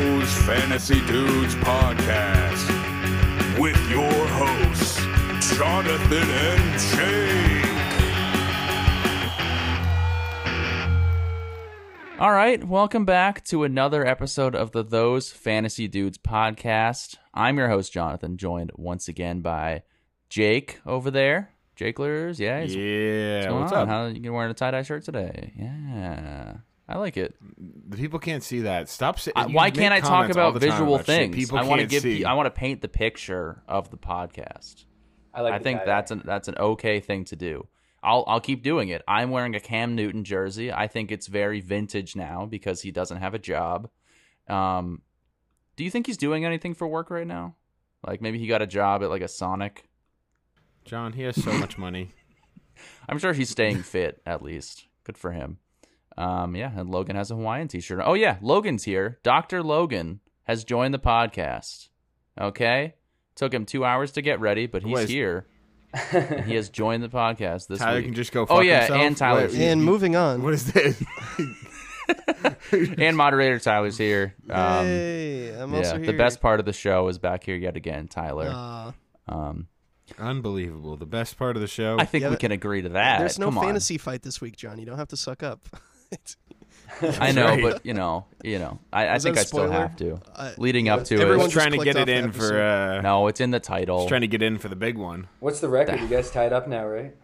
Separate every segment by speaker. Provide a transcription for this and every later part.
Speaker 1: Fantasy Dudes Podcast with your hosts, Jonathan and Jake.
Speaker 2: All right, welcome back to another episode of the Those Fantasy Dudes podcast. I'm your host Jonathan, joined once again by Jake over there. Jakelers, yeah. he's-
Speaker 3: Yeah,
Speaker 2: going
Speaker 3: what's
Speaker 2: on?
Speaker 3: up?
Speaker 2: How you wearing a tie dye shirt today? Yeah, I like it.
Speaker 3: the people can't see that. Stop saying.
Speaker 2: I- why can't I talk about visual things? I want to give. pe- I want to paint the picture of the podcast.
Speaker 4: I like.
Speaker 2: I
Speaker 4: the
Speaker 2: think
Speaker 4: tie-dye.
Speaker 2: that's an that's an okay thing to do. I'll I'll keep doing it. I'm wearing a Cam Newton jersey. I think it's very vintage now because he doesn't have a job. Um, do you think he's doing anything for work right now? Like maybe he got a job at like a Sonic.
Speaker 3: John, he has so much money.
Speaker 2: I'm sure he's staying fit at least. Good for him. Um, yeah, and Logan has a Hawaiian T-shirt. Oh yeah, Logan's here. Doctor Logan has joined the podcast. Okay, took him two hours to get ready, but he's
Speaker 3: Wait, is-
Speaker 2: here. And he has joined the podcast this
Speaker 3: Tyler
Speaker 2: week.
Speaker 3: can just go. Fuck
Speaker 2: Oh, yeah,
Speaker 3: himself.
Speaker 2: and Tyler.
Speaker 3: Wait,
Speaker 5: And moving on.
Speaker 3: what is this?
Speaker 2: and moderator Tyler's here. Um,
Speaker 5: hey, I'm
Speaker 2: yeah,
Speaker 5: also here. Uh,
Speaker 2: the best part of the show is back here yet again, Tyler.
Speaker 5: Aw,
Speaker 2: um,
Speaker 3: Unbelievable. The best part of the show.
Speaker 2: I think
Speaker 5: yeah,
Speaker 2: we
Speaker 5: but-
Speaker 2: can agree to that.
Speaker 5: There's no
Speaker 2: Come on.
Speaker 5: fantasy fight this week, John. You don't have to suck up.
Speaker 2: I know,
Speaker 3: right.
Speaker 2: but you know, you know, I, I
Speaker 5: Was that
Speaker 2: think
Speaker 5: a
Speaker 2: I still
Speaker 5: spoiler? Uh,
Speaker 2: have to.
Speaker 5: I-
Speaker 2: Leading up to
Speaker 3: I
Speaker 5: Everyone
Speaker 3: was
Speaker 2: it,
Speaker 5: just
Speaker 3: trying to get
Speaker 5: clicked
Speaker 3: it
Speaker 5: off the
Speaker 3: in for. Uh,
Speaker 2: no, it's in the title.
Speaker 3: was trying to get in for the big one.
Speaker 4: What's the record? You guys tied up now, right?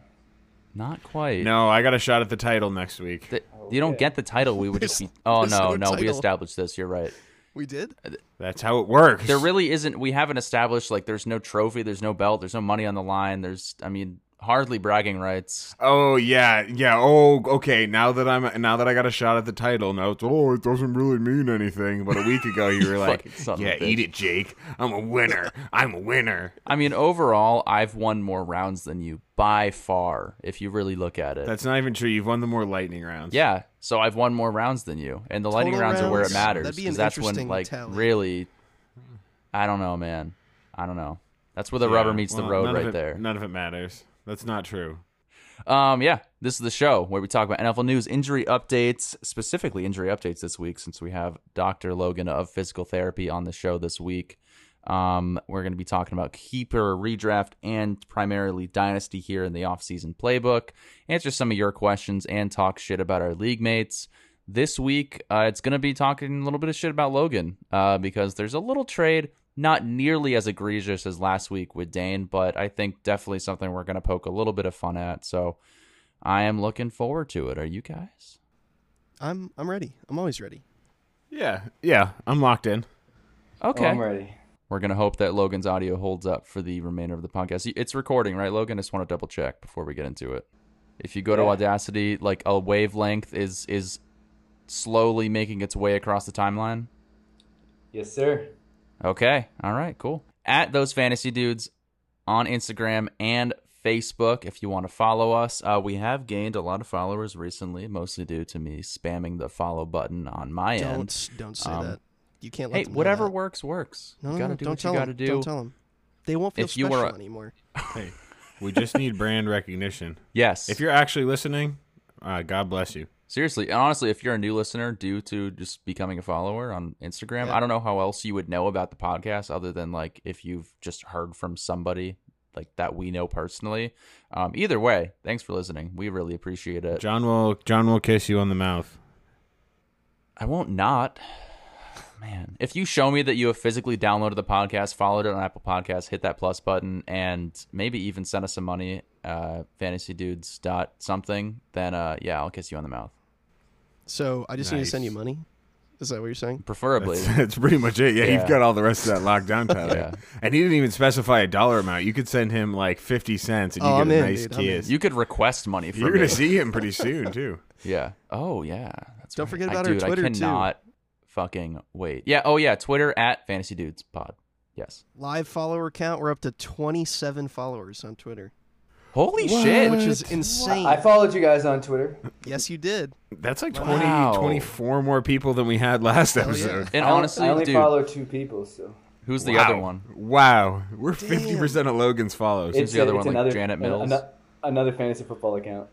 Speaker 2: Not quite.
Speaker 3: No, I got a shot at the title next week.
Speaker 2: Th- you don't
Speaker 4: Okay.
Speaker 2: get the title. We would just be. Oh
Speaker 5: Oh, there's
Speaker 2: no,
Speaker 5: no
Speaker 2: no, we
Speaker 5: title.
Speaker 2: established this. You're right.
Speaker 5: we did.
Speaker 2: Uh,
Speaker 3: That's how it works.
Speaker 2: There really isn't. We haven't established like there's no trophy, there's no belt, there's no money on the line. There's, I mean, hardly bragging rights.
Speaker 3: Oh yeah, yeah. Oh, okay. Now that I'm now that I got a shot at the title, now it's oh, it doesn't really mean anything. But a week ago, you were like,
Speaker 2: Fucking son of a
Speaker 3: "Yeah,
Speaker 2: bitch.
Speaker 3: eat it, Jake. I'm a winner. I'm a winner."
Speaker 2: I mean, overall, I've won more rounds than you by far. If you really look at it,
Speaker 3: That's not even true. You've won the more lightning rounds.
Speaker 2: yeah. So I've won more rounds than you, and the lightning
Speaker 5: Total
Speaker 2: rounds, are where it
Speaker 5: rounds?
Speaker 2: matters
Speaker 5: That'd be
Speaker 2: because
Speaker 5: an
Speaker 2: that's when,
Speaker 5: interesting
Speaker 2: like,
Speaker 5: tally.
Speaker 2: really, I don't know, man. I don't know. That's where the
Speaker 3: Yeah,
Speaker 2: rubber meets the
Speaker 3: well,
Speaker 2: road,
Speaker 3: none of
Speaker 2: right
Speaker 3: it-
Speaker 2: there.
Speaker 3: None of it matters. That's not true.
Speaker 2: Um, yeah, this is the show where we talk about NFL news, injury updates, specifically injury updates this week, since we have Dr. Logan of Physical Therapy on the show this week. Um, we're going to be talking about keeper redraft and primarily dynasty here in the offseason playbook, answer some of your questions, and talk shit about our league mates. This week, uh, it's going to be talking a little bit of shit about Logan uh, because there's a little trade, not nearly as egregious as last week with Dane, but I think definitely something we're going to poke a little bit of fun at. So I am looking forward to it. Are you guys?
Speaker 5: I'm I'm ready. I'm always ready.
Speaker 3: Yeah, yeah. I'm locked in.
Speaker 4: Oh,
Speaker 2: Okay.
Speaker 4: I'm ready.
Speaker 2: We're going to hope that Logan's audio holds up for the remainder of the podcast. It's recording, right, Logan? Just want to double check before we get into it. If you go to
Speaker 4: Yeah.
Speaker 2: Audacity, like a wavelength is is slowly making its way across the timeline.
Speaker 4: Yes, sir.
Speaker 2: Okay. All right. Cool. At those fantasy dudes on Instagram and Facebook, if you want to follow us, uh, we have gained a lot of followers recently, mostly due to me spamming the follow button on my end.
Speaker 5: Don't don't say
Speaker 2: um,
Speaker 5: that. You can't let
Speaker 2: Hey,
Speaker 5: them know
Speaker 2: whatever
Speaker 5: that.
Speaker 2: works, works.
Speaker 5: No,
Speaker 2: you
Speaker 5: no,
Speaker 2: gotta
Speaker 5: no,
Speaker 2: do
Speaker 5: don't
Speaker 2: what
Speaker 5: tell
Speaker 2: you
Speaker 5: 'em.
Speaker 2: gotta do.
Speaker 5: Don't tell them. They won't feel
Speaker 2: If you
Speaker 5: special
Speaker 2: were a-
Speaker 5: anymore.
Speaker 3: Hey, we just need brand recognition.
Speaker 2: Yes.
Speaker 3: If you're actually listening, uh, God bless you.
Speaker 2: Seriously, and honestly, if you're a new listener due to just becoming a follower on Instagram,
Speaker 5: Yeah.
Speaker 2: I don't know how else you would know about the podcast other than like if you've just heard from somebody like that we know personally. Um, either way, thanks for listening. We really appreciate it.
Speaker 3: John will John will kiss you on the mouth.
Speaker 2: I won't not. Man, if you show me that you have physically downloaded the podcast, followed it on Apple Podcasts, hit that plus button, and maybe even sent us some money, uh, fantasydudes dot something, then uh, yeah, I'll kiss you on the mouth,
Speaker 5: So I just need to send you
Speaker 3: Nice.
Speaker 5: money. Is that what you're saying?
Speaker 2: preferably.
Speaker 3: That's, that's pretty much it. Yeah,
Speaker 2: Yeah.
Speaker 3: you've got all the rest of that locked down, Tyler.
Speaker 2: Yeah.
Speaker 3: And he didn't even specify a dollar amount. You could send him like fifty cents, and you
Speaker 5: Oh,
Speaker 3: get
Speaker 5: I'm
Speaker 3: a
Speaker 5: in,
Speaker 3: nice
Speaker 5: dude, I'm in.
Speaker 3: kiss.
Speaker 2: you could request money
Speaker 3: You, are
Speaker 2: from
Speaker 3: gonna
Speaker 2: me.
Speaker 3: see him pretty soon too.
Speaker 2: Yeah. Oh yeah. That's
Speaker 5: Don't
Speaker 2: right.
Speaker 5: forget
Speaker 2: I-
Speaker 5: about our
Speaker 2: dude,
Speaker 5: Twitter,
Speaker 2: I
Speaker 5: too.
Speaker 2: cannot fucking wait. Yeah. Oh yeah. Twitter at Fantasy Dudes Pod. Yes.
Speaker 5: Live follower count. We're up to 27 followers on Twitter,
Speaker 2: Holy shit.
Speaker 5: which is insane.
Speaker 4: I followed you guys on Twitter.
Speaker 5: yes, you did.
Speaker 3: That's like 20,
Speaker 2: Wow.
Speaker 3: 24 more people than we had last
Speaker 5: Oh, yeah.
Speaker 3: episode.
Speaker 2: and
Speaker 4: I on-
Speaker 2: honestly,
Speaker 4: I only
Speaker 2: dude,
Speaker 4: follow two people, so
Speaker 2: who's the
Speaker 3: wow.
Speaker 2: other one?
Speaker 3: Wow, we're fifty percent of Logan's follows.
Speaker 2: It's- the other one, like Janet
Speaker 4: an-
Speaker 2: Mills?
Speaker 4: ano- another fantasy football account.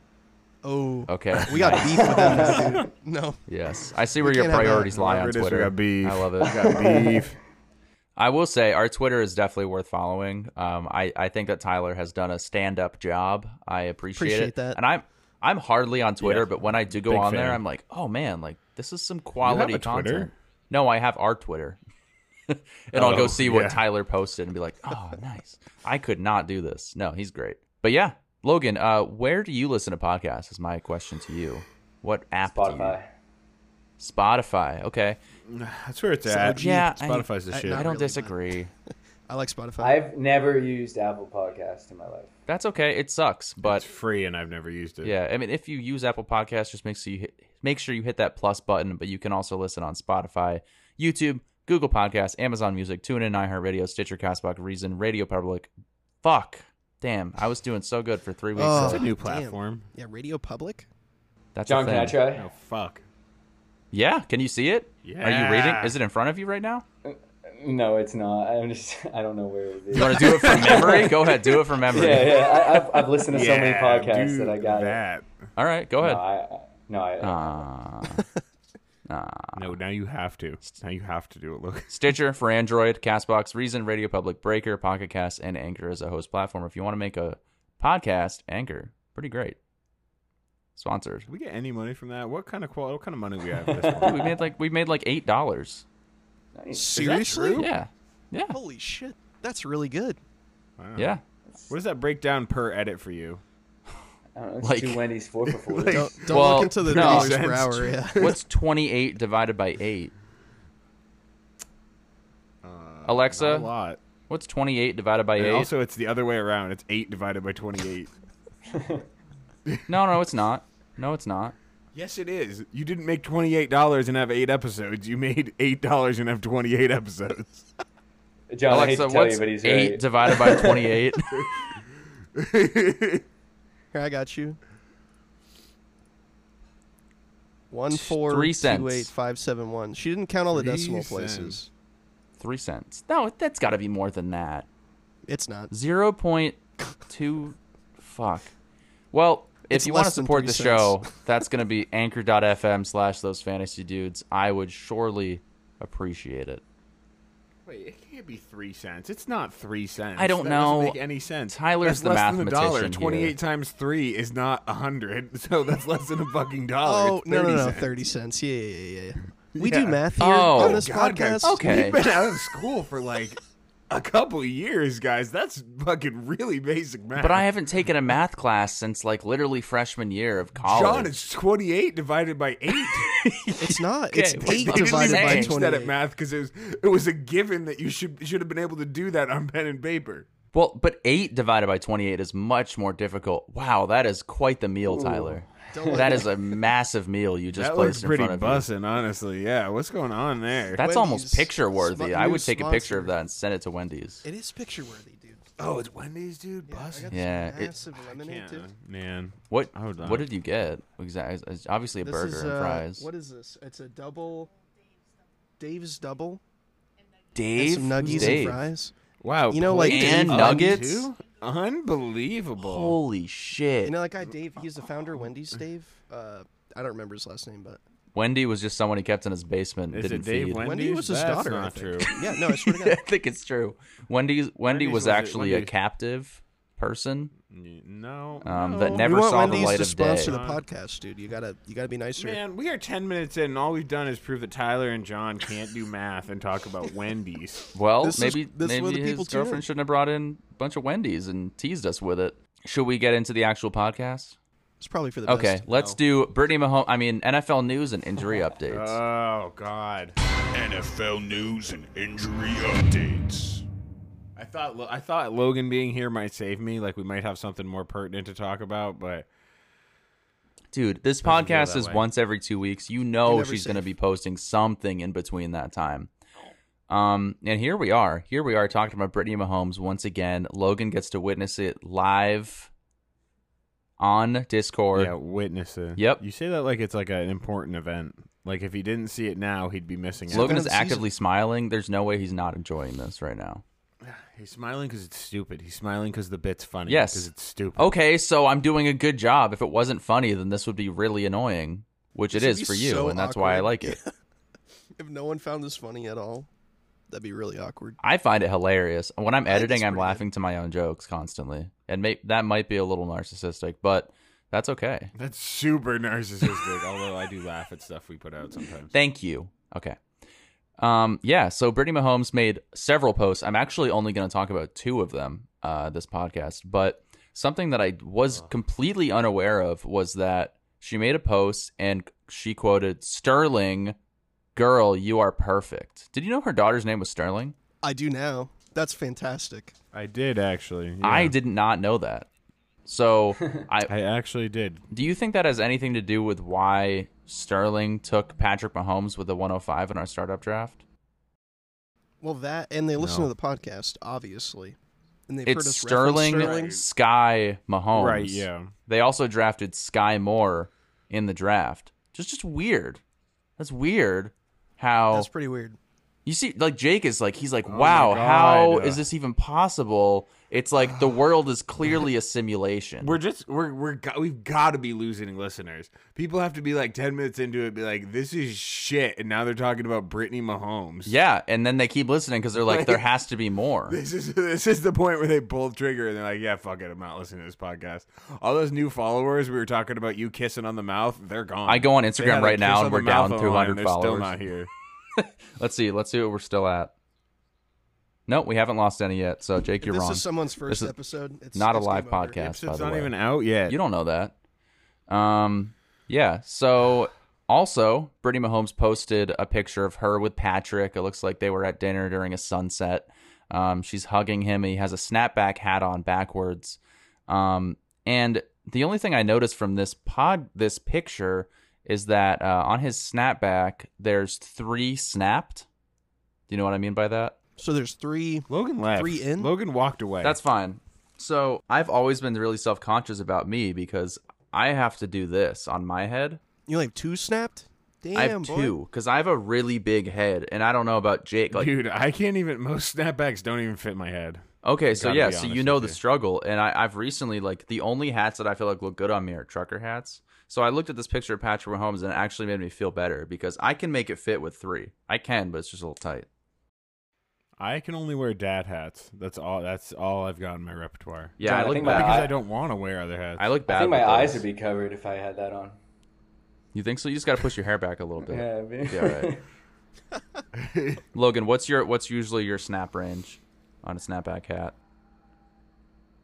Speaker 5: Oh,
Speaker 2: Okay.
Speaker 5: we got
Speaker 2: nice.
Speaker 5: beef with them. dude. No,
Speaker 2: Yes, I see where
Speaker 5: We
Speaker 2: your
Speaker 5: can't have that.
Speaker 2: priorities lie on
Speaker 3: Whatever it is, we
Speaker 2: Twitter.
Speaker 3: got beef.
Speaker 2: I love
Speaker 3: We
Speaker 2: it.
Speaker 3: got beef.
Speaker 2: I will say our Twitter is definitely worth following. Um, I, I think that Tyler has done a stand up job. I appreciate,
Speaker 5: Appreciate
Speaker 2: it.
Speaker 5: that.
Speaker 2: And I'm I'm hardly on Twitter,
Speaker 3: Yeah.
Speaker 2: but when I do go
Speaker 3: Big
Speaker 2: on there,
Speaker 3: fan.
Speaker 2: I'm like, oh man, like this is some quality
Speaker 3: a
Speaker 2: content.
Speaker 3: Twitter?
Speaker 2: No, I have our Twitter. and I'll go
Speaker 3: Oh,
Speaker 2: see what
Speaker 3: yeah.
Speaker 2: Tyler posted and be like, oh nice. I could not do this. No, he's great. But yeah, Logan, uh, where do you listen to podcasts? Is my question to you. What app do you
Speaker 4: Spotify.
Speaker 2: Spotify. Okay.
Speaker 3: That's where it's
Speaker 5: So
Speaker 3: at.
Speaker 2: yeah, I-
Speaker 3: Spotify's the
Speaker 5: I-
Speaker 3: shit.
Speaker 2: I
Speaker 5: Not
Speaker 2: don't
Speaker 5: really, but-
Speaker 2: disagree.
Speaker 5: I like Spotify.
Speaker 4: I've never used Apple Podcasts in my life.
Speaker 2: That's okay. It sucks, but
Speaker 3: it's free, and I've never used it.
Speaker 2: Yeah, I mean, if you use Apple Podcasts, just make sure you hit, make sure you hit that plus button. But you can also listen on Spotify, YouTube, Google Podcasts, Amazon Music, TuneIn, iHeartRadio, Stitcher, Castbox, Reason, Radio Public. Fuck, damn, I was doing so good for three weeks.
Speaker 5: Oh.
Speaker 3: it's a new
Speaker 5: Damn.
Speaker 3: platform.
Speaker 5: yeah, Radio Public.
Speaker 2: That's a
Speaker 4: John, can I
Speaker 2: thing.
Speaker 4: try?
Speaker 3: Oh fuck.
Speaker 2: Yeah, can you see it? Are you reading?
Speaker 3: Yeah.
Speaker 2: Is it in front of you right now?
Speaker 4: No, it's not. I'm just. I don't know where it is.
Speaker 2: You want to do it from memory? Go ahead, do it from memory.
Speaker 4: yeah, yeah. I, I've, I've listened to so many
Speaker 3: Yeah,
Speaker 4: podcasts
Speaker 3: do
Speaker 4: that I got. it.
Speaker 3: that.
Speaker 2: All right, go
Speaker 4: No,
Speaker 2: ahead.
Speaker 4: I, I- no, I,
Speaker 2: Ah.
Speaker 3: No, now you have to. Now you have to do it. Look,
Speaker 2: Stitcher for Android, Castbox, Reason, Radio Public, Breaker, Pocket Cast, and Anchor as a host platform. If you want to make a podcast, Anchor, pretty great. Sponsored.
Speaker 3: did we get any money from that? What kind of qual? What kind of money we have? For this one?
Speaker 2: We made like we made like eight dollars.
Speaker 5: Seriously?
Speaker 3: true?
Speaker 2: Yeah, yeah,
Speaker 5: Holy shit, that's really good.
Speaker 3: Wow.
Speaker 2: yeah.
Speaker 3: What does that break down per edit for you?
Speaker 4: I don't know. It's
Speaker 2: Uh, Like-
Speaker 4: two Wendy's, four for four.
Speaker 5: Don't, don't
Speaker 2: Well,
Speaker 5: look into the
Speaker 2: no.
Speaker 5: dollars
Speaker 3: Makes
Speaker 5: per
Speaker 3: sense.
Speaker 5: hour. Yeah.
Speaker 2: What's twenty eight divided by eight?
Speaker 4: Uh,
Speaker 3: Not a
Speaker 2: Alexa,
Speaker 3: lot.
Speaker 2: what's twenty eight divided by
Speaker 3: And
Speaker 2: eight?
Speaker 3: also, it's the other way around. It's eight divided by twenty-eight.
Speaker 2: no, no, it's not. No, it's not.
Speaker 3: yes, it is. You didn't make twenty-eight dollars and have eight episodes. You made eight dollars and have twenty-eight episodes.
Speaker 4: John, I
Speaker 2: Alexa,
Speaker 4: hate to tell
Speaker 2: what's
Speaker 4: you, but he's
Speaker 2: eight
Speaker 4: right.
Speaker 2: divided by twenty eight?
Speaker 5: Here, I got you. One four
Speaker 2: three
Speaker 5: two
Speaker 2: cents.
Speaker 5: eight five seven one. She didn't count all the
Speaker 3: Three
Speaker 5: decimal
Speaker 3: cents.
Speaker 5: places.
Speaker 2: Three cents. No, that's got to be more than that.
Speaker 5: It's not.
Speaker 2: Zero point two. Fuck. Well, if
Speaker 5: It's
Speaker 2: you want to
Speaker 5: less than
Speaker 2: support
Speaker 5: three
Speaker 2: the
Speaker 5: cents.
Speaker 2: show, that's going to be anchor.fm slash those fantasy dudes. I would surely appreciate it.
Speaker 3: Wait, it can't be three cents. It's not three cents.
Speaker 2: I don't
Speaker 3: That doesn't
Speaker 2: know.
Speaker 3: Make any sense?
Speaker 2: Tyler's
Speaker 3: that's
Speaker 2: the
Speaker 3: less than a dollar.
Speaker 2: mathematician here.
Speaker 3: Twenty-eight times three is not a hundred, so that's less than a fucking dollar.
Speaker 5: Oh
Speaker 3: It's
Speaker 5: no no
Speaker 3: 30
Speaker 5: no,
Speaker 3: cents.
Speaker 5: thirty cents. Yeah yeah yeah. yeah. We
Speaker 3: Yeah.
Speaker 5: do math here
Speaker 2: Oh.
Speaker 5: on this
Speaker 3: God, guys,
Speaker 5: podcast.
Speaker 2: Okay.
Speaker 3: We've been out of school for like a couple years, guys. That's fucking really basic math.
Speaker 2: But I haven't taken a math class since like literally freshman year of college.
Speaker 3: John, it's 28 divided by 8.
Speaker 5: It's not.
Speaker 2: Okay,
Speaker 5: It's
Speaker 2: well,
Speaker 5: eight
Speaker 2: I'm
Speaker 3: I didn't
Speaker 5: divided
Speaker 2: saying.
Speaker 5: by
Speaker 3: even teach
Speaker 5: twenty
Speaker 3: that at
Speaker 5: eight.
Speaker 3: math because it was, it was a given that you should should have been able to do that on pen and paper.
Speaker 2: well, but eight divided by twenty-eight is much more difficult. Wow, that is quite the meal, Tyler. That is a massive meal you just
Speaker 3: that looks
Speaker 2: placed in
Speaker 3: pretty
Speaker 2: front of you.
Speaker 3: bussin', honestly. Yeah, what's going on there?
Speaker 2: That's almost
Speaker 5: Wendy's
Speaker 2: picture worthy.
Speaker 5: spo-
Speaker 2: I
Speaker 5: new
Speaker 2: would take a picture of
Speaker 5: sponsor.
Speaker 2: that and send it to Wendy's.
Speaker 5: It is picture worthy, dude.
Speaker 3: oh, it's Wendy's, dude.
Speaker 5: Yeah, I got
Speaker 3: Bussin'.
Speaker 5: this
Speaker 2: Yeah, it-
Speaker 5: massive lemonade, dude.
Speaker 3: man.
Speaker 2: What
Speaker 3: I would uh, not.
Speaker 2: what did you get? Exactly. It's obviously a
Speaker 5: This
Speaker 2: burger
Speaker 5: is,
Speaker 2: and
Speaker 5: uh,
Speaker 2: fries.
Speaker 5: What is this? It's a double. Dave's double.
Speaker 2: Dave?
Speaker 5: Some nuggies
Speaker 2: Who's Dave?
Speaker 5: and fries.
Speaker 3: Wow,
Speaker 5: You know, like,
Speaker 3: plate
Speaker 5: And
Speaker 3: of
Speaker 2: nuggets?
Speaker 3: two? Unbelievable.
Speaker 2: Holy shit.
Speaker 5: You know that guy Dave? He's the founder of Wendy's. Dave. Uh, I don't remember his last name, but
Speaker 2: Wendy was just someone he kept in his basement. and
Speaker 3: Is
Speaker 2: didn't
Speaker 3: it Dave
Speaker 2: feed.
Speaker 3: Wendy?
Speaker 5: Wendy was his
Speaker 3: That's
Speaker 5: daughter. I
Speaker 3: not
Speaker 5: think.
Speaker 3: true.
Speaker 5: Yeah, no, I swear to
Speaker 2: I
Speaker 5: God.
Speaker 2: think it's true. Wendy's Wendy
Speaker 3: Wendy's
Speaker 2: was
Speaker 3: was it-
Speaker 2: actually a
Speaker 3: Wendy's-
Speaker 2: captive person.
Speaker 3: No,
Speaker 2: Um,
Speaker 3: no.
Speaker 2: that never
Speaker 5: we want
Speaker 2: saw the
Speaker 5: Wendy's
Speaker 2: light
Speaker 5: to
Speaker 2: of
Speaker 5: sponsor
Speaker 2: day.
Speaker 5: the podcast, dude. You gotta, you gotta be nicer.
Speaker 3: Man, we are 10 minutes in, and all we've done is prove that Tyler and John can't do math and talk about Wendy's.
Speaker 2: Well,
Speaker 5: This is-
Speaker 2: maybe
Speaker 5: this is where
Speaker 2: maybe
Speaker 5: the people
Speaker 2: his
Speaker 5: tune in.
Speaker 2: girlfriend shouldn't have brought in a bunch of Wendy's and teased us with it. Should we get into the actual podcast?
Speaker 5: It's probably for the
Speaker 2: Okay,
Speaker 5: best.
Speaker 2: let's do Brittany Mahomes. I mean NFL news and injury updates.
Speaker 3: Oh, God.
Speaker 1: NFL news and injury updates.
Speaker 3: I thought Lo- I thought Logan being here might save me. Like, we might have something more pertinent to talk about, but
Speaker 2: Dude, this
Speaker 3: feel
Speaker 2: podcast
Speaker 3: that
Speaker 2: is
Speaker 3: way.
Speaker 2: once every two weeks. You know
Speaker 5: never
Speaker 2: she's going to
Speaker 5: safe.
Speaker 2: be posting something in between that time.
Speaker 3: Oh.
Speaker 2: Um, and here we are. Here we are talking about Brittany Mahomes once again. Logan gets to witness it live on Discord.
Speaker 3: yeah, witness it.
Speaker 2: Yep.
Speaker 3: You say that like it's like an important event. Like, if he didn't see it now, he'd be missing out.
Speaker 2: Logan
Speaker 5: Event
Speaker 2: is
Speaker 5: of the season.
Speaker 2: actively smiling. There's no way he's not enjoying this right now.
Speaker 3: He's smiling because it's stupid. He's smiling because the bit's funny.
Speaker 2: Yes. Oh.
Speaker 3: because it's stupid.
Speaker 2: Okay, so I'm doing a good job. If it wasn't funny, then this would be really annoying, which it
Speaker 5: This would
Speaker 2: is
Speaker 5: be
Speaker 2: for you,
Speaker 5: so
Speaker 2: and that's why I
Speaker 5: awkward.
Speaker 2: like it.
Speaker 5: If no one found this funny at all, that'd be really awkward.
Speaker 2: I find it hilarious. When I'm
Speaker 5: it's
Speaker 2: editing, I'm
Speaker 5: pretty good.
Speaker 2: laughing to my own jokes constantly, and may- that might be a little narcissistic, but that's okay.
Speaker 3: that's super narcissistic. although I do laugh at stuff we put out sometimes.
Speaker 2: Thank you. Okay. Um, yeah, so Brittany Mahomes made several posts. I'm actually only going to talk about two of them uh, this podcast, but something that I was completely unaware of was that she made a post and she quoted Sterling, girl, you are perfect. Did you know her daughter's name was Sterling?
Speaker 5: I do now. That's fantastic.
Speaker 3: I did actually.
Speaker 2: I did not know that. So, I
Speaker 3: I actually did.
Speaker 2: do you think that has anything to do with why Sterling took Patrick Mahomes with the 105 in our startup draft?
Speaker 5: Well, that and they listen
Speaker 3: No.
Speaker 5: to the podcast, obviously, and they've heard
Speaker 2: it's
Speaker 5: us
Speaker 2: Sterling,
Speaker 5: reference Sterling.
Speaker 2: Sky Mahomes.
Speaker 3: Right? Yeah.
Speaker 2: They also drafted Sky Moore in the draft. Just just weird. That's weird. How
Speaker 5: That's pretty weird.
Speaker 2: you see like Jake is like he's like,
Speaker 3: Oh my
Speaker 2: "Wow,
Speaker 3: God.
Speaker 2: how is this even possible?" It's like the world is clearly a simulation.
Speaker 3: We're just we're we're go- we've got to be losing listeners. People have to be like ten minutes into it, be like, "This is shit," and now they're talking about Brittany Mahomes.
Speaker 2: yeah, and then they keep listening because they're like, "There has to be more."
Speaker 3: This is this is the point where they pull the trigger and they're like, "Yeah, fuck it, I'm not listening to this podcast." All those new followers we were talking about you kissing on the mouth, they're gone.
Speaker 2: I go on
Speaker 3: They
Speaker 2: Instagram
Speaker 3: had a
Speaker 2: right
Speaker 3: kiss
Speaker 2: now
Speaker 3: on
Speaker 2: and
Speaker 3: the
Speaker 2: we're
Speaker 3: mouth
Speaker 2: down
Speaker 3: online,
Speaker 2: 300
Speaker 3: they're
Speaker 2: followers.
Speaker 3: Still not here.
Speaker 2: Let's see. Let's see what we're still at. No, we haven't lost any yet. So Jake, you're
Speaker 5: this
Speaker 2: wrong.
Speaker 5: is someone's first
Speaker 2: is
Speaker 5: episode. It's
Speaker 2: not a
Speaker 5: it's
Speaker 2: live
Speaker 5: game over.
Speaker 2: podcast, by
Speaker 3: It's
Speaker 2: the
Speaker 3: not
Speaker 2: way.
Speaker 3: even out yet.
Speaker 2: You don't know that. Um, yeah. So also, Brittany Mahomes posted a picture of her with Patrick. It looks like they were at dinner during a sunset. Um, she's hugging him. He has a snapback hat on backwards. Um, and the only thing I noticed from this pod, this picture, is that uh, on his snapback, there's three snapped. Do you know what I mean by that?
Speaker 5: So there's three.
Speaker 3: Logan left.
Speaker 5: Three in?
Speaker 3: Logan walked away.
Speaker 2: That's fine. So I've always been really self conscious about me because I have to do this on my head.
Speaker 5: You only have two snapped. Damn,
Speaker 2: I have
Speaker 5: boy.
Speaker 2: two because I have a really big head, and I don't know about Jake. Like,
Speaker 3: dude. I can't even. Most snapbacks don't even fit my head.
Speaker 2: okay, so
Speaker 3: Gotta
Speaker 2: yeah,
Speaker 3: be
Speaker 2: so
Speaker 3: honest
Speaker 2: you know
Speaker 3: with
Speaker 2: the
Speaker 3: you.
Speaker 2: struggle, and I, I've recently like the only hats that I feel like look good on me are trucker hats. So I looked at this picture of Patrick Mahomes, and it actually made me feel better because I can make it fit with three. I can, but it's just a little tight.
Speaker 3: I can only wear dad hats. That's all. That's all I've got in my repertoire.
Speaker 2: Yeah,
Speaker 4: John,
Speaker 2: I
Speaker 4: I
Speaker 2: look
Speaker 4: think my
Speaker 2: bad.
Speaker 3: Because
Speaker 4: I-
Speaker 3: I don't want to wear other hats.
Speaker 2: I look bad.
Speaker 4: I think my
Speaker 2: with
Speaker 4: eyes
Speaker 2: those.
Speaker 4: would be covered if I had that on.
Speaker 2: You think so? You just got to push your hair back a little bit.
Speaker 4: Yeah, it'd be-
Speaker 2: Yeah, right. Logan, what's your what's usually your snap range on a snapback hat?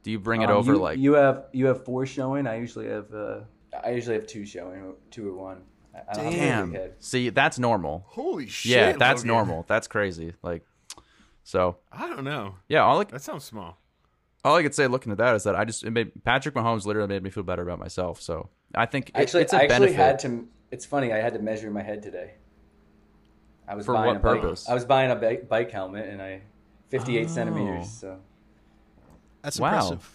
Speaker 2: Do you bring it
Speaker 4: Um,
Speaker 2: over
Speaker 4: you,
Speaker 2: like
Speaker 6: you have you have four showing. I usually have uh,
Speaker 4: I usually have two showing, two or one. I- I don't have a big
Speaker 2: damn?
Speaker 4: head.
Speaker 2: See, that's normal.
Speaker 3: Holy shit!
Speaker 2: yeah, that's
Speaker 3: Logan.
Speaker 2: normal. That's crazy. Like, so
Speaker 3: I don't know.
Speaker 2: yeah. All I,
Speaker 3: That sounds small.
Speaker 2: all I could say looking at that is that I just it made Patrick Mahomes literally made me feel better about myself. So I think it-
Speaker 4: Actually,
Speaker 2: it's a
Speaker 4: I actually
Speaker 2: benefit.
Speaker 4: had to. It's funny. I had to measure my head today. I was
Speaker 2: For
Speaker 4: buying
Speaker 2: what
Speaker 4: a bike-
Speaker 2: purpose? Oh.
Speaker 4: I was buying a bike, bike helmet, and I 58 centimeters. So
Speaker 5: That's
Speaker 2: Wow.
Speaker 5: impressive.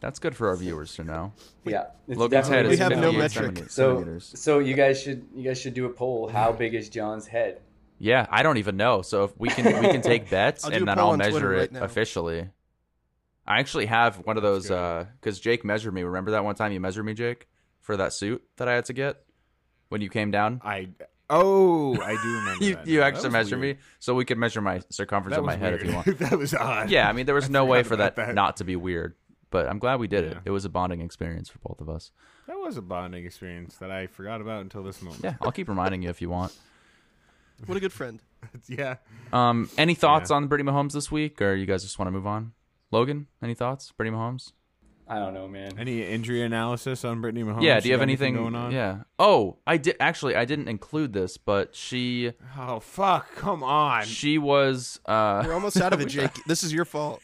Speaker 2: that's good for our viewers to know.
Speaker 4: yeah, it's
Speaker 2: Logan's head
Speaker 4: definitely
Speaker 2: is
Speaker 5: We have no
Speaker 2: 58
Speaker 5: metric.
Speaker 2: centimeters-
Speaker 4: So,
Speaker 2: centimeters.
Speaker 4: so you guys should you guys should do a poll. How big is John's head?
Speaker 2: Yeah, I don't even know. So if we can we can take bets
Speaker 5: I'll do
Speaker 2: and
Speaker 5: a
Speaker 2: then
Speaker 5: poll
Speaker 2: I'll
Speaker 5: on Twitter
Speaker 2: measure
Speaker 5: right
Speaker 2: it
Speaker 5: now.
Speaker 2: officially. I actually have one of those
Speaker 3: good.
Speaker 2: because Jake measured me. Remember that one time you measured me, Jake, for that suit that I had to get when you came down.
Speaker 3: I oh, I do remember.
Speaker 2: You
Speaker 3: that
Speaker 2: you
Speaker 3: now.
Speaker 2: actually
Speaker 3: That was
Speaker 2: measured
Speaker 3: weird.
Speaker 2: me so we could measure my circumference
Speaker 3: That
Speaker 2: of my
Speaker 3: was
Speaker 2: head if
Speaker 3: weird.
Speaker 2: you want.
Speaker 3: that was odd.
Speaker 2: Yeah, I mean there was no way
Speaker 3: forgot
Speaker 2: for that,
Speaker 3: about that.
Speaker 2: not to be weird. But I'm glad we did it.
Speaker 3: Yeah.
Speaker 2: It was a bonding experience for both of us.
Speaker 3: that was a bonding experience that I forgot about until this moment.
Speaker 2: Yeah, I'll keep reminding you if you want.
Speaker 5: What a good friend.
Speaker 3: yeah.
Speaker 2: Um, any thoughts on Brittany Mahomes this week, or you guys just want to move on? Logan, any thoughts? Brittany Mahomes.
Speaker 4: I don't know, man.
Speaker 3: Any injury analysis on Brittany Mahomes?
Speaker 2: Yeah, do you have
Speaker 3: got
Speaker 2: anything
Speaker 3: going on?
Speaker 2: Yeah. Oh, I did actually I didn't include this, but she
Speaker 3: Oh fuck! Come on.
Speaker 2: she was
Speaker 5: We're
Speaker 2: uh
Speaker 5: almost out of it, Jake. This is your fault.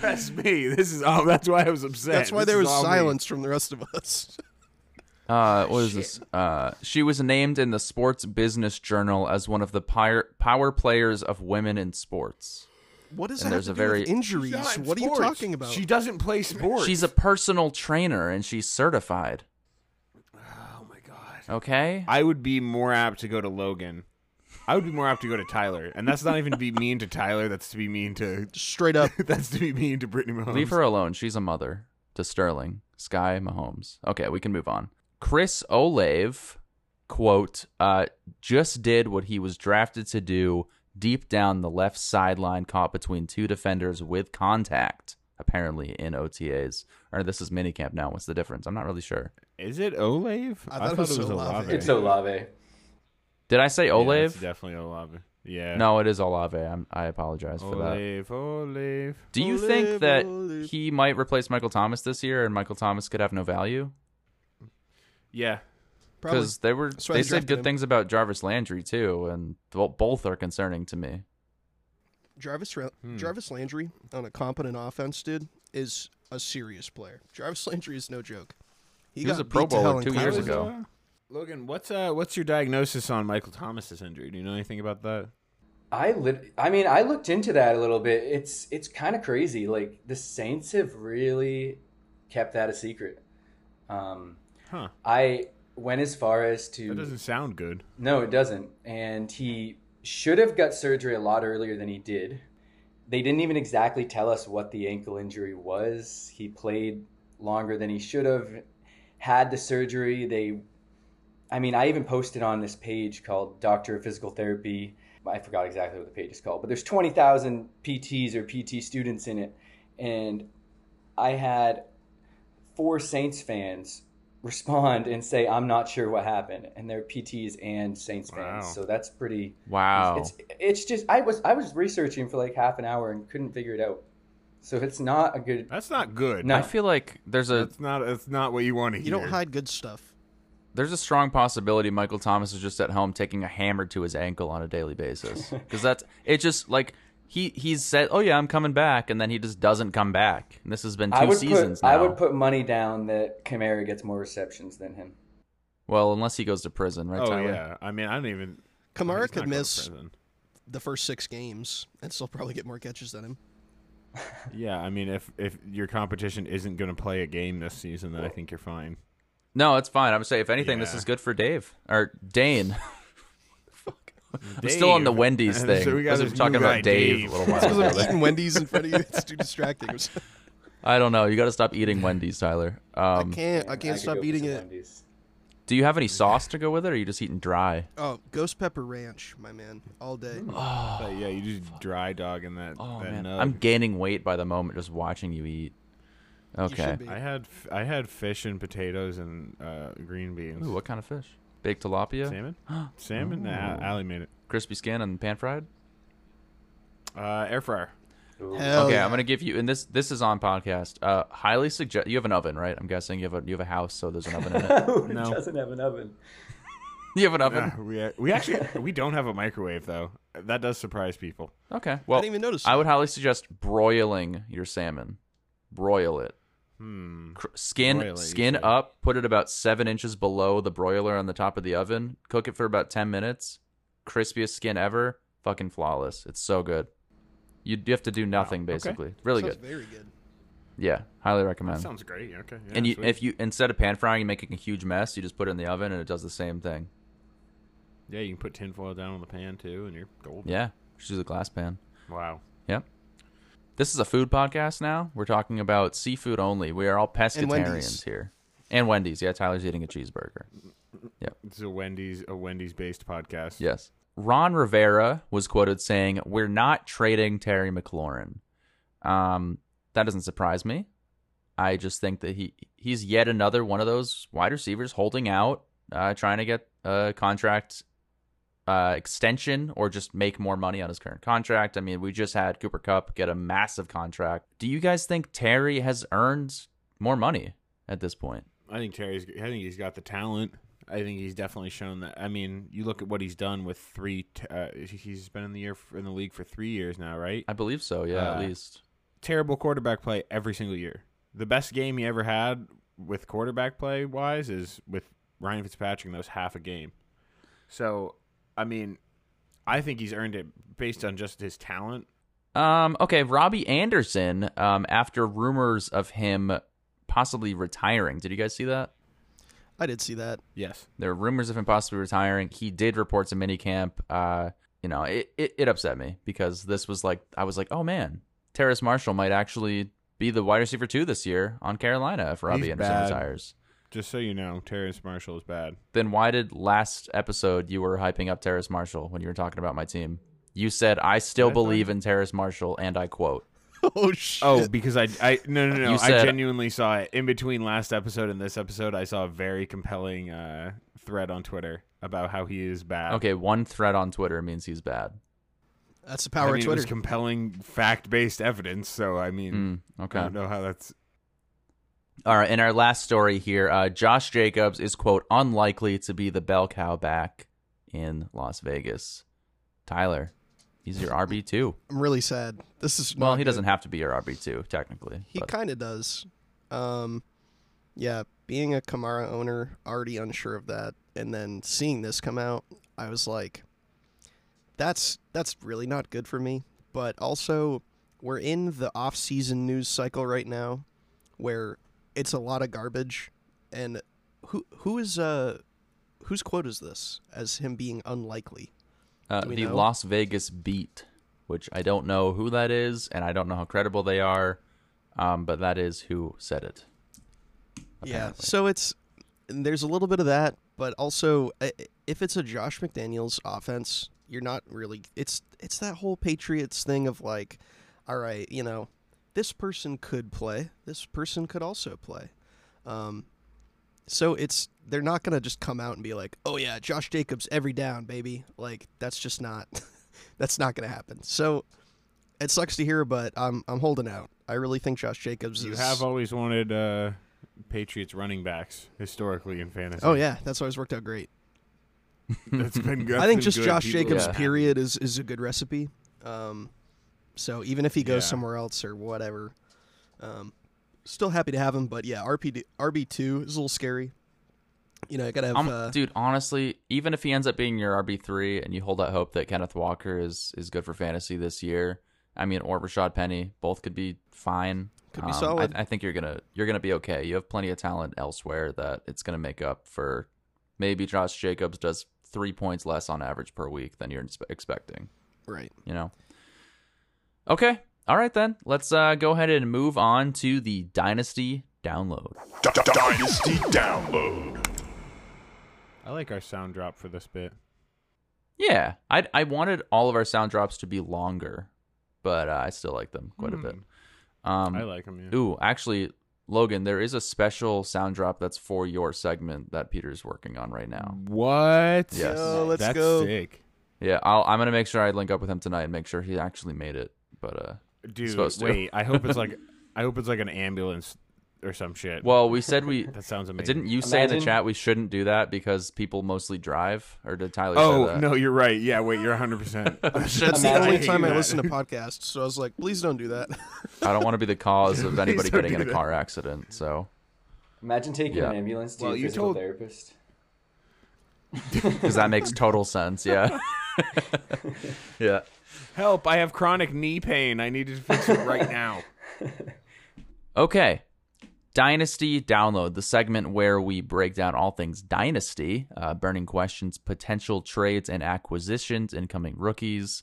Speaker 3: That's me. This is oh. That's why I was upset.
Speaker 5: That's why
Speaker 3: This
Speaker 5: there
Speaker 3: is
Speaker 5: was
Speaker 3: all me.
Speaker 5: silence from the rest of us.
Speaker 2: uh what is this? Uh she was named in the Sports Business Journal as one of the pyre, power players of women in sports.
Speaker 5: What does
Speaker 2: And
Speaker 5: that have
Speaker 2: there's
Speaker 5: to
Speaker 2: a
Speaker 5: do with
Speaker 2: very-
Speaker 5: injuries?
Speaker 3: Not in
Speaker 5: What are you
Speaker 3: sports.
Speaker 5: talking about?
Speaker 3: She doesn't play sports.
Speaker 2: She's a personal trainer and she's certified.
Speaker 3: Oh my god.
Speaker 2: Okay?
Speaker 3: I would be more apt to go to Logan I would be more apt to go to Tyler, and that's not even to be mean to Tyler. That's to be mean to.
Speaker 5: Straight up.
Speaker 3: That's to be mean to Brittany Mahomes.
Speaker 2: Leave her alone. She's a mother to Sterling, Sky Mahomes. Okay, we can move on. Chris Olave, quote, uh, just did what he was drafted to do deep down the left sideline, caught between two defenders with contact, apparently in OTAs. Or this is minicamp now. What's the difference? I'm not really sure.
Speaker 3: Is it Olave?
Speaker 5: I thought it was Olave.
Speaker 4: It's Olave.
Speaker 2: Did I say
Speaker 3: Yeah,
Speaker 2: Olave?
Speaker 3: it's definitely Olave. Yeah.
Speaker 2: no, it is Olave. I'm, I apologize for that.
Speaker 3: Olave, Olave.
Speaker 2: Do you think that
Speaker 5: Olave.
Speaker 2: he might replace Michael Thomas this year and Michael Thomas could have no value?
Speaker 3: Yeah.
Speaker 5: Probably.
Speaker 2: Because they were
Speaker 5: That's why
Speaker 2: they
Speaker 5: they
Speaker 2: said
Speaker 5: drafted
Speaker 2: good
Speaker 5: him.
Speaker 2: things about Jarvis Landry too, and well, both are concerning to me.
Speaker 5: Jarvis Ra-
Speaker 2: Hmm.
Speaker 5: Jarvis Landry on a competent offense, dude, is a serious player. Jarvis Landry is no joke.
Speaker 2: He was
Speaker 5: got
Speaker 2: a Pro
Speaker 5: beat to hell
Speaker 2: Bowler
Speaker 5: in
Speaker 2: two years
Speaker 5: college.
Speaker 2: ago.
Speaker 3: Uh, Logan, what's uh, what's your diagnosis on Michael Thomas's injury? Do you know anything about that?
Speaker 4: I lit- I mean, I looked into that a little bit. It's it's kind of crazy. Like the Saints have really kept that a secret. Um,
Speaker 3: Huh.
Speaker 4: I went as far as
Speaker 3: That
Speaker 4: to
Speaker 3: doesn't sound good.
Speaker 4: No, it doesn't. And he should have got surgery a lot earlier than he did. They didn't even exactly tell us what the ankle injury was. He played longer than he should have. Had the surgery. They, I mean, I even posted on this page called Doctor of Physical Therapy. I forgot exactly what the page is called, but there's 20,000 PTs or PT students in it. And I had four Saints fans respond and say, "I'm not sure what happened," and they're PTs and Saints
Speaker 3: Wow.
Speaker 4: fans, so that's pretty.
Speaker 2: Wow.
Speaker 4: It's it's just I was I was researching for like half an hour and couldn't figure it out, so it's not a good.
Speaker 3: That's not good.
Speaker 4: No.
Speaker 2: I feel like there's a
Speaker 3: That's not that's not what you want to hear.
Speaker 5: You don't hide good stuff.
Speaker 2: there's a strong possibility Michael Thomas is just at home taking a hammer to his ankle on a daily basis because that's it. Just like he he's said, oh yeah, I'm coming back, and then he just doesn't come back. And this has been two
Speaker 4: I would
Speaker 2: seasons
Speaker 4: put
Speaker 2: now.
Speaker 4: I would put money down that Kamara gets more receptions than him.
Speaker 2: well, unless he goes to prison, right?
Speaker 3: Oh
Speaker 2: Tyler?
Speaker 3: yeah. I mean, I don't even.
Speaker 5: Kamara
Speaker 3: he's not
Speaker 5: could
Speaker 3: going to
Speaker 5: miss
Speaker 3: prison.
Speaker 5: the first six games and still probably get more catches than him.
Speaker 3: Yeah, I mean, if if your competition isn't going to play a game this season, then I think you're fine.
Speaker 2: No, it's fine. I would say if anything, this
Speaker 3: Yeah.
Speaker 2: is good for Dave or Dane. I'm still on the
Speaker 3: Dave.
Speaker 2: Wendy's
Speaker 3: So
Speaker 2: thing.
Speaker 3: we got
Speaker 2: because
Speaker 3: this
Speaker 2: I'm talking
Speaker 3: new guy,
Speaker 2: about Dave, a
Speaker 3: Dave.
Speaker 2: little while
Speaker 5: Because
Speaker 2: ago.
Speaker 5: I'm eating Wendy's in front of you. It's too distracting. I'm so-
Speaker 2: I don't know. You got to stop eating Wendy's, Tyler.
Speaker 5: I
Speaker 2: Um,
Speaker 5: can't. I
Speaker 4: I
Speaker 5: can't
Speaker 4: could go
Speaker 5: stop
Speaker 4: for
Speaker 5: eating
Speaker 4: some
Speaker 5: it.
Speaker 4: Wendy's.
Speaker 2: do you have any sauce to go with it, or are you just eating dry?
Speaker 5: Oh, ghost pepper ranch, my man, all day.
Speaker 3: But yeah, you just dry dogging that.
Speaker 2: Oh
Speaker 3: that
Speaker 2: man,
Speaker 3: nug.
Speaker 2: I'm gaining weight by the moment just watching you eat. Okay.
Speaker 5: should be.
Speaker 3: I had f- I had fish and potatoes and uh, green beans.
Speaker 2: Ooh, what Oh. kind of fish? Baked tilapia,
Speaker 3: Salmon? Salmon? Nah, Allie made it.
Speaker 2: crispy skin, and pan fried.
Speaker 3: Uh, air fryer.
Speaker 4: Ooh.
Speaker 5: Hell
Speaker 2: okay,
Speaker 5: yeah.
Speaker 2: I'm gonna give you, and this this is on podcast. Uh, highly suggest you have an oven, right? I'm guessing you have a you have a house, so there's an oven in it.
Speaker 4: Who
Speaker 3: No.
Speaker 4: doesn't have an oven?
Speaker 2: you have an oven.
Speaker 3: Ah, we we actually we don't have a microwave though. That does surprise people.
Speaker 2: Okay. Well,
Speaker 5: even notice
Speaker 2: I would highly suggest broiling your salmon. Broil it.
Speaker 3: Hmm.
Speaker 2: Cr- Skin
Speaker 3: Broil it, you
Speaker 2: skin
Speaker 3: said.
Speaker 2: up. Put it about seven inches below the broiler on the top of the oven. Cook it for about ten minutes. Crispiest skin ever. Fucking flawless. It's so good. You you have to do nothing
Speaker 3: Okay.
Speaker 2: basically. Really
Speaker 5: Sounds
Speaker 2: good.
Speaker 5: Very good.
Speaker 2: Yeah, highly recommend.
Speaker 3: Sounds great. Okay. yeah,
Speaker 2: Um, and you,
Speaker 3: sweet.
Speaker 2: if you instead of pan frying and making a huge mess, you just put it in the oven and it does the same thing.
Speaker 3: yeah, you can put tinfoil down on the pan too, and you're golden.
Speaker 2: Yeah, just use a glass pan.
Speaker 3: Wow.
Speaker 2: Yep. This is a food podcast now. We're talking about seafood only. We are all pescatarians
Speaker 5: Wendy's.
Speaker 2: here. And Wendy's. Yeah, Tyler's eating a cheeseburger.
Speaker 3: It's a Wendy's a Wendy's based podcast.
Speaker 2: Yes. Ron Rivera was quoted saying, We're not trading Terry McLaurin. Um, that doesn't surprise me. I just think that he he's yet another one of those wide receivers holding out, uh, trying to get a contract uh, extension or just make more money on his current contract. I mean, we just had Cooper Cup get a massive contract. Do you guys think Terry has earned more money at this point?
Speaker 3: I think Terry's. I think he's got the talent. I think he's definitely shown that. I mean, you look at what he's done with three. T- uh, he's been in the year in the league for three years now, right?
Speaker 2: I believe so. Yeah,
Speaker 3: Uh,
Speaker 2: at least.
Speaker 3: terrible quarterback play every single year. The best game he ever had with quarterback play wise is with Ryan Fitzpatrick, and that was half a game. So, I mean, I think he's earned it based on just his talent.
Speaker 2: Um, okay, Robbie Anderson, um, after rumors of him possibly retiring. Did you guys see that?
Speaker 5: I did see that.
Speaker 3: Yes.
Speaker 2: There are rumors of him possibly retiring. He did report to minicamp. Uh, you know, it, it, it upset me because this was like I was like, oh man, Terrace Marshall might actually be the wide receiver two this year on Carolina if Robbie
Speaker 3: He's
Speaker 2: Anderson
Speaker 3: bad.
Speaker 2: retires.
Speaker 3: Just so you know, Terrence Marshall is bad.
Speaker 2: Then why did last episode you were hyping up Terrace Marshall when you were talking about my team? You said I still
Speaker 3: I?
Speaker 2: believe in Terrace Marshall, and I quote.
Speaker 5: Oh shit.
Speaker 3: Oh, because I, I no no no,
Speaker 2: You
Speaker 3: I
Speaker 2: said-
Speaker 3: genuinely saw it in between last episode and this episode. I saw a very compelling uh, thread on Twitter about how he is bad.
Speaker 2: Okay, one thread on Twitter means he's bad.
Speaker 5: That's the
Speaker 3: I
Speaker 5: power
Speaker 3: mean,
Speaker 5: of
Speaker 3: it was
Speaker 5: Twitter.
Speaker 3: compelling fact based evidence. So I mean,
Speaker 2: Mm, okay.
Speaker 3: I don't know how that's
Speaker 2: All right, in our last story here, uh, Josh Jacobs is quote unlikely to be the bell cow back in Las Vegas. Tyler, he's your RB two.
Speaker 5: I'm really sad. This is
Speaker 2: Well,
Speaker 5: not
Speaker 2: he
Speaker 5: good.
Speaker 2: doesn't have to be your RB two technically.
Speaker 5: He
Speaker 2: but-
Speaker 5: kind of does. Um, yeah, being a Kamara owner, already unsure of that, and then seeing this come out, I was like, "That's that's really not good for me." But also, we're in the off-season news cycle right now, where it's a lot of garbage. And who who is uh whose quote is this as him being unlikely?
Speaker 2: uh,
Speaker 5: do we
Speaker 2: the
Speaker 5: know?
Speaker 2: Las Vegas Beat, which I don't know who that is, and I don't know how credible they are, um, but that is who said it.
Speaker 5: Yeah. So it's there's a little bit of that, but also i- i- if it's a Josh McDaniels offense, you're not really it's it's that whole Patriots thing of like, all right, you know, this person could play, this person could also play. Um so it's they're not going to just come out and be like, "Oh yeah, Josh Jacobs every down, baby." Like that's just not that's not going to happen. So it sucks to hear, but I'm I'm holding out. I really think Josh Jacobs
Speaker 3: You
Speaker 5: is
Speaker 3: have always wanted uh, Patriots running backs historically in fantasy.
Speaker 5: Oh yeah, that's always worked out great.
Speaker 3: that's been good.
Speaker 5: I think just Josh Jacobs
Speaker 2: Yeah.
Speaker 5: period is is a good recipe. Um, so even if he goes
Speaker 3: Yeah.
Speaker 5: somewhere else or whatever, um, still happy to have him. But yeah, RP RB two is a little scary. You know, I gotta have.
Speaker 2: Um,
Speaker 5: uh,
Speaker 2: dude, honestly, even if he ends up being your RB three, and you hold out hope that Kenneth Walker is is good for fantasy this year, I mean, or Rashad Penny, both could be fine. Um,
Speaker 5: Could be solid.
Speaker 2: I, I think you're gonna you're gonna be okay. You have plenty of talent elsewhere that it's gonna make up for. Maybe Josh Jacobs does three points less on average per week than you're inspe- expecting
Speaker 5: right.
Speaker 2: you know. Okay. All right then. Let's uh, go ahead and move on to the Dynasty download.
Speaker 1: D- D- Dynasty Download.
Speaker 3: I like our sound drop for this bit.
Speaker 2: Yeah, I I wanted all of our sound drops to be longer, but uh, I still like them quite a bit. Um,
Speaker 3: Hmm. I like him. Yeah.
Speaker 2: Ooh, actually, Logan, there is a special sound drop that's for your segment that Peter's working on right now.
Speaker 3: What?
Speaker 2: Yes.
Speaker 5: Yo, let's
Speaker 3: that's
Speaker 5: go.
Speaker 3: sick,
Speaker 2: Yeah, I'll, I'm gonna make sure I link up with him tonight and make sure he actually made it. But uh,
Speaker 3: dude.
Speaker 2: Supposed to.
Speaker 3: Wait, I hope it's like I hope it's like an ambulance or some shit.
Speaker 2: well, we said we
Speaker 3: that sounds amazing.
Speaker 2: didn't. You say in the
Speaker 4: Imagine-
Speaker 2: chat we shouldn't do that because people mostly drive, or did Tyler? say
Speaker 3: Oh
Speaker 2: that?
Speaker 3: no, you're right. Yeah, wait, you're 100. percent
Speaker 5: That's the
Speaker 4: Imagine-
Speaker 5: only
Speaker 4: I hate
Speaker 5: time I listen to podcasts, so I was like, please don't do that.
Speaker 2: I don't want to be the cause of anybody
Speaker 3: don't
Speaker 2: getting in
Speaker 3: do
Speaker 2: a
Speaker 3: that.
Speaker 2: car accident. So
Speaker 4: Imagine taking
Speaker 2: Yeah.
Speaker 4: an ambulance to
Speaker 3: Well,
Speaker 4: your
Speaker 3: you
Speaker 4: physical
Speaker 3: told-
Speaker 4: therapist.
Speaker 2: because that makes total sense. Yeah. yeah.
Speaker 3: Help! I have chronic knee pain. I need to fix it right now.
Speaker 2: Okay. Dynasty Download, the segment where we break down all things Dynasty, uh, burning questions, potential trades and acquisitions, incoming rookies,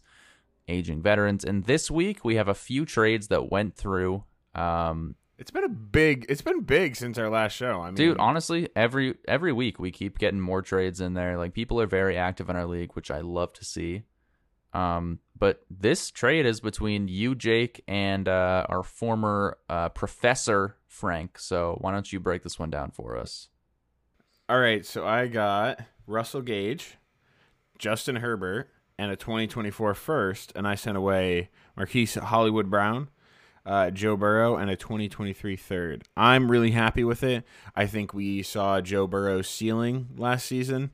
Speaker 2: aging veterans. And this week we have a few trades that went through. Um,
Speaker 3: It's been a big. It's been big since our last show. I mean,
Speaker 2: dude honestly every every week we keep getting more trades in there like people are very active in our league which i love to see um but this trade is between you jake and uh our former uh professor frank so why don't you break this one down for us
Speaker 3: All right, so I got Russell Gage, Justin Herbert, and a 2024 first, and I sent away Marquise Hollywood Brown, uh, Joe Burrow, and a 2023 third. I'm really happy with it. I think we saw Joe Burrow's ceiling last season.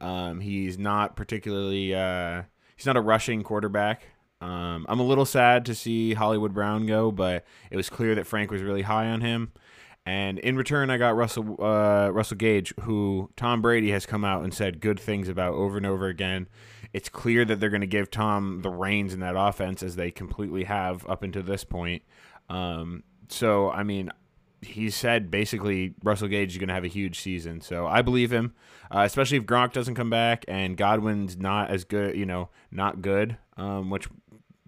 Speaker 3: Um, he's not particularly uh, he's not a rushing quarterback. Um, I'm a little sad to see Hollywood Brown go, but it was clear that Frank was really high on him. And in return, I got Russell uh, Russell Gage, who Tom Brady has come out and said good things about over and over again. It's clear that they're going to give Tom the reins in that offense as they completely have up until this point. Um, so, I mean, he said basically Russell Gage is going to have a huge season. So I believe him, uh, especially if Gronk doesn't come back and Godwin's not as good, you know, not good, um, which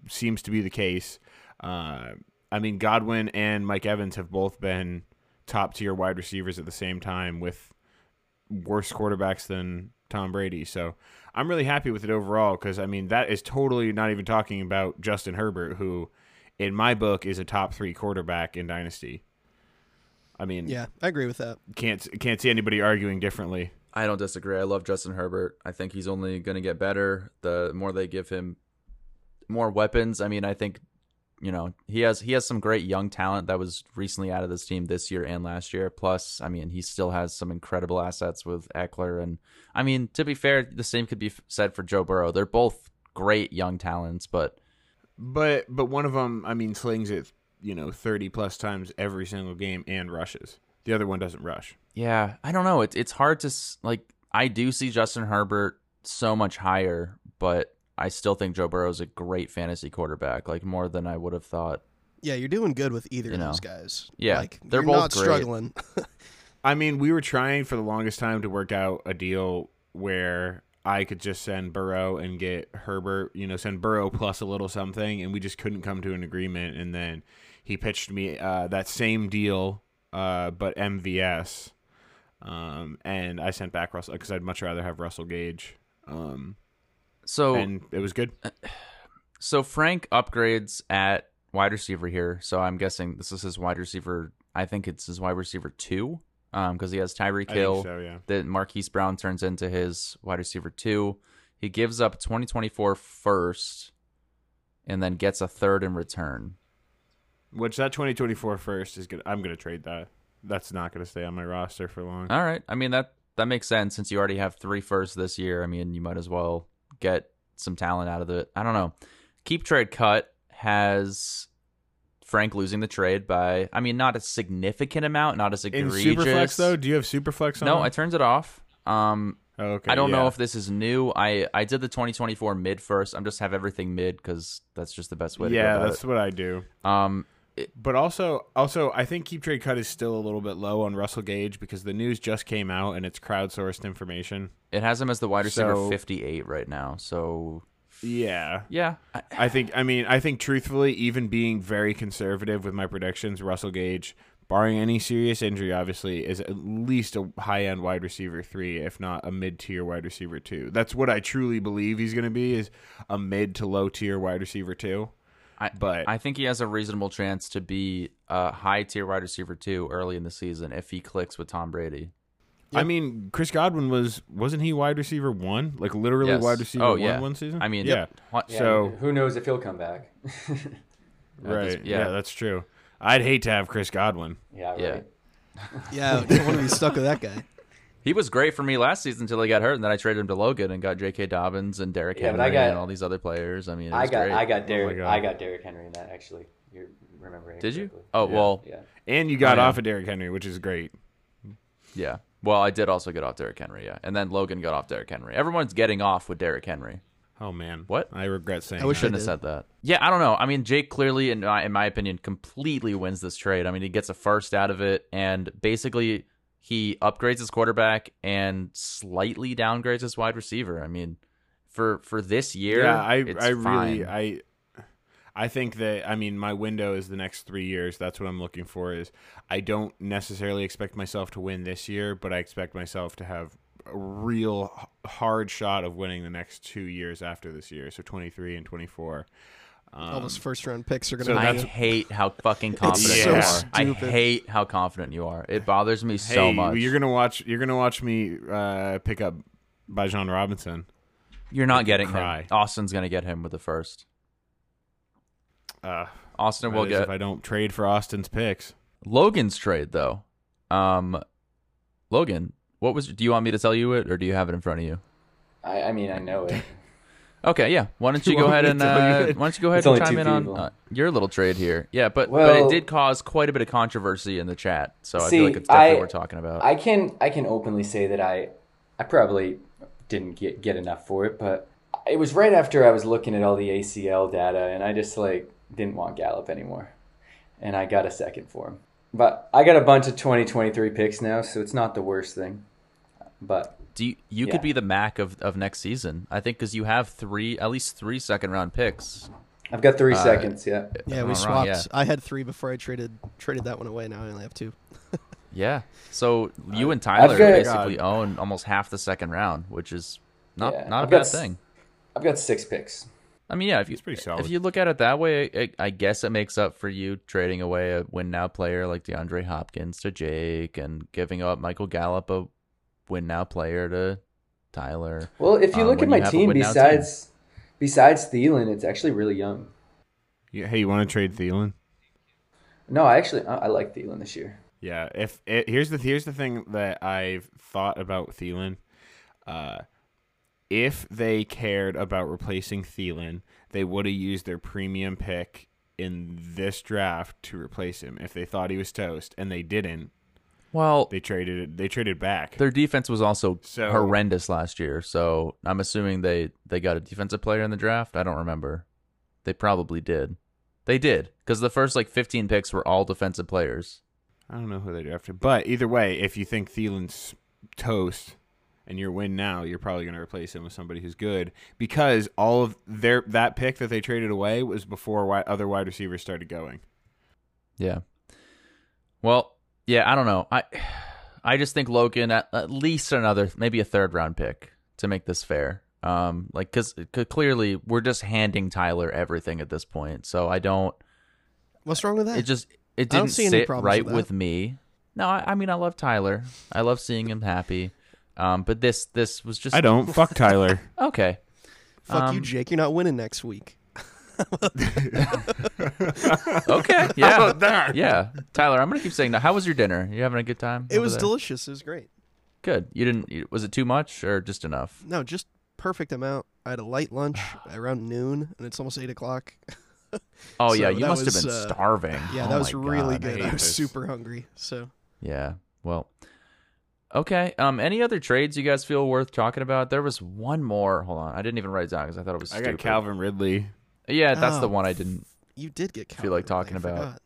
Speaker 3: seems to be the case. Uh, I mean, Godwin and Mike Evans have both been top tier wide receivers at the same time with worse quarterbacks than Tom Brady. So I'm really happy with it overall because, I mean, that is totally not even talking about Justin Herbert, who in my book is a top three quarterback in Dynasty. I mean,
Speaker 5: Yeah, I agree with that.
Speaker 3: can't can't see anybody arguing differently.
Speaker 2: I don't disagree. I love Justin Herbert. I think he's only going to get better the more they give him more weapons. I mean, I think you know he has he has some great young talent that was recently out of this team this year and last year. Plus, I mean, he still has some incredible assets with Eckler, and I mean, to be fair, the same could be f- said for Joe Burrow. They're both great young talents, but
Speaker 3: But but one of them, I mean, slings it you know thirty plus times every single game and rushes. The other one doesn't rush.
Speaker 2: Yeah, I don't know. It's it's hard to s- like. I do see Justin Herbert so much higher, but I still think Joe Burrow is a great fantasy quarterback, like more than I would have thought.
Speaker 5: Yeah, you're doing good with either
Speaker 2: You
Speaker 5: of
Speaker 2: know.
Speaker 5: those guys.
Speaker 2: Yeah,
Speaker 5: like,
Speaker 2: they're
Speaker 5: you're
Speaker 2: both
Speaker 5: not
Speaker 2: great.
Speaker 5: struggling.
Speaker 3: I mean, we were trying for the longest time to work out a deal where I could just send Burrow and get Herbert, you know, send Burrow plus a little something, and we just couldn't come to an agreement. And then he pitched me uh, that same deal, uh, but MVS. Um, and I sent back Russell because I'd much rather have Russell Gage. Um,
Speaker 2: So
Speaker 3: and it was good.
Speaker 2: so Frank upgrades at wide receiver here. So I'm guessing this is his wide receiver. I think it's his wide receiver two, um, because he has Tyreek
Speaker 3: I think
Speaker 2: Hill.
Speaker 3: so, yeah.
Speaker 2: that Marquise Brown turns into his wide receiver two. He gives up 2024 first, and then gets a third in return.
Speaker 3: Which that 2024 first is good. I'm going to trade that. That's not going to stay on my roster for long.
Speaker 2: All right. I mean that that makes sense since you already have three firsts this year. I mean, you might as well get some talent out of it. I don't know. Keep trade cut has Frank losing the trade by I mean not a significant amount, not as
Speaker 3: In
Speaker 2: egregious.
Speaker 3: Superflex, though, do you have Superflex on?
Speaker 2: no, I turned it off. Um,
Speaker 3: Oh, okay.
Speaker 2: I don't know
Speaker 3: yeah.
Speaker 2: if this is new. I I did the 2024 mid first. I'm just have everything mid because that's just the best way to
Speaker 3: yeah,
Speaker 2: go about
Speaker 3: that's what I do.
Speaker 2: it. Um,
Speaker 3: But also, also, I think keep trade cut is still a little bit low on Russell Gage because the news just came out and it's crowdsourced information.
Speaker 2: it has him as the wide receiver
Speaker 3: So-
Speaker 2: 58 right now. So
Speaker 3: Yeah,
Speaker 2: yeah, I,
Speaker 3: I think. I mean, I think truthfully, even being very conservative with my predictions, Russell Gage, barring any serious injury, obviously, is at least a high end wide receiver three, if not a mid tier wide receiver two. That's what I truly believe he's going to be is a mid to low tier wide receiver two.
Speaker 2: I-
Speaker 3: but
Speaker 2: I think he has a reasonable chance to be a high tier wide receiver too early in the season if he clicks with Tom Brady.
Speaker 3: I mean, Chris Godwin was wasn't he wide receiver one? Like literally
Speaker 2: Yes.
Speaker 3: wide receiver
Speaker 2: Oh,
Speaker 3: one
Speaker 2: yeah.
Speaker 3: one season.
Speaker 2: I mean, what-
Speaker 4: Yeah,
Speaker 3: So-
Speaker 4: who knows if he'll come back?
Speaker 2: at this-
Speaker 3: right?
Speaker 2: yeah.
Speaker 3: yeah. that's true. I'd hate to have Chris Godwin.
Speaker 4: yeah, right.
Speaker 2: Yeah.
Speaker 5: yeah, I don't want to be stuck with that guy.
Speaker 2: he was great for me last season until he got hurt, and then I traded him to Logan and got J.K. Dobbins and Derrick
Speaker 4: Yeah, but I
Speaker 2: Henry
Speaker 4: got-
Speaker 2: and all these other players. I mean, it
Speaker 4: I
Speaker 2: was
Speaker 4: got
Speaker 2: great. Oh
Speaker 4: I got Derek
Speaker 3: God.
Speaker 4: I got Derrick Henry in that actually. You're remembering.
Speaker 2: Did you?
Speaker 4: correctly.
Speaker 2: Oh well,
Speaker 4: Yeah.
Speaker 3: And you got
Speaker 2: Oh, yeah.
Speaker 3: off of Derrick Henry, which is great.
Speaker 2: Yeah. Well, I did also get off Derrick Henry, yeah. And then Logan got off Derrick Henry. Everyone's getting off with Derrick Henry.
Speaker 3: Oh man,
Speaker 2: What?
Speaker 3: I regret saying.
Speaker 5: I wish I
Speaker 2: Shouldn't
Speaker 5: did.
Speaker 2: have said that. Yeah, I don't know. I mean, Jake clearly, in my, in my opinion, completely wins this trade. I mean, he gets a first out of it, and basically he upgrades his quarterback and slightly downgrades his wide receiver. I mean, for for this year,
Speaker 3: Yeah, I
Speaker 2: it's
Speaker 3: I really
Speaker 2: fine.
Speaker 3: I I think that I mean my window is the next three years. That's what I'm looking for. Is I don't necessarily expect myself to win this year, but I expect myself to have a real h- hard shot of winning the next two years after this year. So 23 and 24.
Speaker 5: All those first round picks are
Speaker 3: so
Speaker 5: going
Speaker 2: I
Speaker 5: to
Speaker 3: that's-
Speaker 5: be.
Speaker 2: hate how fucking confident
Speaker 3: so
Speaker 2: you are. I
Speaker 5: stupid.
Speaker 2: hate how confident you are. It bothers me
Speaker 3: Hey,
Speaker 2: so much.
Speaker 3: you're gonna watch. You're gonna watch me uh, pick up by John Robinson.
Speaker 2: You're not getting
Speaker 3: cry.
Speaker 2: him. Austin's gonna get him with the first.
Speaker 3: Uh,
Speaker 2: Austin will
Speaker 3: that is
Speaker 2: get
Speaker 3: if I don't trade for Austin's picks.
Speaker 2: Logan's trade though. Um, Logan, what was? Do you want me to tell you it, or do you have it in front of you?
Speaker 4: I, I mean I know it.
Speaker 2: Okay, yeah. Why don't you,
Speaker 3: want
Speaker 2: go ahead
Speaker 3: me to
Speaker 2: and
Speaker 3: tell you
Speaker 2: uh,
Speaker 3: it?
Speaker 2: why don't you go ahead
Speaker 4: It's
Speaker 2: and
Speaker 4: only
Speaker 2: chime
Speaker 4: two
Speaker 2: in on
Speaker 4: people.
Speaker 2: uh, your little trade here? Yeah, but but
Speaker 4: Well-
Speaker 2: it did cause quite a bit of controversy in the chat, so I
Speaker 4: See,
Speaker 2: feel like it's definitely
Speaker 4: I-
Speaker 2: worth talking about.
Speaker 4: I can I can openly say that I I probably didn't get get enough for it, but it was right after I was looking at all the ACL data and I just like didn't want Gallup anymore. And I got a second for him. But I got a bunch of 2023 picks now, so it's not the worst thing. But
Speaker 2: Do you, you
Speaker 4: Yeah.
Speaker 2: could be the Mac of, of next season? I think because you have three, at least three second round picks.
Speaker 4: I've got three
Speaker 2: Uh,
Speaker 4: seconds. Yeah.
Speaker 2: If
Speaker 5: Yeah,
Speaker 2: I'm
Speaker 5: we
Speaker 2: not
Speaker 5: swapped.
Speaker 2: wrong, yeah.
Speaker 5: I had three before I traded traded that one away. Now I only have two.
Speaker 2: Yeah. So you and Tyler
Speaker 4: got-
Speaker 2: basically own almost half the second round, which is not
Speaker 4: uh, Yeah.
Speaker 2: not a
Speaker 4: I've got
Speaker 2: bad
Speaker 4: s-
Speaker 2: thing.
Speaker 4: I've got six picks.
Speaker 2: I mean, yeah, if you
Speaker 3: It's pretty
Speaker 2: if
Speaker 3: solid.
Speaker 2: you look at it that way, I, I guess it makes up for you trading away a win now player like DeAndre Hopkins to Jake and giving up Michael Gallup a win now player to Tyler.
Speaker 4: Well, if you
Speaker 2: Um,
Speaker 4: look at
Speaker 2: when
Speaker 4: my
Speaker 2: you have a
Speaker 4: team,
Speaker 2: win-now
Speaker 4: besides besides Thielen, it's actually really young.
Speaker 3: Yeah, hey, you want to trade Thielen?
Speaker 4: No, I actually I, I like Thielen this year.
Speaker 3: Yeah. If it, here's the here's the thing that I've thought about Thielen, uh, if they cared about replacing Thielen, they would have used their premium pick in this draft to replace him. If they thought he was toast, and they didn't,
Speaker 2: Well,
Speaker 3: they traded it. They traded back.
Speaker 2: their defense was also
Speaker 3: So-
Speaker 2: horrendous last year, so I'm assuming they they got a defensive player in the draft. I don't remember. They probably did. They did because the first like 15 picks were all defensive players.
Speaker 3: I don't know who they drafted, but either way, if you think Thielen's toast and you're win now, you're probably going to replace him with somebody who's good because all of their that pick that they traded away was before wi- other wide receivers started going.
Speaker 2: Yeah. Well, yeah, I don't know. I I just think Logan at, at least another maybe a third round pick to make this fair. Um like cuz clearly we're just handing Tyler everything at this point. So I don't
Speaker 5: What's wrong with that?
Speaker 2: it just it
Speaker 5: I don't
Speaker 2: didn't
Speaker 5: see any
Speaker 2: sit
Speaker 5: problems
Speaker 2: right
Speaker 5: with
Speaker 2: with
Speaker 5: that.
Speaker 2: me. No, I, I mean I love Tyler. I love seeing him happy. Um but this this was just
Speaker 3: I don't fuck Tyler.
Speaker 2: Okay.
Speaker 5: Fuck you,
Speaker 2: um,
Speaker 5: Jake. You're not winning next week.
Speaker 2: Okay. Yeah.
Speaker 3: that?
Speaker 2: yeah. Tyler, I'm going to keep saying that. How was your dinner? You having a good time?
Speaker 5: It
Speaker 2: over
Speaker 5: was
Speaker 2: there?
Speaker 5: delicious. It was great.
Speaker 2: Good. You didn't you- was it too much or just enough?
Speaker 5: No, just perfect amount. I had a light lunch around noon, and it's almost eight o'clock.
Speaker 2: Oh
Speaker 5: So
Speaker 2: yeah, you
Speaker 5: that
Speaker 2: must
Speaker 5: was,
Speaker 2: have been
Speaker 5: uh,
Speaker 2: starving.
Speaker 5: Yeah,
Speaker 2: Oh
Speaker 5: that was
Speaker 2: my
Speaker 5: really
Speaker 2: God.
Speaker 5: good. I,
Speaker 3: hate
Speaker 5: was
Speaker 3: this.
Speaker 5: super hungry. So
Speaker 2: Yeah. Well. Okay. Um. Any other trades you guys feel worth talking about? There was one more. Hold on, I didn't even write it down because I thought it was.
Speaker 3: I
Speaker 2: stupid.
Speaker 3: got Calvin Ridley.
Speaker 2: Yeah, that's the
Speaker 5: Oh,
Speaker 2: one I didn't.
Speaker 5: you did get.
Speaker 2: Feel like
Speaker 5: Calvin
Speaker 2: talking
Speaker 5: Ridley, I
Speaker 2: about-
Speaker 5: forgot.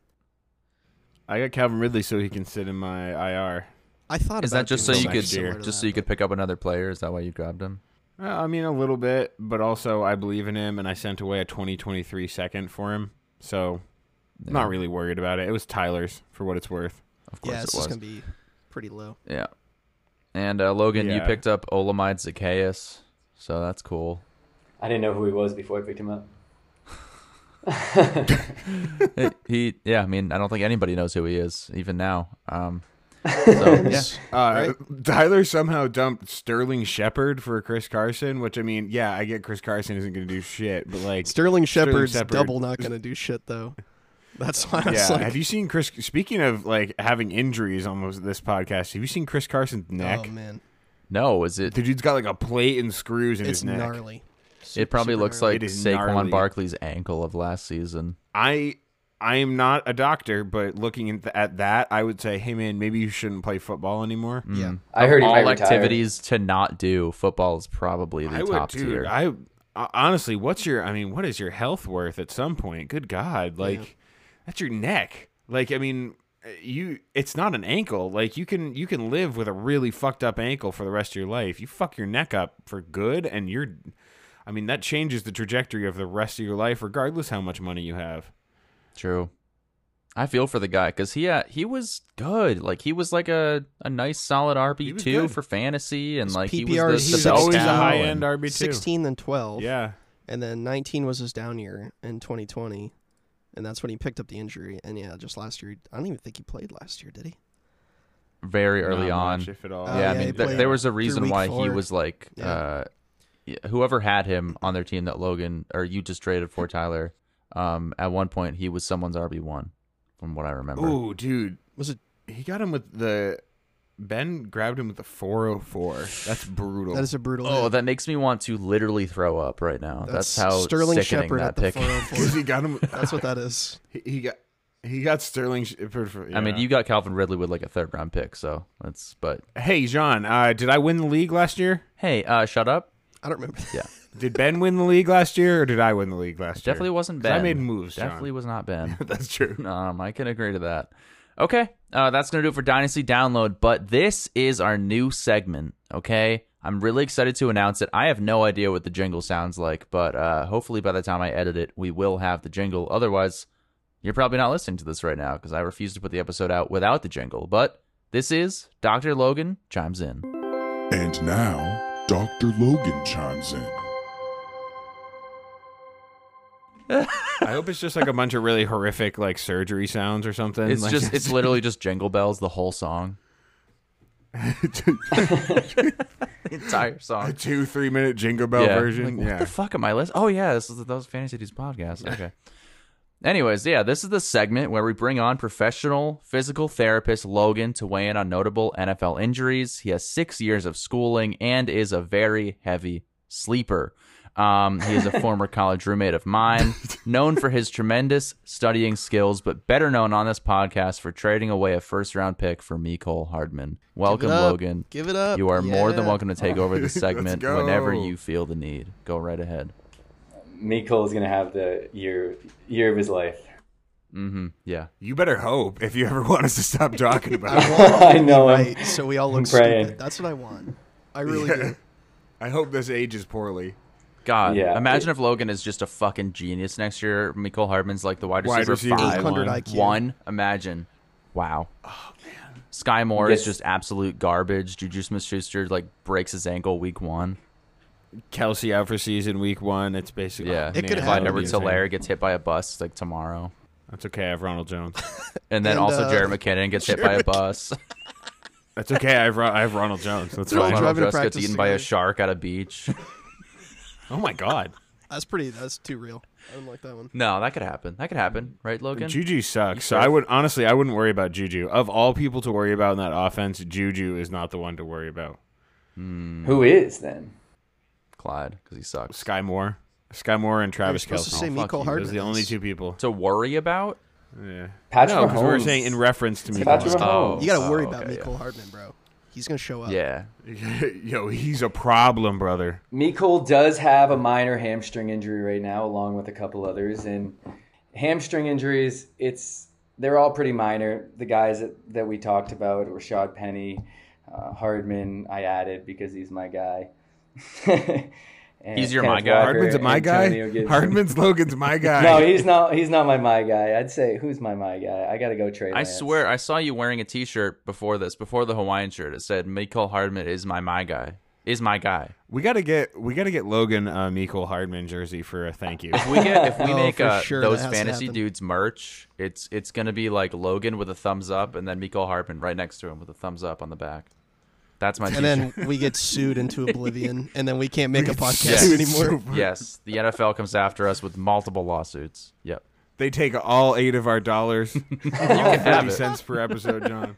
Speaker 3: I got Calvin Ridley so he can sit in my IR.
Speaker 5: I thought.
Speaker 2: Is
Speaker 5: about
Speaker 2: that just so
Speaker 5: doing
Speaker 2: you
Speaker 5: something
Speaker 2: could
Speaker 5: similar to
Speaker 2: just
Speaker 5: that,
Speaker 2: so you
Speaker 5: but-
Speaker 2: could pick up another player? Is that why you grabbed him?
Speaker 3: Uh, I mean, a little bit, but also I believe in him, and I sent away a 2023 second for him, so not really worried about it. It was Tyler's for what it's worth.
Speaker 2: Of course
Speaker 5: Yeah,
Speaker 2: it
Speaker 5: it's
Speaker 2: was.
Speaker 5: just gonna be pretty low.
Speaker 2: Yeah. And uh, Logan, you
Speaker 3: Yeah.
Speaker 2: picked up Olamide Zacchaeus, so that's cool.
Speaker 4: I didn't know who he was before I picked him up.
Speaker 2: he, he- yeah. I mean, I don't think anybody knows who he is even now. Um. So yeah.
Speaker 3: Uh, Tyler somehow dumped Sterling Shepard for Chris Carson, which I mean, yeah, I get Chris Carson isn't going to do shit, but like
Speaker 5: Sterling Shepard's
Speaker 3: Shepard.
Speaker 5: double not gonna do shit though. That's why I was
Speaker 3: Yeah,
Speaker 5: like,
Speaker 3: have you seen Chris? Speaking of like having injuries, almost this podcast, have you seen Chris Carson's neck?
Speaker 5: oh man,
Speaker 2: No, is it?
Speaker 3: the dude's got like a plate and screws in
Speaker 5: it's
Speaker 3: his neck.
Speaker 5: gnarly.
Speaker 2: It probably looks like
Speaker 3: It is
Speaker 2: Saquon
Speaker 3: gnarly.
Speaker 2: Barkley's ankle of last season.
Speaker 3: I I am not a doctor, but looking at, th- at that, I would say, hey man, maybe you shouldn't play football anymore.
Speaker 2: mm.
Speaker 5: Yeah.
Speaker 4: I heard he might
Speaker 2: All
Speaker 4: retire.
Speaker 2: activities to not do. Football is probably the
Speaker 3: I would,
Speaker 2: top
Speaker 3: dude.
Speaker 2: tier.
Speaker 3: I uh, honestly, what's your? I mean, what is your health worth at some point? Good God, like that's your neck. Like, I mean, uh, you. It's not an ankle. Like you can you can live with a really fucked up ankle for the rest of your life. You fuck your neck up for good, and you're. I mean, that changes the trajectory of the rest of your life, regardless how much money you have.
Speaker 2: True. I feel for the guy because he uh, he was good. Like he was like a, a nice solid RB
Speaker 3: was
Speaker 2: two
Speaker 3: good.
Speaker 2: for fantasy and
Speaker 5: His
Speaker 2: like he
Speaker 5: PPR
Speaker 2: was
Speaker 5: is
Speaker 2: the, the
Speaker 3: He's
Speaker 5: Six
Speaker 2: bell
Speaker 3: always a
Speaker 5: down.
Speaker 2: cow
Speaker 3: high
Speaker 2: and-
Speaker 3: end RB two.
Speaker 5: Sixteen and twelve.
Speaker 3: Yeah.
Speaker 5: and then 19 was his down year in 2020 and that's when he picked up the injury and yeah just last year i don't even think he played last year did he
Speaker 2: very early
Speaker 3: Not
Speaker 2: on.
Speaker 3: much, if at all.
Speaker 5: Oh,
Speaker 2: yeah, I
Speaker 5: yeah, he
Speaker 2: mean th-
Speaker 5: played
Speaker 2: there was a
Speaker 5: through
Speaker 2: reason
Speaker 5: week
Speaker 2: why he
Speaker 5: four.
Speaker 2: was like
Speaker 5: Yeah.
Speaker 2: uh, yeah, whoever had him on their team that Logan or you just traded for Tyler. Um, at one point he was someone's RB one, from what I remember.
Speaker 3: Ooh, dude.
Speaker 5: was it
Speaker 3: He got him with the Ben grabbed him with the 404. That's brutal.
Speaker 5: that is a brutal
Speaker 2: Oh,
Speaker 5: hit.
Speaker 2: that makes me want to literally throw up right now. That's,
Speaker 5: That's
Speaker 2: how
Speaker 5: sterling
Speaker 2: sickening
Speaker 5: shepard
Speaker 2: that
Speaker 5: at the
Speaker 2: pick.
Speaker 5: 404
Speaker 3: Because he got him. uh,
Speaker 5: that's what that is
Speaker 3: he, he got he got Sterling. Sh- for- for-
Speaker 2: I mean,
Speaker 3: yeah.
Speaker 2: you got Calvin Ridley with like a third round pick, so that's. But
Speaker 3: Hey, John. Uh, did I win the league last year?
Speaker 2: hey, uh, shut up.
Speaker 5: i don't remember
Speaker 2: Yeah,
Speaker 3: Did Ben win the league last year, or did I win the league last
Speaker 2: definitely
Speaker 3: year?
Speaker 2: wasn't
Speaker 3: 'Cause
Speaker 2: Ben.
Speaker 3: I made moves.
Speaker 2: Definitely was not Ben.
Speaker 3: John. that's true.
Speaker 2: um, I can agree to that. Okay, uh, that's gonna do it for Dynasty Download. But this is our new segment. Okay, I'm really excited to announce it. I have no idea what the jingle sounds like, but uh, hopefully by the time I edit it, we will have the jingle. Otherwise, you're probably not listening to this right now because I refuse to put the episode out without the jingle. But this is Doctor Logan chimes in.
Speaker 1: And now, Dr. Logan chimes in.
Speaker 3: I hope it's just like a bunch of really horrific like surgery sounds or something.
Speaker 2: It's
Speaker 3: like,
Speaker 2: just it's literally just jingle bells the whole song, the entire
Speaker 3: a
Speaker 2: song.
Speaker 3: two three minute jingle bell version.
Speaker 2: Like, what
Speaker 3: yeah,
Speaker 2: the fuck am I listening? Oh yeah, this is the, that was Fantasy Dudes podcast. Okay. Anyways, yeah, this is the segment where we bring on professional physical therapist Logan to weigh in on notable NFL injuries. He has six years of schooling and is a very heavy sleeper. Um, he is a former college roommate of mine, known for his tremendous studying skills, but better known on this podcast for trading away a first round pick for Nicole Hardman. Welcome,
Speaker 5: up.
Speaker 2: Logan.
Speaker 5: Give it up.
Speaker 2: You are more than
Speaker 5: Yeah.
Speaker 2: welcome to take over the segment
Speaker 3: go.
Speaker 2: whenever you feel the need. Go right ahead.
Speaker 4: Miko is gonna have the year year of his life.
Speaker 2: Mm-hmm. Yeah.
Speaker 3: you better hope if you ever want us to stop talking about. it.
Speaker 4: I know him.
Speaker 5: Right, so we all look
Speaker 4: praying.
Speaker 5: stupid. That's what I want. I really
Speaker 3: Yeah.
Speaker 5: do.
Speaker 3: I hope this ages poorly.
Speaker 2: God.
Speaker 4: Yeah.
Speaker 2: Imagine if Logan is just a fucking genius next year. Nicole Hardman's like the wide
Speaker 3: Wide
Speaker 2: receiver,
Speaker 3: receiver
Speaker 2: five.
Speaker 3: one.
Speaker 5: 800 IQ.
Speaker 2: One. Imagine. Wow.
Speaker 5: Oh,
Speaker 2: Sky Moore is
Speaker 4: Yes.
Speaker 2: just absolute garbage. Juju Smith Schuster like breaks his ankle week one.
Speaker 3: Kelsey out for season week one. It's basically
Speaker 2: Yeah.
Speaker 5: It could
Speaker 3: Man,
Speaker 5: happen.
Speaker 2: Clyde
Speaker 3: that would be
Speaker 2: Edwards
Speaker 3: insane.
Speaker 2: Hilaire gets hit by a bus like tomorrow.
Speaker 3: That's okay. I have Ronald Jones.
Speaker 2: And then
Speaker 5: And,
Speaker 2: also
Speaker 5: uh,
Speaker 2: Jared McKinnon gets hit by a bus.
Speaker 3: That's okay. I have Ro- I have Ronald Jones. That's
Speaker 5: They're all
Speaker 3: fine.
Speaker 5: driving to
Speaker 2: Ronald Jones gets
Speaker 5: practice
Speaker 2: eaten by a
Speaker 5: together.
Speaker 2: shark at a beach.
Speaker 3: Oh my god.
Speaker 5: That's pretty. That's too real. I don't like that one.
Speaker 2: no, that could happen. That could happen, right, Logan?
Speaker 3: Juju sucks. So I would honestly, I wouldn't worry about Juju. Of all people to worry about in that offense, Juju is not the one to worry about.
Speaker 4: Who is then?
Speaker 2: Clyde, because he sucks.
Speaker 3: Sky Moore, Sky Moore, and
Speaker 5: I was
Speaker 3: Travis
Speaker 5: supposed to
Speaker 3: Kelsey.
Speaker 5: say
Speaker 2: Oh, fuck you.
Speaker 5: Miko
Speaker 4: Oh,
Speaker 2: Those
Speaker 3: Those
Speaker 5: Hardman.
Speaker 3: are the only
Speaker 5: is-
Speaker 3: two people.
Speaker 2: to worry about?
Speaker 3: Yeah.
Speaker 4: Patrick
Speaker 3: No, because we were
Speaker 4: Mahomes.
Speaker 3: saying in reference to me.
Speaker 4: Patrick
Speaker 2: Oh.
Speaker 4: Mahomes.
Speaker 5: You got
Speaker 2: Oh,
Speaker 5: to worry about
Speaker 2: okay,
Speaker 5: Miko Hardman, bro. He's gonna show up.
Speaker 2: Yeah.
Speaker 3: Yo, he's a problem, brother.
Speaker 4: Miko does have a minor hamstring injury right now, along with a couple others. And hamstring injuries, it's they're all pretty minor. The guys that, that we talked about, Rashad Penny, uh, Hardman, I added because he's my guy. And
Speaker 2: He's your
Speaker 4: Kenneth
Speaker 2: my guy?
Speaker 4: Walker,
Speaker 3: Hardman's a my
Speaker 4: Antonio
Speaker 3: guy.
Speaker 4: Gibson.
Speaker 3: Hardman's Logan's my guy.
Speaker 4: No, he's not. He's not my my guy. I'd say who's my my guy. I gotta go trade.
Speaker 2: I swear I saw you wearing a t-shirt before this, before the Hawaiian shirt. It said Michael Hardman is my my guy. Is my guy.
Speaker 3: we gotta get we gotta get Logan a Miko Hardman jersey for a thank you.
Speaker 2: If we get if we
Speaker 5: Oh,
Speaker 2: make
Speaker 5: for
Speaker 2: uh,
Speaker 5: sure,
Speaker 2: those
Speaker 5: that has to
Speaker 2: fantasy
Speaker 5: happen.
Speaker 2: dudes merch, it's it's gonna be like Logan with a thumbs up and then Michael Hardman right next to him with a thumbs up on the back. That's my
Speaker 5: And
Speaker 2: t-shirt.
Speaker 5: then we get sued into oblivion, and then we can't make a podcast
Speaker 2: sued
Speaker 5: anymore.
Speaker 2: yes, the NFL comes after us with multiple lawsuits. Yep.
Speaker 3: They take all eight of our dollars, all
Speaker 2: have
Speaker 3: thirty
Speaker 2: it.
Speaker 3: cents per episode, John.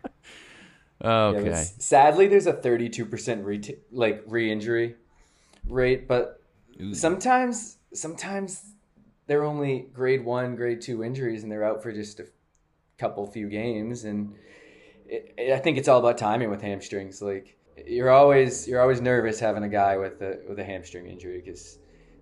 Speaker 4: Yeah,
Speaker 2: Okay.
Speaker 4: but s- sadly, there's a 32% re- like re-injury rate, but sometimes sometimes they're only grade one, grade two injuries, and they're out for just a couple few games. And it, it- I think it's all about timing with hamstrings. Like you're always you're always nervous having a guy with a with a hamstring injury because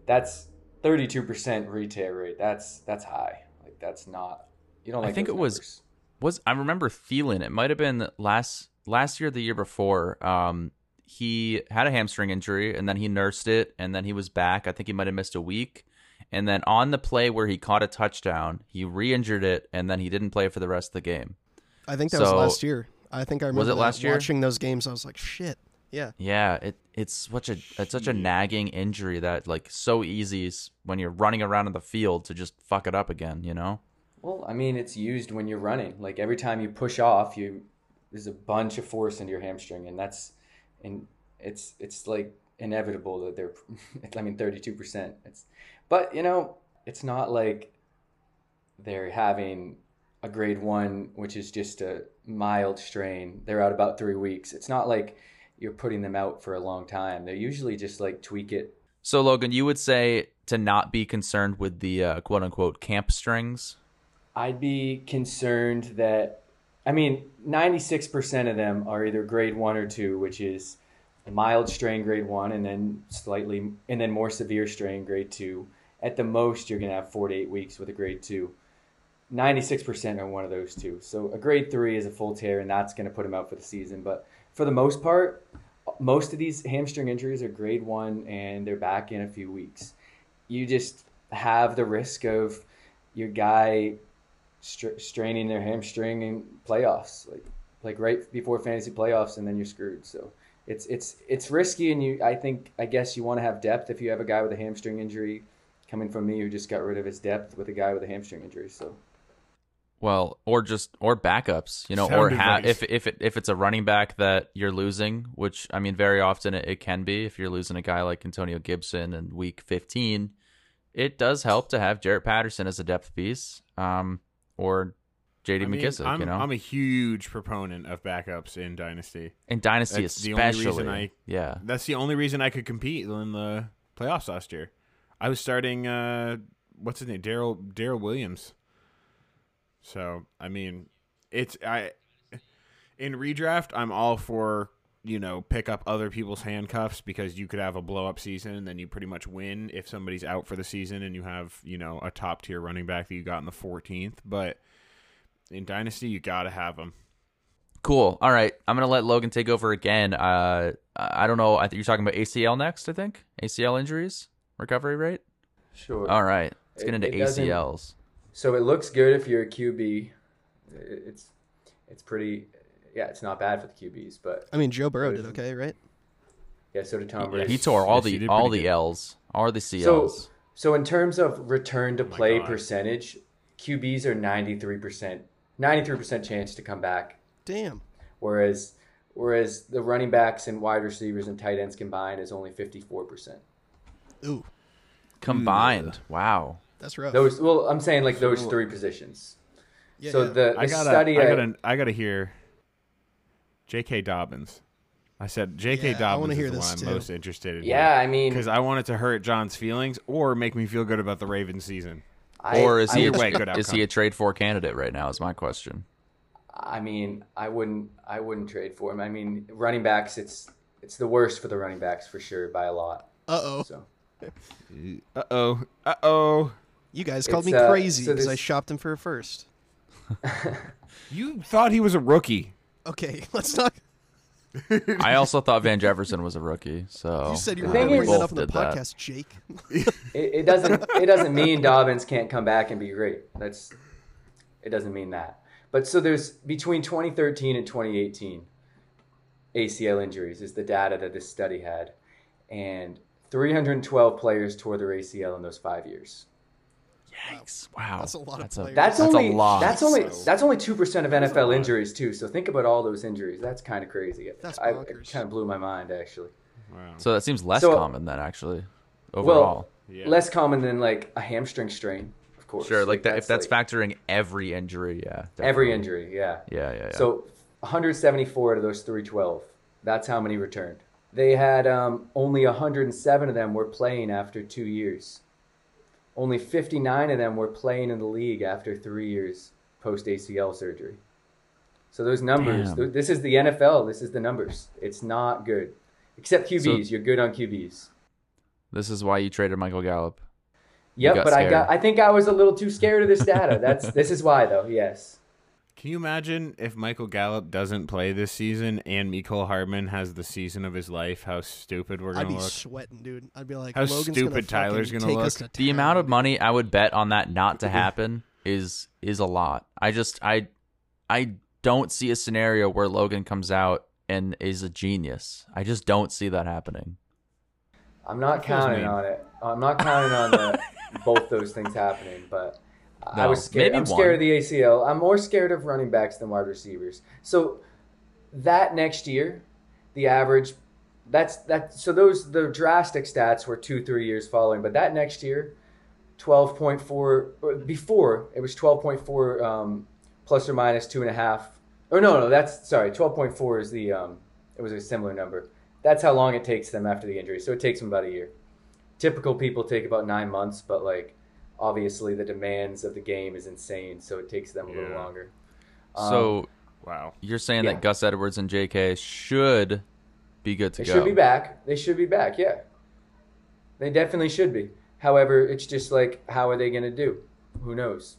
Speaker 4: that's 32% re-tear rate. That's that's high. Like that's not. You don't
Speaker 2: I
Speaker 4: like.
Speaker 2: think
Speaker 4: those
Speaker 2: it was-
Speaker 4: numbers.
Speaker 2: was I remember Thielen. It might have been last last year, or the year before. Um, he had a hamstring injury, and then he nursed it, and then he was back. I think he might have missed a week, and then on the play where he caught a touchdown, he re-injured it, and then he didn't play for the rest of the game.
Speaker 5: I think that was
Speaker 2: So-
Speaker 5: last year. I think I remember
Speaker 2: Was it
Speaker 5: that.
Speaker 2: last year?
Speaker 5: watching those games. I was like, shit. Yeah.
Speaker 2: Yeah, it it's such a it's such a nagging injury that like so easy s- when you're running around in the field to just fuck it up again. You know?
Speaker 4: Well, I mean, it's used when you're running. Like every time you push off, you there's a bunch of force into your hamstring, and that's and it's it's like inevitable that they're. I mean, thirty two percent. It's but you know, it's not like they're having a grade one, which is just a mild strain. They're out about three weeks. It's not like you're putting them out for a long time. They usually just like tweak it.
Speaker 2: So Logan, you would say to not be concerned with the uh, quote unquote camp strings.
Speaker 4: I'd be concerned that, I mean, 96% of them are either grade one or two, which is mild strain grade one and then slightly, and then more severe strain grade two. At the most, you're going to have four to eight weeks with a grade two. 96% on one of those two. So a grade three is a full tear, and that's going to put him out for the season. But for the most part, most of these hamstring injuries are grade one, and they're back in a few weeks. You just have the risk of your guy str- straining their hamstring in playoffs, like like right before fantasy playoffs, and then you're screwed. So it's it's it's risky, and you I think I guess you want to have depth if you have a guy with a hamstring injury coming from me who just got rid of his depth with a guy with a hamstring injury. So
Speaker 2: Well, or just or backups, you know, or
Speaker 3: Sound
Speaker 2: ha-
Speaker 3: advice.
Speaker 2: if if it, if it's a running back that you're losing, which I mean, very often it, it can be if you're losing a guy like Antonio Gibson in Week 15, it does help to have Jarrett Patterson as a depth piece, um, or J.D.
Speaker 3: I mean,
Speaker 2: McKissick,
Speaker 3: I'm,
Speaker 2: you know,
Speaker 3: I'm a huge proponent of backups in Dynasty.
Speaker 2: in Dynasty
Speaker 3: that's the only reason
Speaker 2: especially.
Speaker 3: I-
Speaker 2: yeah,
Speaker 3: That's the only reason I could compete in the playoffs last year. I was starting uh what's his name? Daryl Daryl Williams. So I mean it's I in redraft I'm all for, you know, pick up other people's handcuffs because you could have a blow up season and then you pretty much win if somebody's out for the season and you have, you know, a top tier running back that you got in the fourteenth. But in Dynasty you gotta have them.
Speaker 2: cool. All right, I'm gonna let Logan take over again. Uh, I I don't know. I think you're talking about ACL next. I think ACL injuries recovery rate.
Speaker 4: sure.
Speaker 2: All right, let's
Speaker 4: It-
Speaker 2: get into
Speaker 4: it doesn't-
Speaker 2: ACLs.
Speaker 4: So it looks good if you're a QB. It- It's it's pretty. Yeah, it's not bad for the QBs, but
Speaker 5: I mean, Joe Burrow did okay, right?
Speaker 4: yeah, so did Tom
Speaker 3: Yeah,
Speaker 4: Brady.
Speaker 2: He tore all
Speaker 3: Yes, he
Speaker 2: the
Speaker 3: did
Speaker 2: all
Speaker 3: pretty
Speaker 2: the
Speaker 3: good.
Speaker 2: L's, all the
Speaker 4: so
Speaker 2: CLs.
Speaker 4: so in terms of return to
Speaker 3: my
Speaker 4: play
Speaker 3: God.
Speaker 4: percentage, QBs are ninety three percent ninety three percent chance to come back
Speaker 5: Damn.
Speaker 4: whereas whereas the running backs and wide receivers and tight ends combined is only 54%.
Speaker 5: Ooh,
Speaker 2: combined. Wow.
Speaker 5: that's rough.
Speaker 4: Those well, I'm saying like those three positions.
Speaker 5: Yeah,
Speaker 4: so
Speaker 5: yeah.
Speaker 4: the, the
Speaker 3: I gotta,
Speaker 4: study
Speaker 3: I
Speaker 4: I-
Speaker 3: gotta, I gotta hear J.K. Dobbins. I said J.K.
Speaker 5: Yeah, I
Speaker 3: Dobbins
Speaker 5: wanna
Speaker 3: is
Speaker 5: hear
Speaker 3: the
Speaker 5: this
Speaker 3: one
Speaker 5: too.
Speaker 3: I'm most interested in.
Speaker 4: Yeah, I mean
Speaker 3: because I want it to hurt John's feelings or make me feel good about the Ravens season.
Speaker 4: I-
Speaker 2: or is
Speaker 4: I
Speaker 2: he
Speaker 4: would-
Speaker 3: Either way, good
Speaker 2: is
Speaker 3: outcome.
Speaker 2: he a trade for candidate right now? Is my question.
Speaker 4: I mean, I wouldn't I wouldn't trade for him. I mean, running backs it's it's the worst for the running backs for sure by a lot.
Speaker 5: Uh oh.
Speaker 4: So
Speaker 3: Uh oh, uh oh.
Speaker 5: You guys called
Speaker 4: It's,
Speaker 5: me
Speaker 4: uh,
Speaker 5: crazy
Speaker 4: so
Speaker 5: because I
Speaker 4: this-
Speaker 5: shopped him for a first.
Speaker 3: You thought he was a rookie.
Speaker 5: Okay, let's not.
Speaker 2: I also thought Van Jefferson was a rookie. So
Speaker 5: You said you
Speaker 2: uh,
Speaker 5: were
Speaker 4: thing
Speaker 5: going to
Speaker 2: we
Speaker 5: bring that
Speaker 2: both
Speaker 5: up on the
Speaker 2: did that.
Speaker 5: podcast, Jake.
Speaker 4: it, it doesn't it doesn't mean Dobbins can't come back and be great. That's it doesn't mean that. But so there's between 2013 and 2018 ACL injuries is the data that this study had, and 312 players tore their ACL in those five years.
Speaker 2: Yikes. Wow.
Speaker 5: That's a lot of
Speaker 2: That's a,
Speaker 5: players.
Speaker 4: That's,
Speaker 2: that's
Speaker 4: only
Speaker 2: a lot.
Speaker 4: that's only
Speaker 5: So-
Speaker 4: that's only two percent of NFL injuries too. So think about all those injuries. That's kind of crazy.
Speaker 5: That's
Speaker 4: I,
Speaker 5: bonkers.
Speaker 4: it kind of blew my mind actually.
Speaker 3: Wow.
Speaker 2: so that seems less
Speaker 4: So-
Speaker 2: common than actually overall.
Speaker 3: Yeah.
Speaker 4: Less common than like a hamstring strain, of course.
Speaker 2: sure, like that. If that's
Speaker 4: like,
Speaker 2: factoring every injury, yeah.
Speaker 4: every
Speaker 2: definitely.
Speaker 4: injury, yeah.
Speaker 2: Yeah, yeah, yeah.
Speaker 4: So 174 out of those 312. That's how many returned. They had um, only 107 of them were playing after two years. Only 59 of them were playing in the league after three years post ACL surgery. So those numbers,
Speaker 2: Damn.
Speaker 4: th- this is the NFL. This is the numbers. It's not good, except QBs. You're good on QBs.
Speaker 2: this is why you traded Michael Gallup.
Speaker 4: Yep,
Speaker 2: got
Speaker 4: but I
Speaker 2: scared.
Speaker 4: got. I think I was a little too scared of this data. That's this is why though. Yes.
Speaker 3: Can you imagine if Michael Gallup doesn't play this season and Nicole Hardman has the season of his life? How stupid we're
Speaker 5: I'd
Speaker 3: gonna
Speaker 5: be
Speaker 3: look.
Speaker 5: sweating, dude. I'd be like,
Speaker 3: How
Speaker 5: Logan's gonna
Speaker 3: stupid Tyler's
Speaker 5: fucking
Speaker 3: gonna
Speaker 5: take
Speaker 3: look.
Speaker 5: us to
Speaker 2: the
Speaker 5: town.
Speaker 2: amount of money I would bet on that not to happen is is a lot. I just I I don't see a scenario where Logan comes out and is a genius. I just don't see that happening.
Speaker 4: I'm not
Speaker 3: feels
Speaker 4: counting
Speaker 3: mean.
Speaker 4: on it. I'm not counting on the, both those things happening, but I
Speaker 2: No,
Speaker 4: was scared.
Speaker 2: maybe
Speaker 4: I'm scared
Speaker 2: one.
Speaker 4: of the ACL. I'm more scared of running backs than wide receivers. So that next year, the average that's that so those the drastic stats were 2 3 years following, but that next year 12.4 or before it was 12.4 um, plus or minus two and a half or no no that's sorry 12.4 is the um, it was a similar number that's how long it takes them after the injury so it takes them about a year typical people take about nine months but like obviously the demands of the game is insane so it takes them a little
Speaker 3: Yeah.
Speaker 4: longer
Speaker 2: so
Speaker 3: Wow.
Speaker 2: you're saying
Speaker 4: Um, yeah.
Speaker 2: that Gus Edwards and JK should be good to
Speaker 4: They
Speaker 2: go.
Speaker 4: should be back. They should be back. Yeah, they definitely should be. However, it's just like, how are they going to do? Who knows?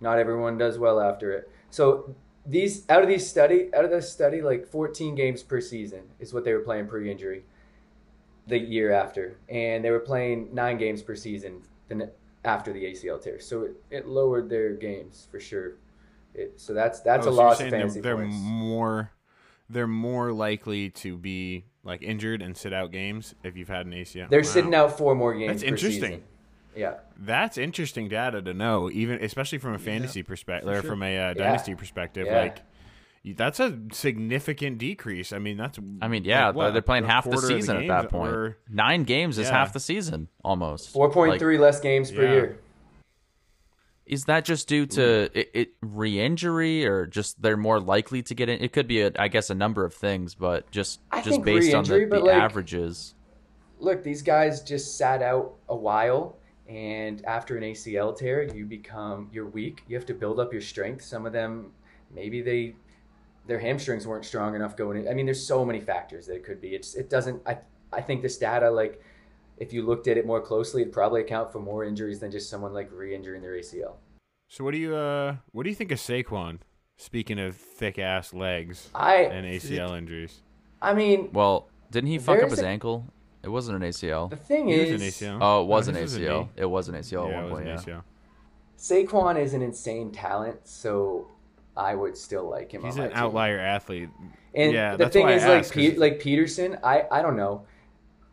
Speaker 4: Not everyone does well after it. So these out of these study out of this study, like 14 games per season is what they were playing pre-injury the year after, and they were playing nine games per season the ne- after the ACL tear. So it, it lowered their games for sure. It, so that's that's
Speaker 3: Oh,
Speaker 4: a
Speaker 3: so you're
Speaker 4: loss of
Speaker 3: saying they're-
Speaker 4: fantasy
Speaker 3: they're,
Speaker 4: points.
Speaker 3: more they're more likely to be like injured and sit out games if you've had an ACL.
Speaker 4: They're
Speaker 3: Wow.
Speaker 4: sitting out four more games.
Speaker 3: That's
Speaker 4: per
Speaker 3: interesting.
Speaker 4: season. Yeah.
Speaker 3: That's interesting data to know, even especially from a fantasy perspective or from a uh, dynasty perspective.
Speaker 4: Yeah.
Speaker 3: Like you- that's a significant decrease. I mean, that's
Speaker 2: I mean, yeah,
Speaker 3: like, what,
Speaker 2: they're playing
Speaker 3: a
Speaker 2: half the
Speaker 3: quarter of
Speaker 2: season at that
Speaker 3: games
Speaker 2: point.
Speaker 3: or-
Speaker 2: Nine games is
Speaker 3: Yeah.
Speaker 2: half the season almost.
Speaker 4: Four point
Speaker 2: Like,
Speaker 4: three less games per
Speaker 3: Yeah.
Speaker 4: year.
Speaker 2: Is that just due to it, it re-injury or just they're more likely to get in? It could be, a, I guess, a number of things, but just
Speaker 4: I
Speaker 2: just
Speaker 4: think
Speaker 2: based on the,
Speaker 4: re-injury, but,
Speaker 2: the
Speaker 4: like-
Speaker 2: averages.
Speaker 4: Look, these guys just sat out a while, and after an ACL tear, you become you're weak. You have to build up your strength. Some of them, maybe they their hamstrings weren't strong enough going in. I mean, there's so many factors that it could be. It's it doesn't. I I think this data like. If you looked at it more closely, it'd probably account for more injuries than just someone like re-injuring their ACL.
Speaker 3: So what do you uh what do you think of Saquon? Speaking of thick ass legs
Speaker 4: I
Speaker 3: and ACL injuries,
Speaker 4: I mean,
Speaker 2: Well, didn't he fuck
Speaker 4: There
Speaker 2: up
Speaker 4: is
Speaker 2: his
Speaker 4: a-
Speaker 2: ankle? It wasn't an ACL.
Speaker 4: the thing
Speaker 3: he was
Speaker 4: is,
Speaker 3: an ACL.
Speaker 2: Oh, it was
Speaker 3: No,
Speaker 2: an
Speaker 3: his a
Speaker 2: ACL.
Speaker 3: knee.
Speaker 2: It was an ACL at
Speaker 3: Yeah,
Speaker 2: one
Speaker 3: it was
Speaker 2: point.
Speaker 3: an
Speaker 2: yeah.
Speaker 3: ACL.
Speaker 4: Saquon is an insane talent, so I would still like him.
Speaker 3: He's
Speaker 4: on my
Speaker 3: an
Speaker 4: team.
Speaker 3: outlier athlete.
Speaker 4: And
Speaker 3: yeah,
Speaker 4: the
Speaker 3: that's
Speaker 4: thing
Speaker 3: why I
Speaker 4: is, like,
Speaker 3: asked, 'cause-
Speaker 4: Pe- like Peterson, I, I don't know.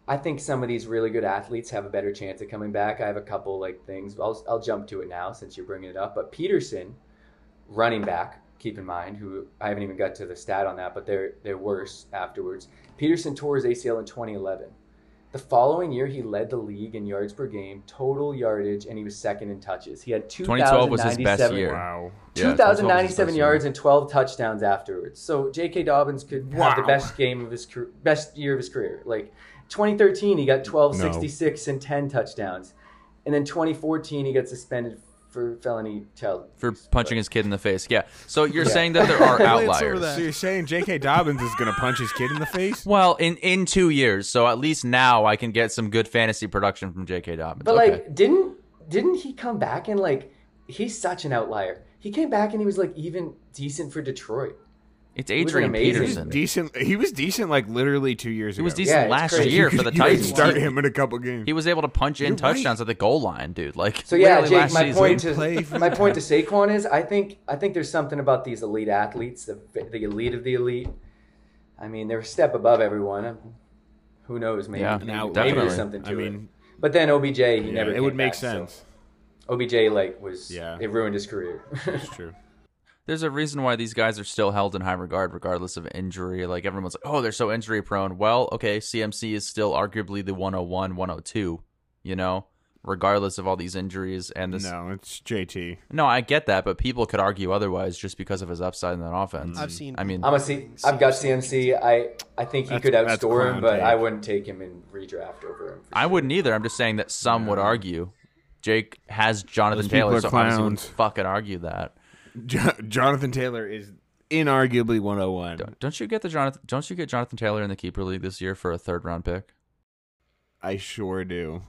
Speaker 4: I think some of these really good athletes have a better chance of coming back. I have a couple like things. I'll I'll jump to it now since you're bringing it up. But Peterson, running back, keep in mind who I haven't even got to the stat on that, but they're they're worse afterwards. Peterson tore his ACL in 2011. The following year, he led the league in yards per game, total yardage, and he was second in touches. He had
Speaker 2: 2012 was his best
Speaker 4: 2,097
Speaker 2: year.
Speaker 3: Wow.
Speaker 2: Yeah,
Speaker 4: 2,097
Speaker 2: 2012 was his best
Speaker 4: yards and 12 touchdowns afterwards. So J.K. Dobbins could have the
Speaker 3: Wow.
Speaker 4: best game of his career, best year of his career. Like 2013, he got 1266 and 10 touchdowns, and then 2014 he got suspended for felony child.
Speaker 2: For punching his kid in the face. Yeah. So you're saying that there are
Speaker 5: Glance over
Speaker 2: outliers.
Speaker 5: that.
Speaker 3: So you're saying J.K. Dobbins is gonna punch his kid in the face?
Speaker 2: Well, in in two years, so at least now I can get some good fantasy production from J.K. Dobbins.
Speaker 4: But
Speaker 2: okay.
Speaker 4: like, didn't didn't he come back and like he's such an outlier. He came back and he was like even decent for Detroit.
Speaker 2: it's
Speaker 4: was an
Speaker 2: Adrian
Speaker 4: amazing-
Speaker 3: He was
Speaker 2: Peterson.
Speaker 3: decent. He was decent like literally two years ago.
Speaker 2: He was
Speaker 4: Yeah,
Speaker 2: decent
Speaker 4: it's
Speaker 2: last
Speaker 4: crazy.
Speaker 2: year
Speaker 3: You
Speaker 2: for the
Speaker 3: could- you could
Speaker 2: Titans.
Speaker 3: Start
Speaker 2: He-
Speaker 3: him in a couple games.
Speaker 2: He was able to punch in
Speaker 3: You're right.
Speaker 2: touchdowns at the goal line, dude. Like
Speaker 4: So yeah,
Speaker 2: literally
Speaker 4: Jake,
Speaker 2: last
Speaker 4: my
Speaker 2: season.
Speaker 4: point
Speaker 3: Play
Speaker 4: to
Speaker 3: for-
Speaker 4: my point to Saquon is I think I think there's something about these elite athletes, the the elite of the elite. I mean, they're a step above everyone. Who knows? Maybe,
Speaker 2: Yeah,
Speaker 4: maybe,
Speaker 2: Now,
Speaker 4: maybe
Speaker 2: definitely.
Speaker 4: there's something to
Speaker 3: I
Speaker 4: it.
Speaker 3: mean,
Speaker 4: But then OBJ, he
Speaker 3: yeah,
Speaker 4: never.
Speaker 3: it
Speaker 4: came
Speaker 3: would make
Speaker 4: back, so
Speaker 3: sense.
Speaker 4: OBJ like was
Speaker 3: Yeah.
Speaker 4: it ruined his career.
Speaker 3: It's true.
Speaker 2: There's a reason why these guys are still held in high regard, regardless of injury. Like everyone's like, oh, they're so injury prone. Well, okay, CMC is still arguably the 101, 102. You know, regardless of all these injuries and this.
Speaker 3: No, it's JT.
Speaker 2: No, I get that, but people could argue otherwise just because of his upside in that offense.
Speaker 3: Mm.
Speaker 5: I've seen
Speaker 2: I mean,
Speaker 4: I'm a C. I've got CMC. I I think he
Speaker 3: That's-
Speaker 4: could
Speaker 3: that's
Speaker 4: outscore
Speaker 3: clown
Speaker 4: him, but
Speaker 3: take.
Speaker 4: I wouldn't take him in redraft over him. for
Speaker 2: I
Speaker 4: sure.
Speaker 2: wouldn't either. I'm just saying that some would argue. Jake has Jonathan
Speaker 3: Those people
Speaker 2: Taylor,
Speaker 3: are
Speaker 2: so obviously would
Speaker 3: clowns.
Speaker 2: fucking argue that.
Speaker 3: Jo- Jonathan Taylor is inarguably 101.
Speaker 2: Don't you get the Jonathan? Don't you get Jonathan Taylor in the keeper league this year for a third round pick?
Speaker 3: I sure do.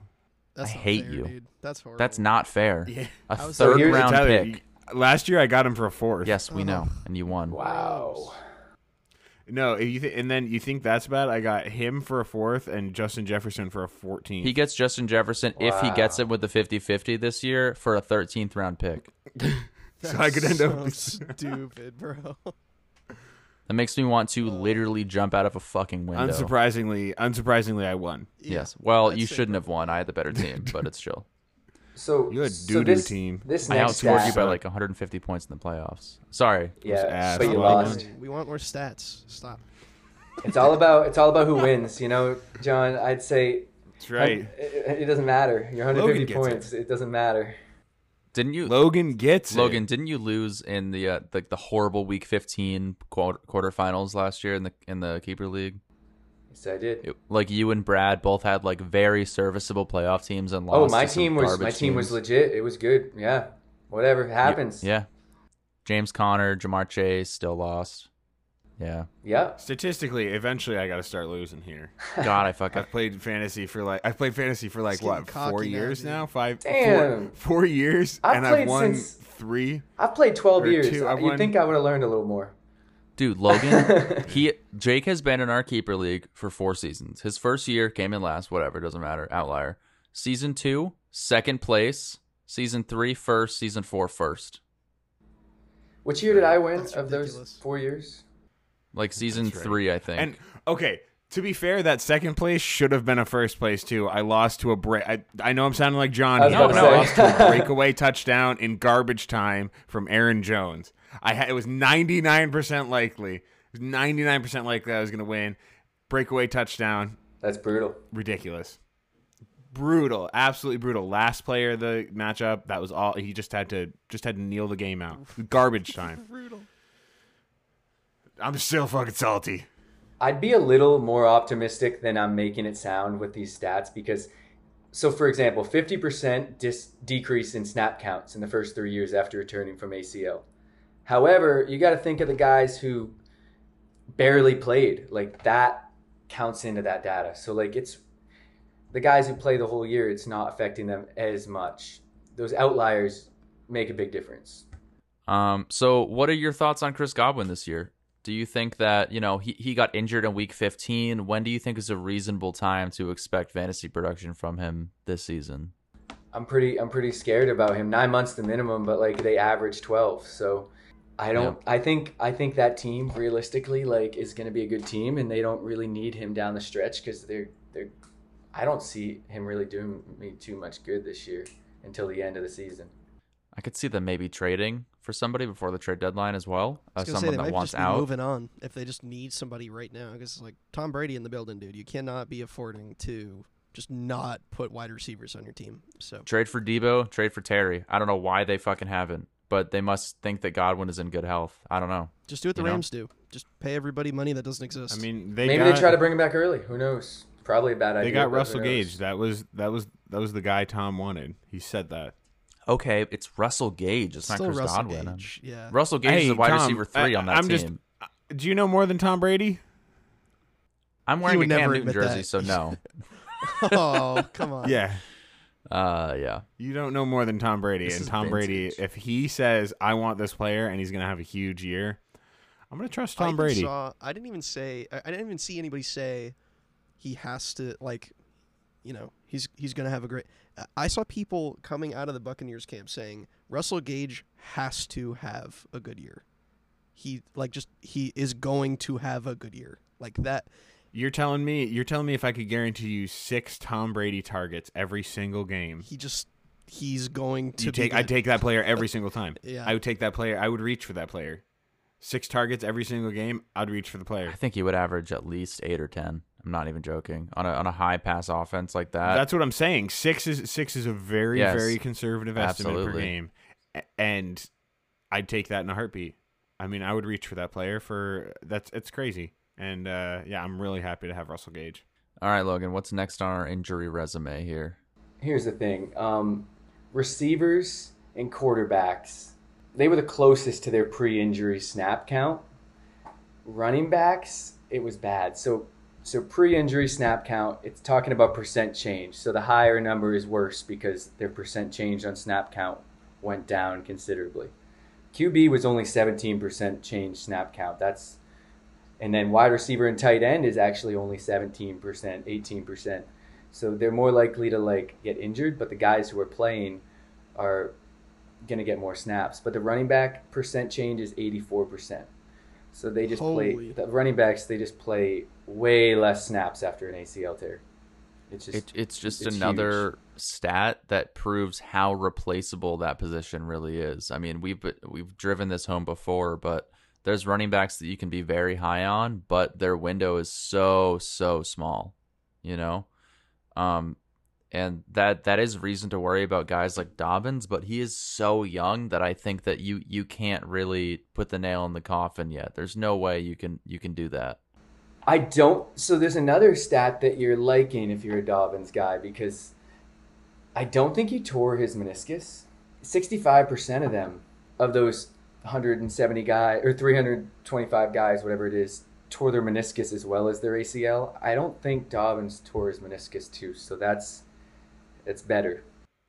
Speaker 5: That's
Speaker 2: I
Speaker 5: not
Speaker 2: hate
Speaker 5: fair,
Speaker 2: you.
Speaker 5: Dude. That's horrible.
Speaker 2: That's not fair.
Speaker 3: Yeah.
Speaker 2: A
Speaker 5: I was- So
Speaker 2: third
Speaker 4: here's-
Speaker 2: round
Speaker 3: Tyler,
Speaker 2: pick.
Speaker 3: you- last year I got him for a fourth.
Speaker 2: yes, we
Speaker 5: Ugh.
Speaker 2: know, and you won.
Speaker 4: Wow.
Speaker 3: No, if you th- and then you think that's bad. I got him for a fourth and Justin Jefferson for a 14th.
Speaker 2: He gets Justin Jefferson if he
Speaker 4: Wow.
Speaker 2: gets it with the 50-50 this year for a 13th round pick.
Speaker 3: so I could end
Speaker 5: so
Speaker 3: up.
Speaker 5: stupid, bro.
Speaker 2: That makes me want to literally jump out of a fucking window.
Speaker 3: Unsurprisingly, unsurprisingly, I won.
Speaker 2: Yes. Well,
Speaker 5: I'd
Speaker 2: you
Speaker 5: say
Speaker 2: shouldn't have won. I had the better team, but it's chill.
Speaker 4: So
Speaker 3: You had
Speaker 4: so
Speaker 3: doo-doo
Speaker 4: this,
Speaker 3: team.
Speaker 4: This
Speaker 2: I
Speaker 4: next
Speaker 2: outscored
Speaker 4: stat-
Speaker 2: you by like 150 points in the playoffs. Sorry.
Speaker 4: yeah,
Speaker 3: ass.
Speaker 4: but you
Speaker 3: Come on.
Speaker 4: lost.
Speaker 5: We want more stats. Stop.
Speaker 4: It's all about it's all about who wins, you know, John. I'd say
Speaker 3: That's right.
Speaker 4: it, it doesn't matter. You're
Speaker 3: Logan
Speaker 4: 150
Speaker 3: gets it.
Speaker 4: points. It. doesn't matter.
Speaker 2: Didn't you
Speaker 3: Logan gets
Speaker 2: Logan,
Speaker 3: it.
Speaker 2: didn't you lose in the uh, the, the horrible Week 15 quarter, quarterfinals last year in the in the keeper league?
Speaker 4: Yes, I did.
Speaker 2: It- like you and Brad both had like very serviceable playoff teams and
Speaker 4: oh,
Speaker 2: lost.
Speaker 4: my
Speaker 2: to some
Speaker 4: team was my
Speaker 2: garbage
Speaker 4: team was
Speaker 2: teams.
Speaker 4: legit. It was good. Yeah, whatever happens.
Speaker 2: Yeah, James Conner, Jamar Chase still lost. Yeah.
Speaker 4: Yeah.
Speaker 3: Statistically, eventually I got to start losing here.
Speaker 2: God, I fucking.
Speaker 3: I've played fantasy for like I've played fantasy for like
Speaker 5: He's getting
Speaker 3: what four
Speaker 5: cocky now,
Speaker 3: years
Speaker 5: dude.
Speaker 3: now, five, four-
Speaker 4: Damn.
Speaker 3: four years,
Speaker 4: I've
Speaker 3: and
Speaker 4: played
Speaker 3: I've won
Speaker 4: since-
Speaker 3: three.
Speaker 4: I've played 12
Speaker 3: Or
Speaker 4: years.
Speaker 3: two, I
Speaker 4: You'd
Speaker 3: won-
Speaker 4: think I would have learned a little more.
Speaker 2: Dude, Logan, he Jake has been in our keeper league for four seasons. His first year came in last, whatever, doesn't matter, outlier. Season two, second place. Season three, first. Season four, first.
Speaker 4: Which year did I win
Speaker 5: That's
Speaker 4: of those
Speaker 5: ridiculous.
Speaker 4: four years?
Speaker 2: Like season
Speaker 3: right.
Speaker 2: three, I think.
Speaker 3: And okay, to be fair, that second place should have been a first place too. I lost to a break. I, I know I'm sounding like John.
Speaker 4: I was
Speaker 3: here,
Speaker 2: about
Speaker 3: but
Speaker 2: to
Speaker 3: I lost
Speaker 4: say.
Speaker 3: to a breakaway touchdown in garbage time from Aaron Jones. I had it was 99% likely. It was 99% likely I was going to win. Breakaway touchdown,
Speaker 4: That's brutal.
Speaker 3: ridiculous. Brutal, absolutely brutal. Last player of the matchup, that was all. He just had to just had to kneel the game out. Garbage time.
Speaker 5: Brutal.
Speaker 3: I'm still fucking salty.
Speaker 4: I'd be a little more optimistic than I'm making it sound with these stats because, so for example, 50% dis- decrease in snap counts in the first three years after returning from ACL. However, you got to think of the guys who barely played. Like that counts into that data. So, like, it's the guys who play the whole year, it's not affecting them as much. Those outliers make a big difference.
Speaker 2: Um, so what are your thoughts on Chris Godwin this year? Do you think that, you know, he, he got injured in week 15? When do you think is a reasonable time to expect fantasy production from him this season?
Speaker 4: I'm pretty I'm pretty scared about him. Nine months the minimum, but like they average twelve. So I don't I think I think that team realistically like is gonna be a good team and they don't really need him down the stretch because they're they're I don't see him really doing me too much good this year until the end of the season.
Speaker 2: I could see them maybe trading for somebody before the trade deadline as well.
Speaker 5: I
Speaker 2: Uh,
Speaker 5: was gonna say
Speaker 2: someone
Speaker 5: they
Speaker 2: that
Speaker 5: might
Speaker 2: wants
Speaker 5: just be
Speaker 2: out.
Speaker 5: moving on if they just need somebody right now because it's like Tom Brady in the building, dude. You cannot be affording to just not put wide receivers on your team. So
Speaker 2: Trade for Debo, trade for Terry. I don't know why they fucking haven't, but they must think that Godwin is in good health. I don't know.
Speaker 5: just do what the
Speaker 2: You know?
Speaker 5: Rams do. Just pay everybody money that doesn't exist.
Speaker 3: I mean, they
Speaker 4: Maybe
Speaker 3: got,
Speaker 4: they try to bring him back early. Who knows? Probably a bad idea.
Speaker 3: They got
Speaker 4: but who
Speaker 3: Russell
Speaker 4: knows?
Speaker 3: Gage. That was that was that was the guy Tom wanted. He said that.
Speaker 2: Okay, it's Russell Gage. It's
Speaker 5: still
Speaker 2: not Chris
Speaker 5: Russell
Speaker 2: Godwin.
Speaker 5: Gage. Yeah.
Speaker 2: Russell Gage is
Speaker 3: Hey,
Speaker 2: a wide
Speaker 3: Tom,
Speaker 2: receiver three
Speaker 3: I-
Speaker 2: on that
Speaker 3: I'm
Speaker 2: team.
Speaker 3: just- uh, Do you know more than Tom Brady?
Speaker 2: I'm wearing a
Speaker 5: would
Speaker 2: Cam
Speaker 5: never
Speaker 2: Newton
Speaker 5: admit
Speaker 2: jersey,
Speaker 5: that.
Speaker 2: so no.
Speaker 5: oh come on.
Speaker 3: Yeah.
Speaker 2: Uh, yeah.
Speaker 3: You don't know more than Tom Brady.
Speaker 2: This
Speaker 3: and
Speaker 2: is
Speaker 3: Tom Brady,
Speaker 2: vintage.
Speaker 3: if he says I want this player and he's going to have a huge year, I'm going to trust
Speaker 5: I
Speaker 3: Tom
Speaker 5: even
Speaker 3: Brady.
Speaker 5: Saw, I didn't even say. I I didn't even see anybody say he has to like. You know, he's he's gonna have a great. I- I saw people coming out of the Buccaneers camp saying Russell Gage has to have a good year. He like just he is going to have a good year like that.
Speaker 3: You're telling me, you're telling me if I could guarantee you 6 Tom Brady targets every single game.
Speaker 5: He just he's going to
Speaker 3: You
Speaker 5: be
Speaker 3: take I
Speaker 5: good.
Speaker 3: take that player every single time.
Speaker 5: Yeah.
Speaker 3: I would take that player. I would reach for that player. 6 targets every single game, I'd reach for the player.
Speaker 2: I think he would average at least eight or ten. I'm not even joking. On a on a high pass offense like that.
Speaker 3: That's what I'm saying. Six is six is a very
Speaker 2: Yes.
Speaker 3: very conservative estimate per
Speaker 2: Absolutely.
Speaker 3: game, A- and I'd take that in a heartbeat. I mean, I would reach for that player for that's it's crazy, and uh, yeah, I'm really happy to have Russell Gage.
Speaker 2: All right, Logan, what's next on our injury resume here?
Speaker 4: here's the thing um, receivers and quarterbacks they were the closest to their pre-injury snap count running backs it was bad so so pre-injury snap count it's talking about percent change so the higher number is worse because their percent change on snap count went down considerably qb was only 17% change snap count that's and then wide receiver and tight end is actually only 17% 18% so they're more likely to like get injured, but the guys who are playing are gonna get more snaps. But the running back percent change is eighty four percent. So they just play
Speaker 5: Holy.
Speaker 4: the running backs. They just play way less snaps after an ACL tear. It's just
Speaker 2: It, it's just
Speaker 4: it's
Speaker 2: another stat that proves how replaceable that position really is. I mean, we've we've driven this home before, but there's running backs that you can be very high on, but their window is so so small, you know. Um and that that is reason to worry about guys like Dobbins, but he is so young that I think that you you can't really put the nail in the coffin yet. There's no way you can you can do that.
Speaker 4: I don't. So there's another stat that you're liking if you're a Dobbins guy because I don't think he tore his meniscus. 65% of them, of those 170 guys or 325 guys, whatever it is, tore their meniscus as well as their ACL. I don't think Dobbins tore his meniscus too, so that's that's better.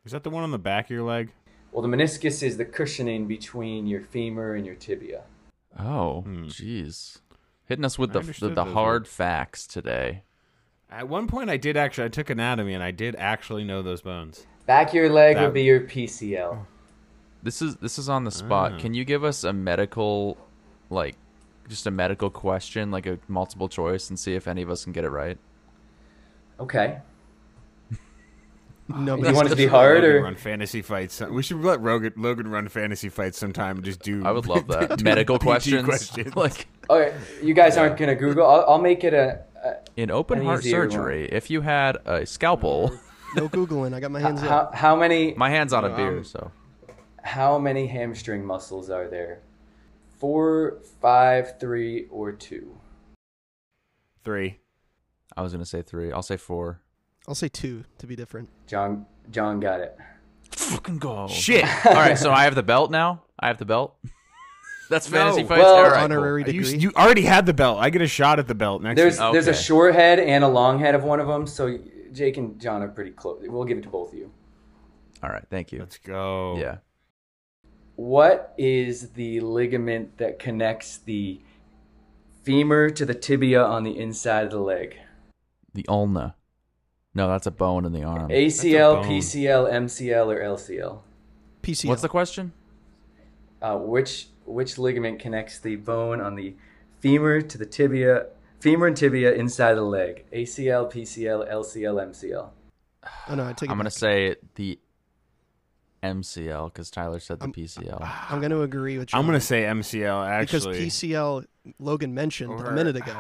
Speaker 3: Is that the one on the back of your leg?
Speaker 4: Well, the meniscus is the cushioning between your femur and your tibia.
Speaker 2: Oh, jeez. Hitting us with
Speaker 3: Hmm.
Speaker 2: the
Speaker 3: I
Speaker 2: the,
Speaker 3: understood
Speaker 2: the
Speaker 3: those
Speaker 2: hard facts today.
Speaker 3: At one point, I did actually. I took anatomy, and I did actually know those bones.
Speaker 4: Back of your leg
Speaker 3: That-
Speaker 4: would be your PCL.
Speaker 2: This is this is on the spot.
Speaker 3: Ah.
Speaker 2: Can you give us a medical like just a medical question, like a multiple choice and see if any of us can get it right?
Speaker 4: Okay.
Speaker 5: No,
Speaker 4: You want it to be
Speaker 3: Let
Speaker 4: hard
Speaker 3: Logan
Speaker 4: or
Speaker 3: run fantasy fights. We should let Rogan, Logan run fantasy fights sometime. And just do.
Speaker 2: I would love that.
Speaker 3: do
Speaker 2: medical
Speaker 3: PT
Speaker 2: questions.
Speaker 3: questions.
Speaker 2: like
Speaker 4: okay, you guys aren't gonna Google. I'll, I'll make it a. a
Speaker 2: in open
Speaker 4: An
Speaker 2: heart
Speaker 4: easier one.
Speaker 2: surgery, if you had a scalpel,
Speaker 5: no googling. I got my hands up.
Speaker 4: how, how many
Speaker 2: my hands on a
Speaker 3: No,
Speaker 2: beer,
Speaker 3: I'm-
Speaker 2: so
Speaker 4: how many hamstring muscles are there? Four, five, three, or two?
Speaker 3: Three.
Speaker 2: I was gonna say three. I'll say four.
Speaker 5: I'll say two to be different.
Speaker 4: John John got it.
Speaker 2: Fucking go.
Speaker 3: Shit.
Speaker 2: All right, so I have the belt now. I have the belt. That's fantasy
Speaker 3: No.
Speaker 2: fights.
Speaker 4: Well-
Speaker 2: All right, cool.
Speaker 5: Honorary
Speaker 3: You,
Speaker 5: degree.
Speaker 3: you already had the belt. I get a shot at the belt next.
Speaker 4: There's
Speaker 3: week.
Speaker 4: there's a
Speaker 2: Okay.
Speaker 4: short head and a long head of one of them, so Jake and John are pretty close. We'll give it to both of you.
Speaker 2: All right, thank you.
Speaker 3: Let's go.
Speaker 2: Oh. Yeah.
Speaker 4: What is the ligament that connects the femur to the tibia on the inside of the leg?
Speaker 2: The ulna. No, that's a bone in the arm.
Speaker 4: ACL,
Speaker 3: bone.
Speaker 4: PCL, MCL, or LCL?
Speaker 5: PCL.
Speaker 2: What's the question?
Speaker 4: Uh, which which ligament connects the bone on the femur to the tibia, femur and tibia inside the leg? ACL, PCL, LCL, MCL.
Speaker 5: oh no, I take it
Speaker 2: I'm gonna
Speaker 5: back.
Speaker 2: say the MCL because Tyler said the
Speaker 5: I'm- Ah,
Speaker 2: PCL.
Speaker 5: I'm going to agree with you.
Speaker 3: I'm gonna say MCL
Speaker 5: because
Speaker 3: actually.
Speaker 5: PCL Logan mentioned
Speaker 3: Or-
Speaker 5: a minute ago,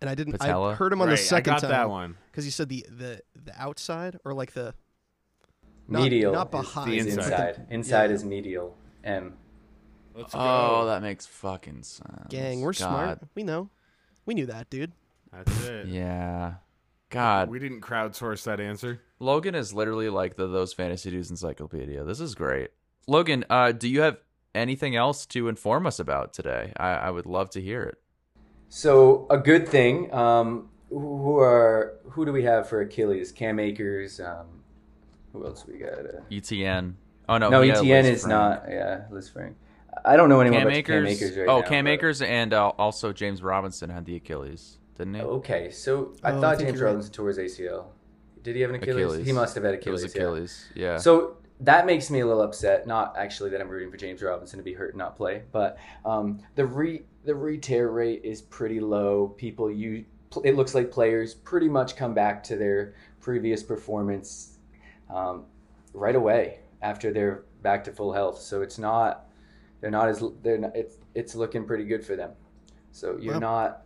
Speaker 5: and I didn't. I
Speaker 2: Patella?
Speaker 5: heard him on
Speaker 3: Right,
Speaker 5: the second
Speaker 3: I got
Speaker 5: time
Speaker 3: that one.
Speaker 5: because you said the the the outside or like the
Speaker 2: Oh,
Speaker 5: Not-
Speaker 4: Medial.
Speaker 5: not
Speaker 4: is-
Speaker 5: behind,
Speaker 4: is
Speaker 3: but the-
Speaker 4: inside. Inside
Speaker 5: yeah.
Speaker 4: is medial. M.
Speaker 3: Let's
Speaker 2: oh, that makes fucking sense.
Speaker 5: gang. We're smart. We know. We knew that, dude.
Speaker 3: That's it.
Speaker 2: Yeah. God,
Speaker 3: We didn't crowdsource that answer.
Speaker 2: Logan is literally like the those fantasy dudes encyclopedia. This is great. Logan, uh, do you have anything else to inform us about today? I, I would love to hear it.
Speaker 4: So a good thing. Um, who who are who do we have for Achilles? Cam Akers. Um, who else we got? Uh,
Speaker 2: ETN. E Oh no,
Speaker 4: no,
Speaker 2: we had
Speaker 4: ETN
Speaker 2: Liz
Speaker 4: is
Speaker 2: Frank.
Speaker 4: not. Yeah, Liz Frank. I don't know anyone
Speaker 2: Cam
Speaker 4: about
Speaker 2: Akers.
Speaker 4: Cam Akers right
Speaker 2: oh,
Speaker 4: now,
Speaker 2: Cam
Speaker 4: but-
Speaker 2: Akers and uh, also James Robinson had the Achilles, didn't he?
Speaker 4: Okay, so I
Speaker 5: Oh, I
Speaker 4: thought
Speaker 5: think
Speaker 4: James
Speaker 5: you're right.
Speaker 4: Robinson tore his ACL. Did he have an Achilles?
Speaker 2: Achilles.
Speaker 4: He must have had Achilles.
Speaker 2: it was
Speaker 4: yeah.
Speaker 2: Achilles. Yeah.
Speaker 4: So that makes me a little upset. Not actually that I'm rooting for James Robinson to be hurt and not play, but um, the re the re-tear rate is pretty low. People you it looks like players pretty much come back to their previous performance um, right away after they're back to full health. So it's not they're not as they're not, it's it's looking pretty good for them. So you're
Speaker 5: Well-
Speaker 4: not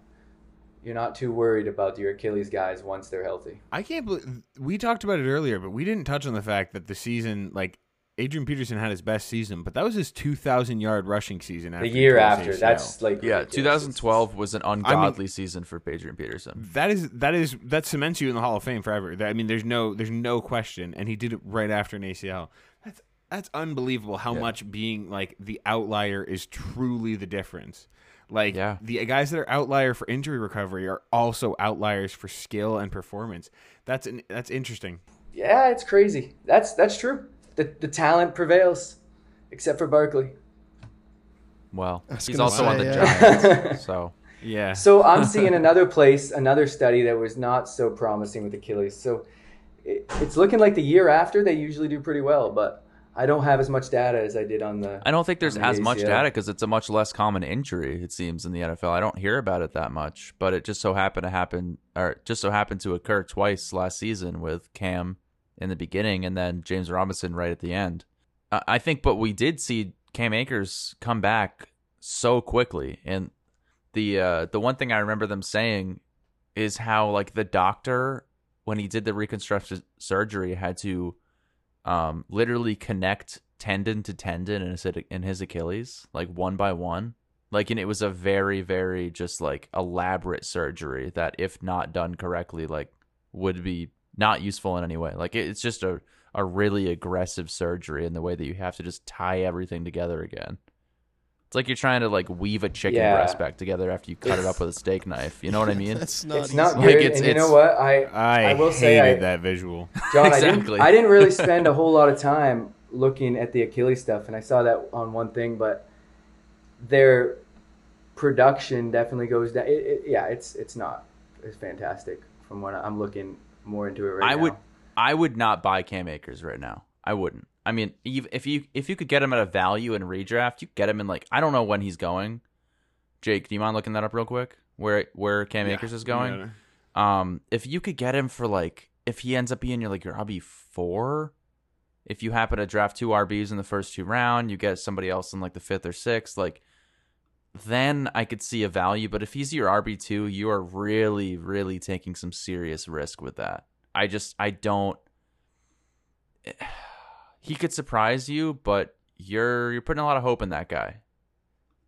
Speaker 4: you're not too worried about your Achilles guys once they're healthy.
Speaker 3: I can't believe we talked about it earlier, but we didn't touch on the fact that the season, like Adrian Peterson had his best season, but that was his 2,000 yard rushing season. After
Speaker 4: The
Speaker 3: he
Speaker 4: year
Speaker 3: tore his
Speaker 4: after,
Speaker 3: ACL.
Speaker 4: that's like
Speaker 2: yeah,
Speaker 4: ridiculous.
Speaker 2: 2012 was an ungodly season for Adrian Peterson.
Speaker 3: that is that is that cements you in the Hall of Fame forever. That, I mean, there's no there's no question, and he did it right after an ACL. That's that's unbelievable how much being like the outlier is truly the difference. Like
Speaker 2: Yeah.
Speaker 3: the guys that are outlier for injury recovery are also outliers for skill and performance. That's an, that's interesting.
Speaker 4: Yeah, it's crazy. That's that's true. The the talent prevails, except for Barkley.
Speaker 2: Well,
Speaker 5: was
Speaker 2: he's
Speaker 5: gonna
Speaker 2: also on
Speaker 5: say,
Speaker 2: the
Speaker 5: yeah.
Speaker 2: Giants, so
Speaker 3: Yeah.
Speaker 4: So I'm seeing another place, another study that was not so promising with Achilles. So it, it's looking like the year after they usually do pretty well, but I don't have as much data as I did on the.
Speaker 2: I don't think there's
Speaker 4: On the
Speaker 2: as much
Speaker 4: ACL.
Speaker 2: data because it's a much less common injury. It seems in the NFL. I don't hear about it that much, but it just so happened to happen, or it just so happened to occur twice last season with Cam in the beginning and then James Robinson right at the end. I I think, but we did see Cam Akers come back so quickly, and the uh, the one thing I remember them saying is how like the doctor when he did the reconstructive surgery had to um literally connect tendon to tendon in his in his Achilles like one by one like and it was a very very just like elaborate surgery that if not done correctly like would be not useful in any way like it, it's just a a really aggressive surgery in the way that you have to just tie everything together again It's like you're trying to like weave a chicken
Speaker 4: Yeah.
Speaker 2: breast back together after you cut it up with a steak knife. You know what I mean?
Speaker 5: That's not.
Speaker 4: it's not
Speaker 5: easy.
Speaker 2: Like,
Speaker 4: good.
Speaker 2: it's-
Speaker 4: and you know
Speaker 2: it's-
Speaker 4: what? I,
Speaker 3: I,
Speaker 4: I will
Speaker 3: hated
Speaker 4: say I-
Speaker 3: that visual.
Speaker 4: John,
Speaker 2: Exactly.
Speaker 4: I, didn't, I didn't really spend a whole lot of time looking at the Achilles stuff, and I saw that on one thing, but their production definitely goes down. It, it, yeah, it's it's not it's fantastic from what I- I'm looking more into it right
Speaker 2: I
Speaker 4: now.
Speaker 2: would I would not buy Cam Akers right now. I wouldn't. I mean, ev- if you if you could get him at a value in redraft, you could get him in like I don't know when he's going. Jake, do you mind looking that up real quick? Where where Cam Akers is going?
Speaker 3: Yeah.
Speaker 2: Um, if you could get him for like, if he ends up being your like your RB four, if you happen to draft two RBs in the first two round, you get somebody else in like the fifth or sixth, like then I could see a value. But if he's your RB two, you are really, really taking some serious risk with that. I just, I don't. He could surprise you, but you're you're putting a lot of hope in that guy.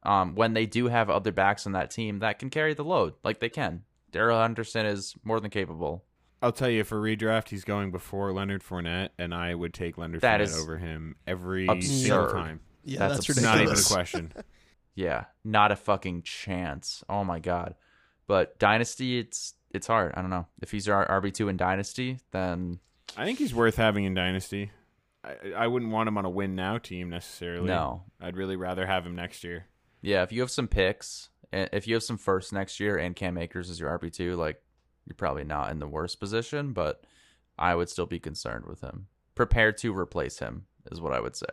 Speaker 2: Um, when they do have other backs on that team that can carry the load, like they can, Daryl Henderson is more than capable.
Speaker 3: I'll tell you, for redraft, he's going before Leonard Fournette, and I would take Leonard
Speaker 2: That
Speaker 3: Fournette
Speaker 2: is
Speaker 3: over him every single
Speaker 2: absurd.
Speaker 3: time.
Speaker 5: Yeah,
Speaker 2: That's
Speaker 5: that's,
Speaker 2: a-
Speaker 3: Not even a
Speaker 5: ridiculous.
Speaker 3: question.
Speaker 2: Yeah, not a fucking chance. Oh my god. But dynasty, it's it's hard. I don't know if he's our RB two in dynasty, then
Speaker 3: I think he's worth having in Dynasty. I, I wouldn't want him on a win now team necessarily.
Speaker 2: no.
Speaker 3: I'd really rather have him next year.
Speaker 2: Yeah, if you have some picks, and if you have some first next year, and Cam Akers is your RB two, like you're probably not in the worst position, but I would still be concerned with him. Prepare to replace him is what I would say.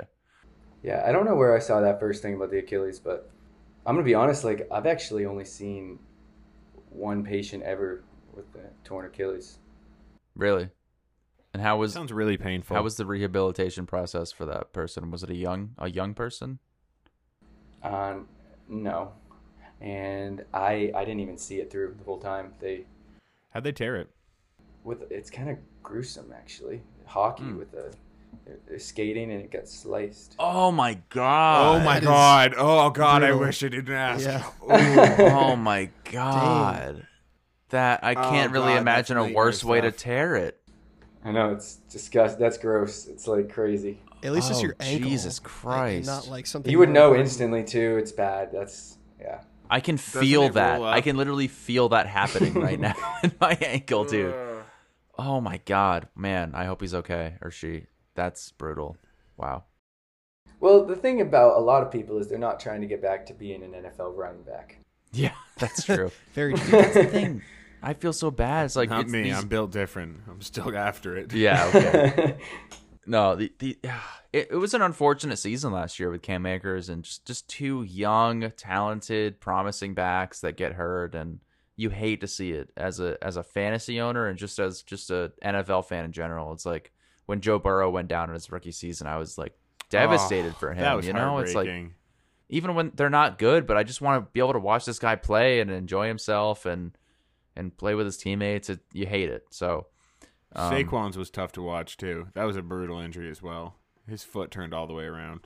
Speaker 4: Yeah, I don't know where I saw that first thing about the Achilles, but I'm gonna be honest. Like I've actually only seen one patient ever with the torn Achilles.
Speaker 2: Really. And how was
Speaker 3: Sounds really painful.
Speaker 2: how was the rehabilitation process for that person? Was it a young a young person?
Speaker 4: Um, no, and I I didn't even see it through the whole time. They
Speaker 3: How'd they tear it?
Speaker 4: with it's kind of gruesome actually. Hockey
Speaker 2: Hmm.
Speaker 4: with the they're, they're skating and it got sliced.
Speaker 2: Oh my
Speaker 3: Oh
Speaker 2: god.
Speaker 3: my
Speaker 5: that is
Speaker 3: god. Oh god,
Speaker 5: brutal.
Speaker 3: I wish I didn't ask.
Speaker 5: Yeah.
Speaker 3: Ooh.
Speaker 2: oh my god. That I can't
Speaker 3: Oh
Speaker 2: really
Speaker 3: God, that's
Speaker 2: imagine a
Speaker 3: nightmare
Speaker 2: worse way to
Speaker 3: stuff.
Speaker 2: tear it.
Speaker 4: I know it's disgust. That's gross. It's like crazy.
Speaker 5: At least it's
Speaker 2: Oh,
Speaker 5: your ankle.
Speaker 2: Jesus
Speaker 5: and
Speaker 2: Christ.
Speaker 5: Not like something
Speaker 4: You would
Speaker 5: more
Speaker 4: know
Speaker 5: important.
Speaker 4: instantly too. It's bad. That's yeah.
Speaker 2: I can
Speaker 3: Doesn't
Speaker 2: feel
Speaker 3: it
Speaker 2: that.
Speaker 3: roll
Speaker 2: I
Speaker 3: up?
Speaker 2: can literally feel that happening right now in my ankle, dude.
Speaker 3: Ugh.
Speaker 2: Oh my god, man. I hope he's okay or she. That's brutal. Wow.
Speaker 4: Well, the thing about a lot of people is they're not trying to get back to being an NFL running back.
Speaker 2: Yeah, that's true.
Speaker 5: Very true.
Speaker 2: That's the thing. I feel so bad. It's like
Speaker 3: Not
Speaker 2: it's
Speaker 3: me.
Speaker 2: these-
Speaker 3: I'm built different. I'm still after it.
Speaker 2: Yeah, okay. No, the the it, it was an unfortunate season last year with Cam Akers and just just two young, talented, promising backs that get hurt, and you hate to see it as a as a fantasy owner and just as just a NFL fan in general. It's like when Joe Burrow went down in his rookie season, I was like devastated
Speaker 3: Oh,
Speaker 2: for him.
Speaker 3: That was
Speaker 2: you know, it's like
Speaker 3: heartbreaking.
Speaker 2: even when they're not good, but I just want to be able to watch this guy play and enjoy himself and and play with his teammates. It, you hate it, so um,
Speaker 3: Saquon's was tough to watch too. That was a brutal injury as well. His foot turned all the way around.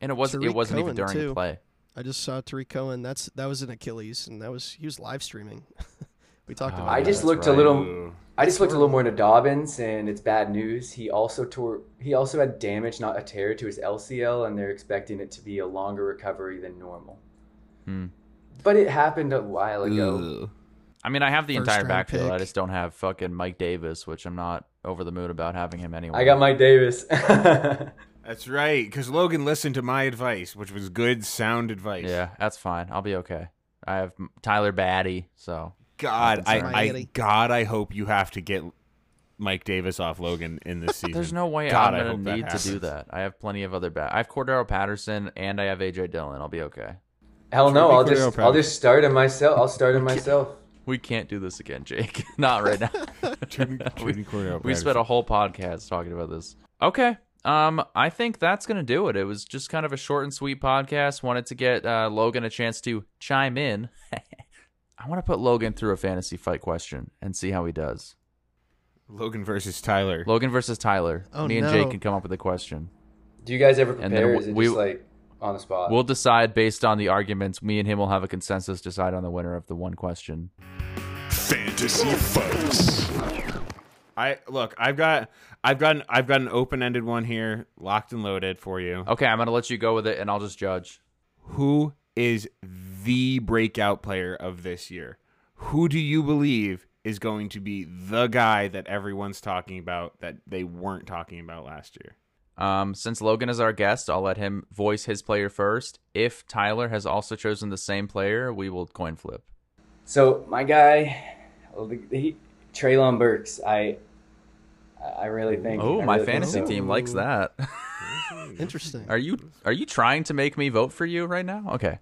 Speaker 2: and it wasn't
Speaker 5: Tariq
Speaker 2: it wasn't even
Speaker 5: Cohen,
Speaker 2: during the
Speaker 5: too.
Speaker 2: play.
Speaker 5: I just saw Tariq Cohen. That's that was an Achilles, and that was he was live streaming. we talked
Speaker 2: Oh,
Speaker 5: about.
Speaker 4: I
Speaker 5: that.
Speaker 4: just
Speaker 2: that's
Speaker 4: looked a
Speaker 2: right.
Speaker 4: little.
Speaker 3: Ooh.
Speaker 4: I just looked a little more into Dobbins, and it's bad news. He also tore. He also had damage, not a tear, to his LCL, and they're expecting it to be a longer recovery than normal.
Speaker 2: Hmm.
Speaker 4: But it happened a while ago.
Speaker 2: I mean, I have the
Speaker 5: First
Speaker 2: entire
Speaker 5: round
Speaker 2: backfield. I
Speaker 5: pick.
Speaker 2: just don't have fucking Mike Davis, which I'm not over the moon about having him anyway.
Speaker 4: I got Mike Davis. I
Speaker 3: That's right, because Logan listened to my advice, which was good, sound advice.
Speaker 2: Yeah, that's fine. I'll be okay. I have M- Tyler Batty, so
Speaker 3: God, I, I
Speaker 5: Miami.
Speaker 3: God, I hope you have to get Mike Davis off Logan in this season.
Speaker 2: there's no way
Speaker 3: God, I
Speaker 2: I'm
Speaker 3: hope
Speaker 2: gonna
Speaker 3: that
Speaker 2: need to do
Speaker 3: happens.
Speaker 2: that. I have plenty of other back. I have Cordero Patterson and I have AJ Dillon. I'll be okay.
Speaker 4: Hell no!
Speaker 3: Should we
Speaker 4: I'll
Speaker 3: clear
Speaker 4: just
Speaker 3: our
Speaker 4: I'll just start him myself. I'll start him myself.
Speaker 2: We can't do this again, Jake. not right now.
Speaker 3: Jordan Cordell
Speaker 2: we spent a whole podcast talking about this. Okay. Um, I think that's gonna do it. It was just kind of a short and sweet podcast. Wanted to get uh, Logan a chance to chime in. I want to put Logan through a fantasy fight question and see how he does.
Speaker 3: Logan versus Tyler.
Speaker 2: Logan versus Tyler.
Speaker 5: Oh,
Speaker 2: Me and
Speaker 5: no.
Speaker 2: Jake can come up with a question.
Speaker 4: Do you guys ever
Speaker 2: then
Speaker 4: prepare? or Is it
Speaker 2: we-
Speaker 4: just like on the spot?
Speaker 2: We'll decide based on the arguments. Me and him will have a consensus, decide on the winner of the one question.
Speaker 1: Fantasy fights.
Speaker 3: I look, I've got, I've got, an, I've got an open-ended one here, locked and loaded for you.
Speaker 2: Okay, I'm gonna let you go with it, and I'll just judge.
Speaker 3: who is the breakout player of this year? Who do you believe is going to be the guy that everyone's talking about that they weren't talking about last year?
Speaker 2: Um, since Logan is our guest, I'll let him voice his player first. If Tyler has also chosen the same player, we will coin flip.
Speaker 4: So my guy, well, the- he, Traylon Burks. I, I really think. I
Speaker 2: Oh,
Speaker 4: really
Speaker 2: my
Speaker 4: think
Speaker 2: fantasy
Speaker 4: so.
Speaker 2: team likes that.
Speaker 5: Interesting.
Speaker 2: are you are you trying to make me vote for you right now? Okay.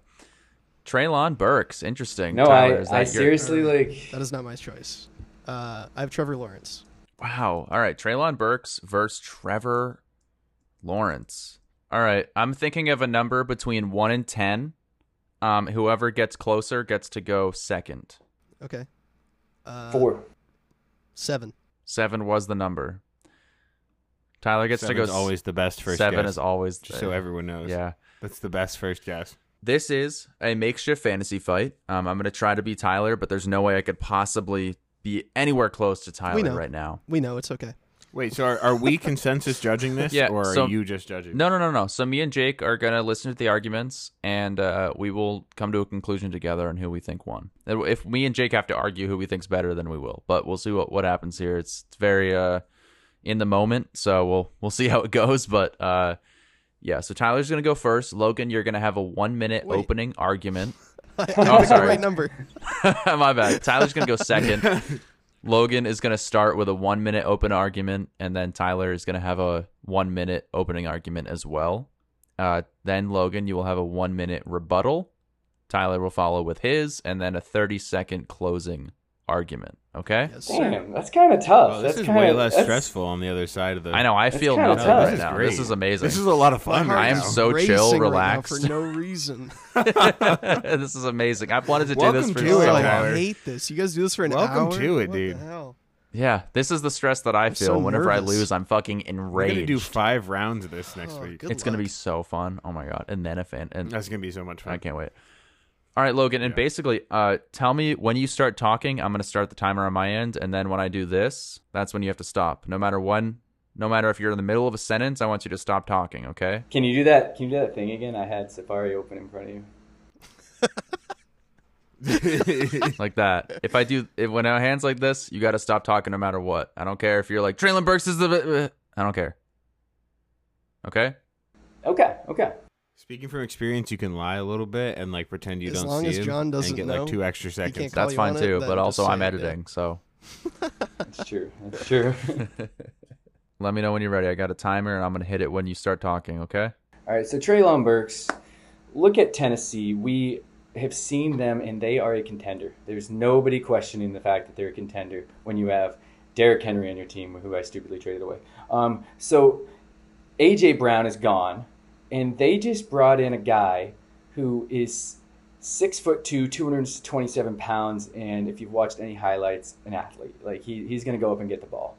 Speaker 2: Traylon Burks, interesting.
Speaker 4: No,
Speaker 2: Tyler,
Speaker 4: I,
Speaker 2: is that
Speaker 4: I
Speaker 2: your-
Speaker 4: seriously like.
Speaker 5: That is not my choice. Uh, I have Trevor Lawrence.
Speaker 2: Wow. All right. Traylon Burks versus Trevor Lawrence. All right. I'm thinking of a number between one and ten. Um, whoever gets closer gets to go second.
Speaker 5: Okay. Uh,
Speaker 4: Four.
Speaker 5: Seven.
Speaker 2: Seven was the number. Tyler gets to
Speaker 3: Seven's
Speaker 2: go. s-
Speaker 3: always the best first
Speaker 2: seven
Speaker 3: guess,
Speaker 2: is always.
Speaker 3: just so
Speaker 2: the-
Speaker 3: everyone knows.
Speaker 2: yeah.
Speaker 3: That's the best first guess.
Speaker 2: This is a makeshift fantasy fight. Um, I'm gonna try to be Tyler, but there's no way I could possibly be anywhere close to Tyler
Speaker 5: know.
Speaker 2: right now.
Speaker 5: We know it's okay.
Speaker 3: Wait, so are, are we consensus judging this
Speaker 2: Yeah,
Speaker 3: or are
Speaker 2: so-
Speaker 3: you just judging?
Speaker 2: No, no, no, no. So me and Jake are gonna listen to the arguments, and uh, we will come to a conclusion together on who we think won. And If me and Jake have to argue who we think's better, then we will. But we'll see what, what happens here. It's very uh, in the moment, so we'll we'll see how it goes. But uh, yeah, so Tyler's gonna go first. Logan, you're gonna have a one minute
Speaker 5: Wait.
Speaker 2: opening argument.
Speaker 5: I, I
Speaker 2: Oh,
Speaker 5: picked the
Speaker 2: sorry.
Speaker 5: right number.
Speaker 2: My bad. Tyler's gonna go second. Logan is gonna start with a one minute open argument, and then Tyler is gonna have a one minute opening argument as well. Uh, then Logan, you will have a one minute rebuttal. Tyler will follow with his, and then a thirty second closing argument. Okay.
Speaker 5: Yes, sir.
Speaker 4: Damn, that's kind of tough.
Speaker 3: Well, Oh, this
Speaker 4: that's
Speaker 3: is
Speaker 4: kinda,
Speaker 3: way less
Speaker 4: that's-
Speaker 3: stressful on the other side of the.
Speaker 2: I know. I
Speaker 4: That's
Speaker 2: feel
Speaker 4: kinda
Speaker 2: nothing
Speaker 4: tough.
Speaker 2: right
Speaker 4: This is
Speaker 2: now.
Speaker 3: great.
Speaker 2: This is amazing.
Speaker 3: This is a lot of
Speaker 5: My
Speaker 3: fun.
Speaker 5: heart
Speaker 2: I am
Speaker 5: is
Speaker 2: so chill,
Speaker 5: racing right now
Speaker 2: relaxed.
Speaker 5: for no reason.
Speaker 2: this is amazing. I've wanted to do
Speaker 3: Welcome
Speaker 2: this for
Speaker 3: to
Speaker 2: so
Speaker 3: it,
Speaker 5: Oh,
Speaker 2: long.
Speaker 5: I
Speaker 3: Tyler.
Speaker 5: hate this. You guys do this for an hour.
Speaker 3: Welcome to it,
Speaker 5: What the
Speaker 3: dude.
Speaker 5: hell?
Speaker 2: Yeah, this is the stress that I feel.
Speaker 5: so
Speaker 2: Whenever I
Speaker 5: nervous.
Speaker 2: lose, I'm fucking
Speaker 3: We're gonna
Speaker 2: enraged.
Speaker 3: do five rounds of this next
Speaker 5: Oh,
Speaker 3: week.
Speaker 5: good
Speaker 2: it's gonna
Speaker 5: luck.
Speaker 2: be so fun. Oh my god! And then a fan and
Speaker 3: That's gonna be so much fun.
Speaker 2: I can't wait. All right, Logan, and basically, uh, tell me when you start talking. I'm gonna start the timer on my end, and then when I do this, that's when you have to stop. No matter when, no matter if you're in the middle of a sentence, I want you to stop talking. Okay?
Speaker 4: Can you do that? Can you do that thing again? I had Safari open in front of you.
Speaker 2: Like that. if I do, if when I have hands like this, you got to stop talking no matter what. I don't care if you're like Traylon Burks is the. I don't care. Okay.
Speaker 4: Okay, okay.
Speaker 3: Speaking from experience, you can lie a little bit and like pretend you
Speaker 5: As
Speaker 3: don't
Speaker 5: long
Speaker 3: see
Speaker 5: as
Speaker 3: him
Speaker 5: John doesn't
Speaker 3: and get
Speaker 5: know,
Speaker 3: like two extra
Speaker 5: can't
Speaker 3: seconds.
Speaker 5: call
Speaker 2: That's
Speaker 5: you
Speaker 2: fine
Speaker 5: on it,
Speaker 2: too,
Speaker 5: then
Speaker 2: but
Speaker 5: just
Speaker 2: also
Speaker 5: say
Speaker 2: I'm
Speaker 5: it, yeah.
Speaker 2: editing, so
Speaker 4: That's true. That's true.
Speaker 2: let me know when you're ready. I got a timer, and I'm gonna hit it when you start talking. Okay?
Speaker 4: All right, so Traylon Burks, look at Tennessee. We have seen them, and they are a contender. There's nobody questioning the fact that they're a contender when you have Derrick Henry on your team, who I stupidly traded away. Um, so AJ Brown is gone, and they just brought in a guy who is six foot two, two hundred and twenty-seven pounds, and if you've watched any highlights, an athlete. Like he, he's going to go up and get the ball.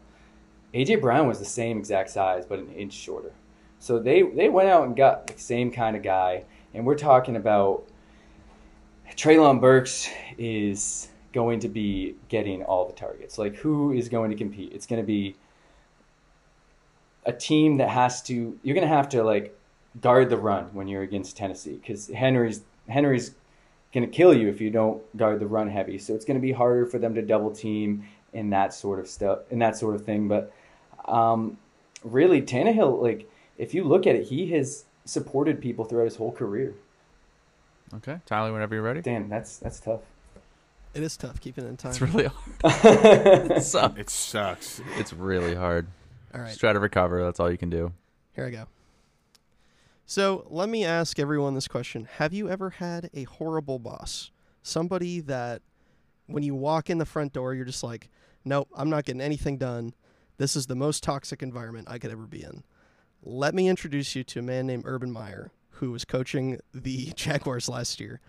Speaker 4: AJ Brown was the same exact size, but an inch shorter. So they they went out and got the same kind of guy, and we're talking about Traylon Burks is going to be getting all the targets. Like who is going to compete? It's going to be a team that has to. You're going to have to like guard the run when you're against Tennessee because Henry's Henry's going to kill you if you don't guard the run heavy. So it's going to be harder for them to double team and that sort of stuff and that sort of thing. But um, really, Tannehill, like if you look at it, he has supported people throughout his whole career.
Speaker 2: Okay, Tyler, whenever you're ready.
Speaker 4: Damn, that's that's tough.
Speaker 5: It is tough keeping it in time.
Speaker 2: It's really hard. It sucks.
Speaker 3: It sucks.
Speaker 2: It's really hard.
Speaker 5: All right.
Speaker 2: Just try to recover. That's all you can do.
Speaker 5: Here I go. So let me ask everyone this question Have you ever had a horrible boss? Somebody that when you walk in the front door, you're just like, nope, I'm not getting anything done. This is the most toxic environment I could ever be in. Let me introduce you to a man named Urban Meyer, who was coaching the Jaguars last year.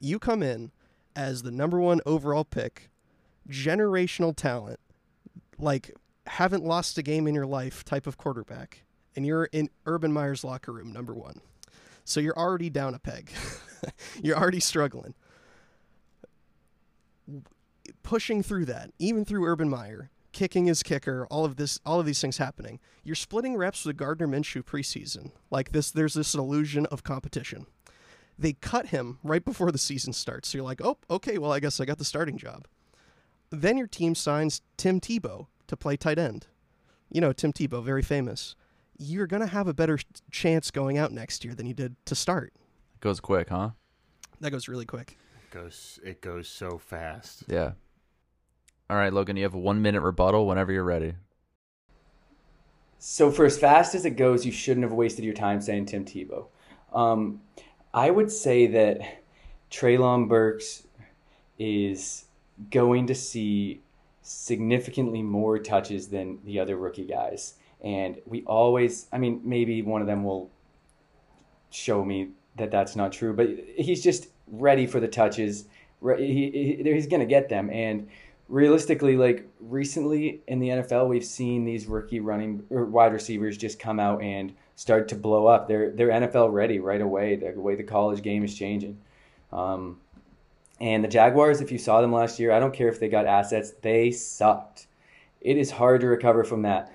Speaker 5: You come in as the number one overall pick, generational talent, like haven't lost a game in your life type of quarterback, and you're in Urban Meyer's locker room, number one. So you're already down a peg. you're already struggling. Pushing through that, even through Urban Meyer, kicking his kicker, all of this, all of these things happening. You're splitting reps with Gardner Minshew preseason. Like this, there's this illusion of competition. They cut him right before the season starts. So you're like, oh, okay, well, I guess I got the starting job. Then your team signs Tim Tebow to play tight end. You know, Tim Tebow, very famous. You're going to have a better chance going out next year than you did to start.
Speaker 2: Goes quick, huh?
Speaker 5: That goes really quick.
Speaker 3: It goes it goes so fast.
Speaker 2: Yeah. All right, Logan, you have a one minute rebuttal whenever you're ready.
Speaker 4: So for as fast as it goes, you shouldn't have wasted your time saying Tim Tebow. Um, I would say that Traylon Burks is going to see significantly more touches than the other rookie guys, and we always, I mean, maybe one of them will show me that that's not true, but he's just ready for the touches. Re- He, he, he's going to get them, and realistically, like recently in the NFL, we've seen these rookie running or wide receivers just come out and start to blow up. They're they're NFL ready right away. The way the college game is changing, um, and the Jaguars, if you saw them last year, I don't care if they got assets, they sucked. It is hard to recover from that.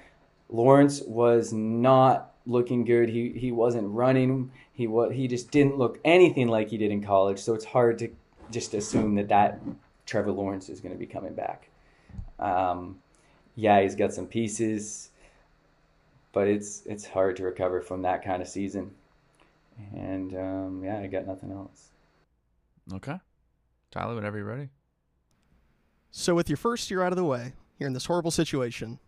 Speaker 4: Lawrence was not looking good. He he wasn't running. He was he just didn't look anything like he did in college. So it's hard to just assume that that Trevor Lawrence is going to be coming back. Um, yeah, he's got some pieces, but it's it's hard to recover from that kind of season. And um, yeah, I got nothing else.
Speaker 2: Okay. Tyler, whenever you're ready.
Speaker 5: So, with your first year out of the way, you're in this horrible situation.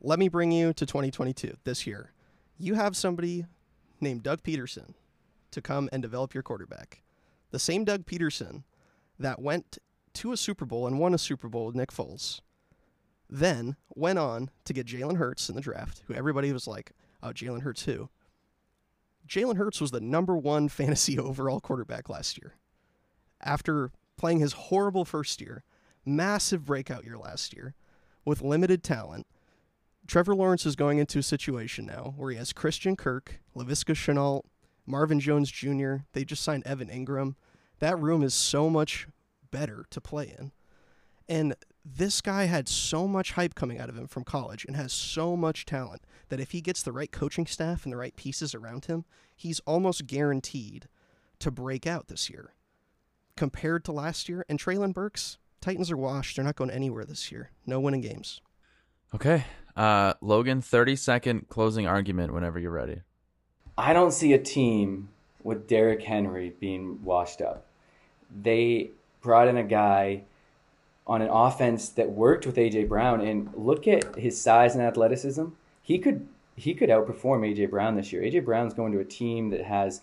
Speaker 5: Let me bring you to 2022, this year. You have somebody named Doug Peterson to come and develop your quarterback. The same Doug Peterson that went to a Super Bowl and won a Super Bowl with Nick Foles, then went on to get Jalen Hurts in the draft, who everybody was like, oh, Jalen Hurts who? Jalen Hurts was the number one fantasy overall quarterback last year after playing his horrible first year, massive breakout year last year, with limited talent, Trevor Lawrence is going into a situation now where he has Christian Kirk, LaVisca Chenault, Marvin Jones Jr., they just signed Evan Ingram. That room is so much better to play in. And this guy had so much hype coming out of him from college and has so much talent that if he gets the right coaching staff and the right pieces around him, he's almost guaranteed to break out this year compared to last year. And Traylon Burks, Titans are washed. They're not going anywhere this year. No winning games.
Speaker 2: Okay. Uh, Logan, 30 second closing argument whenever you're ready.
Speaker 4: I don't see a team with Derrick Henry being washed up. They brought in a guy on an offense that worked with AJ Brown and look at his size and athleticism. He could he could outperform AJ Brown this year. AJ Brown's going to a team that has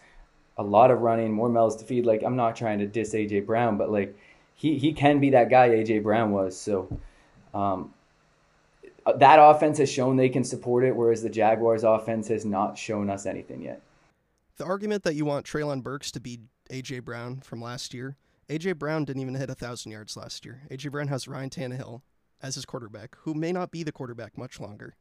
Speaker 4: a lot of running, more mouths to feed. Like I'm not trying to diss AJ Brown, but like he he can be that guy AJ Brown was. So um, that offense has shown they can support it, whereas the Jaguars' offense has not shown us anything yet.
Speaker 5: The argument that you want Traylon Burks to be AJ Brown from last year, AJ Brown didn't even hit a thousand yards last year. AJ Brown has Ryan Tannehill as his quarterback, who may not be the quarterback much longer.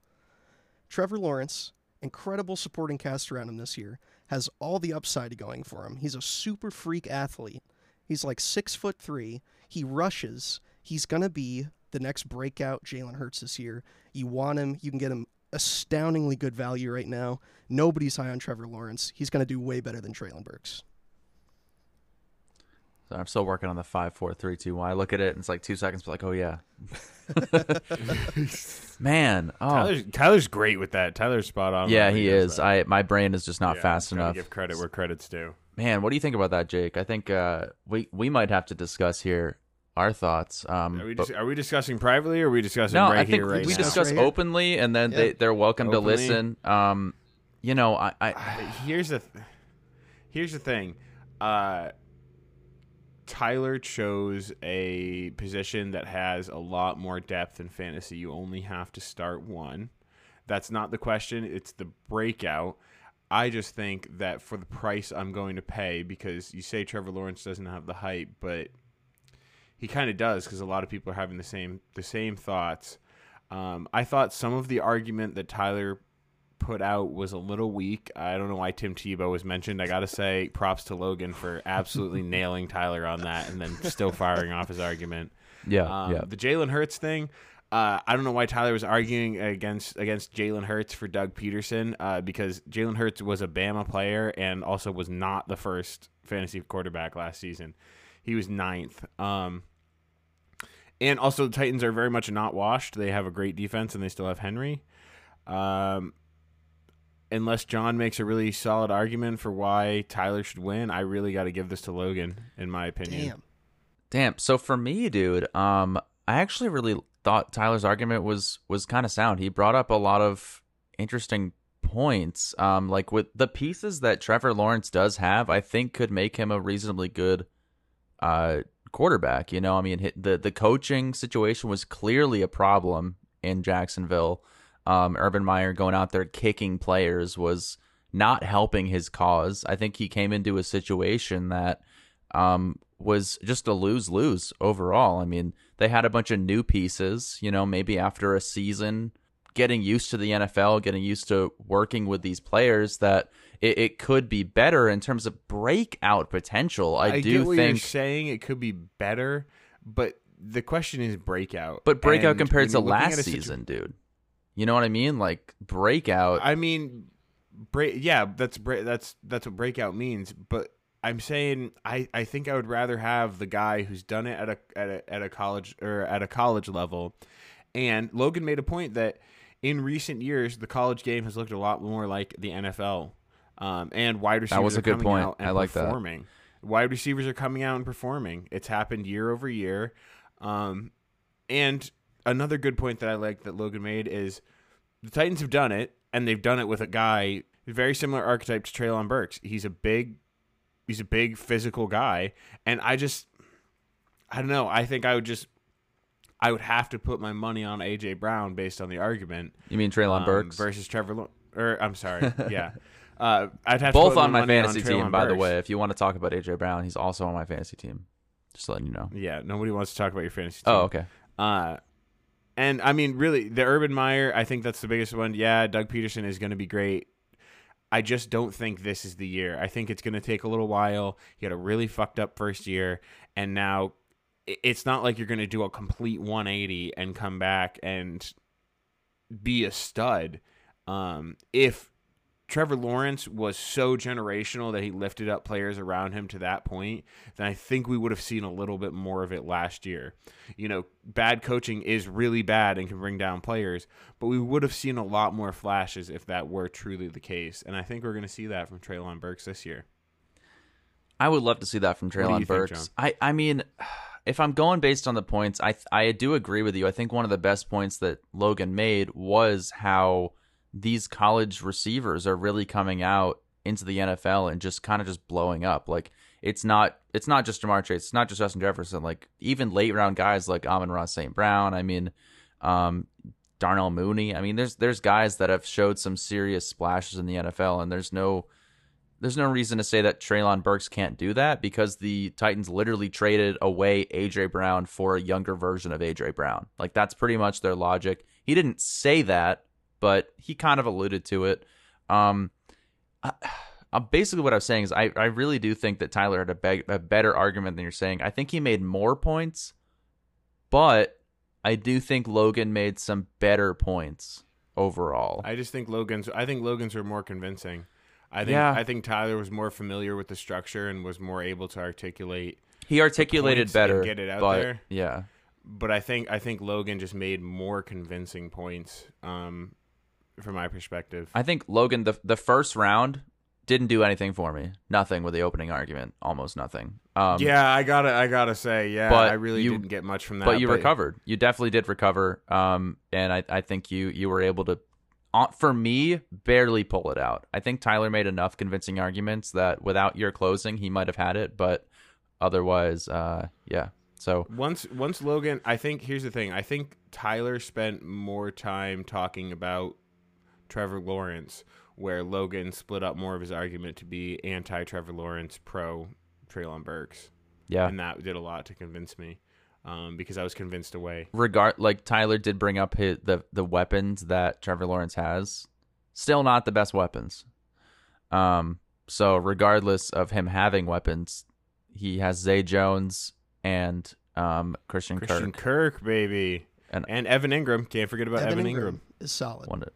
Speaker 5: Trevor Lawrence, incredible supporting cast around him this year, has all the upside going for him. He's a super freak athlete. He's like six foot three. He rushes. He's gonna be the next breakout Jalen Hurts this year. You want him. You can get him astoundingly good value right now. Nobody's high on Trevor Lawrence. He's gonna do way better than Traylon Burks.
Speaker 2: So I'm still working on the five, four, three, two, one. I look at it and it's like two seconds, but like, oh yeah. Man. Oh
Speaker 3: Tyler's, Tyler's great with that. Tyler's spot on.
Speaker 2: yeah,
Speaker 3: when
Speaker 2: he
Speaker 3: does
Speaker 2: is.
Speaker 3: that.
Speaker 2: I my brain is just not
Speaker 3: Yeah,
Speaker 2: fast
Speaker 3: gotta
Speaker 2: enough.
Speaker 3: Give credit where credit's due.
Speaker 2: Man, what do you think about that, Jake? I think uh, we we might have to discuss here our thoughts. Um,
Speaker 3: Are we,
Speaker 2: but-
Speaker 3: dis- are we discussing privately or are we discussing
Speaker 2: no,
Speaker 3: right
Speaker 2: I think
Speaker 3: here, right
Speaker 2: we
Speaker 3: now?
Speaker 2: discuss
Speaker 5: Right here.
Speaker 2: openly, and then
Speaker 5: Yeah.
Speaker 2: they they're welcome
Speaker 3: Openly.
Speaker 2: to listen. Um, you know, I, I
Speaker 3: here's the th- here's the thing uh tyler chose a position that has a lot more depth in fantasy you only have to start one that's not the question it's the breakout i just think that for the price i'm going to pay because you say trevor lawrence doesn't have the hype but he kind of does because a lot of people are having the same the same thoughts um, i thought some of the argument that tyler put out was a little weak. I don't know why Tim Tebow was mentioned. I got to say props to Logan for absolutely nailing Tyler on that and then still firing off his argument.
Speaker 2: yeah
Speaker 3: Um,
Speaker 2: yeah
Speaker 3: The Jalen Hurts thing, Uh, I don't know why Tyler was arguing against against Jalen Hurts for Doug Peterson uh, because Jalen Hurts was a Bama player and also was not the first fantasy quarterback last season. He was ninth. Um, and also the Titans are very much not washed. They have a great defense and they still have Henry. Um, unless John makes a really solid argument for why Tyler should win, I really got to give this to Logan in my opinion.
Speaker 5: Damn.
Speaker 2: Damn. So for me, dude, um, I actually really thought Tyler's argument was was kind of sound. He brought up a lot of interesting points. Um, like with the pieces that Trevor Lawrence does have, I think could make him a reasonably good uh quarterback. You know, I mean, hit- the the coaching situation was clearly a problem in Jacksonville. Um, Urban Meyer going out there kicking players was not helping his cause. I think he came into a situation that um, was just a lose lose overall. I mean, they had a bunch of new pieces, you know, maybe after a season getting used to the NFL, getting used to working with these players, that it, it could be better in terms of breakout potential. I,
Speaker 3: I,
Speaker 2: do
Speaker 3: get what
Speaker 2: think.
Speaker 3: you're saying. It could be better, but the question is breakout.
Speaker 2: But breakout
Speaker 3: And
Speaker 2: compared
Speaker 3: when
Speaker 2: to
Speaker 3: you're looking
Speaker 2: last
Speaker 3: at a situ-
Speaker 2: season, dude. You know what I mean? Like breakout.
Speaker 3: I mean, break. Yeah, that's break. That's that's what breakout means. But I'm saying I I think I would rather have the guy who's done it at a at a at a college or at a college level. And Logan made a point that in recent years the college game has looked a lot more like the NFL. Um, and wide receivers
Speaker 2: was a
Speaker 3: are
Speaker 2: good
Speaker 3: coming
Speaker 2: point.
Speaker 3: out and
Speaker 2: I like that.
Speaker 3: performing. Wide receivers are coming out and performing. It's happened year over year. Um, and another good point that I like that Logan made is the Titans have done it, and they've done it with a guy very similar archetype to Traylon Burks. He's a big, he's a big physical guy, and I just, I don't know. I think I would just, I would have to put my money on AJ Brown based on the argument
Speaker 2: you mean Traylon
Speaker 3: um,
Speaker 2: Burks?
Speaker 3: versus Trevor. Law- or I'm sorry, yeah. Uh, I'd have to
Speaker 2: Both
Speaker 3: put
Speaker 2: on my
Speaker 3: money
Speaker 2: fantasy team,
Speaker 3: Traylon
Speaker 2: by the
Speaker 3: Burks.
Speaker 2: way. If you want to talk about AJ Brown, he's also on my fantasy team. Just letting you know.
Speaker 3: Yeah, nobody wants to talk about your fantasy. team.
Speaker 2: Oh, okay.
Speaker 3: Uh, and I mean, really, the Urban Meyer, I think that's the biggest one. Yeah, Doug Peterson is going to be great. I just don't think this is the year. I think it's going to take a little while. He had a really fucked up first year, and now i- it's not like you're going to do a complete 180 and come back and be a stud. Um, if Trevor Lawrence was so generational that he lifted up players around him to that point, then I think we would have seen a little bit more of it last year. You know, bad coaching is really bad and can bring down players, but we would have seen a lot more flashes if that were truly the case. And I think we're going to see that from Traylon Burks this year.
Speaker 2: I would love to see that from
Speaker 3: do you
Speaker 2: Traylon
Speaker 3: think,
Speaker 2: Burks.
Speaker 3: John?
Speaker 2: I, I mean, if I'm going based on the points, I th- I do agree with you. I think one of the best points that Logan made was how these college receivers are really coming out into the NFL and just kind of just blowing up. Like it's not it's not just Jamar Chase, it's not just Justin Jefferson. Like even late round guys like Amon Ross St. Brown. I mean, um, Darnell Mooney. I mean, there's there's guys that have showed some serious splashes in the NFL, and there's no there's no reason to say that Traylon Burks can't do that because the Titans literally traded away AJ Brown for a younger version of AJ Brown. Like that's pretty much their logic. He didn't say that, but he kind of alluded to it. Um, I, uh, basically, what I'm saying is I, I really do think that Tyler had a, be- a better argument than you're saying. I think he made more points, but I do think Logan made some better points overall.
Speaker 3: I just think Logan's. I think Logan's were more convincing. I think
Speaker 2: Yeah.
Speaker 3: I think Tyler was more familiar with the structure and was more able to articulate.
Speaker 2: he articulated
Speaker 3: points and
Speaker 2: better.
Speaker 3: get it out
Speaker 2: but,
Speaker 3: there.
Speaker 2: Yeah.
Speaker 3: But I think I think Logan just made more convincing points. Um, from my perspective,
Speaker 2: I think Logan the the first round didn't do anything for me. Nothing with the opening argument, almost nothing. Um,
Speaker 3: yeah, I gotta I gotta say, yeah,
Speaker 2: but
Speaker 3: I really
Speaker 2: you-
Speaker 3: didn't get much from that.
Speaker 2: but you recovered. You definitely did recover. Um, and I I think you you were able to, uh, for me, barely pull it out. I think Tyler made enough convincing arguments that without your closing, he might have had it, but otherwise, uh, yeah. So
Speaker 3: Once once Logan, I think here's the thing. I think Tyler spent more time talking about Trevor Lawrence, where Logan split up more of his argument to be anti Trevor Lawrence, pro Traylon Burks,
Speaker 2: yeah.
Speaker 3: and that did a lot to convince me, um, because I was convinced away.
Speaker 2: regard like Tyler did bring up his, the the weapons that Trevor Lawrence has. Still not the best weapons. Um so regardless of him having weapons, he has Zay Jones and um Christian,
Speaker 3: Christian
Speaker 2: Kirk.
Speaker 3: Kirk, baby. And Evan Ingram. Can't forget about Evan, Ingram.
Speaker 5: is solid.
Speaker 2: Wonder.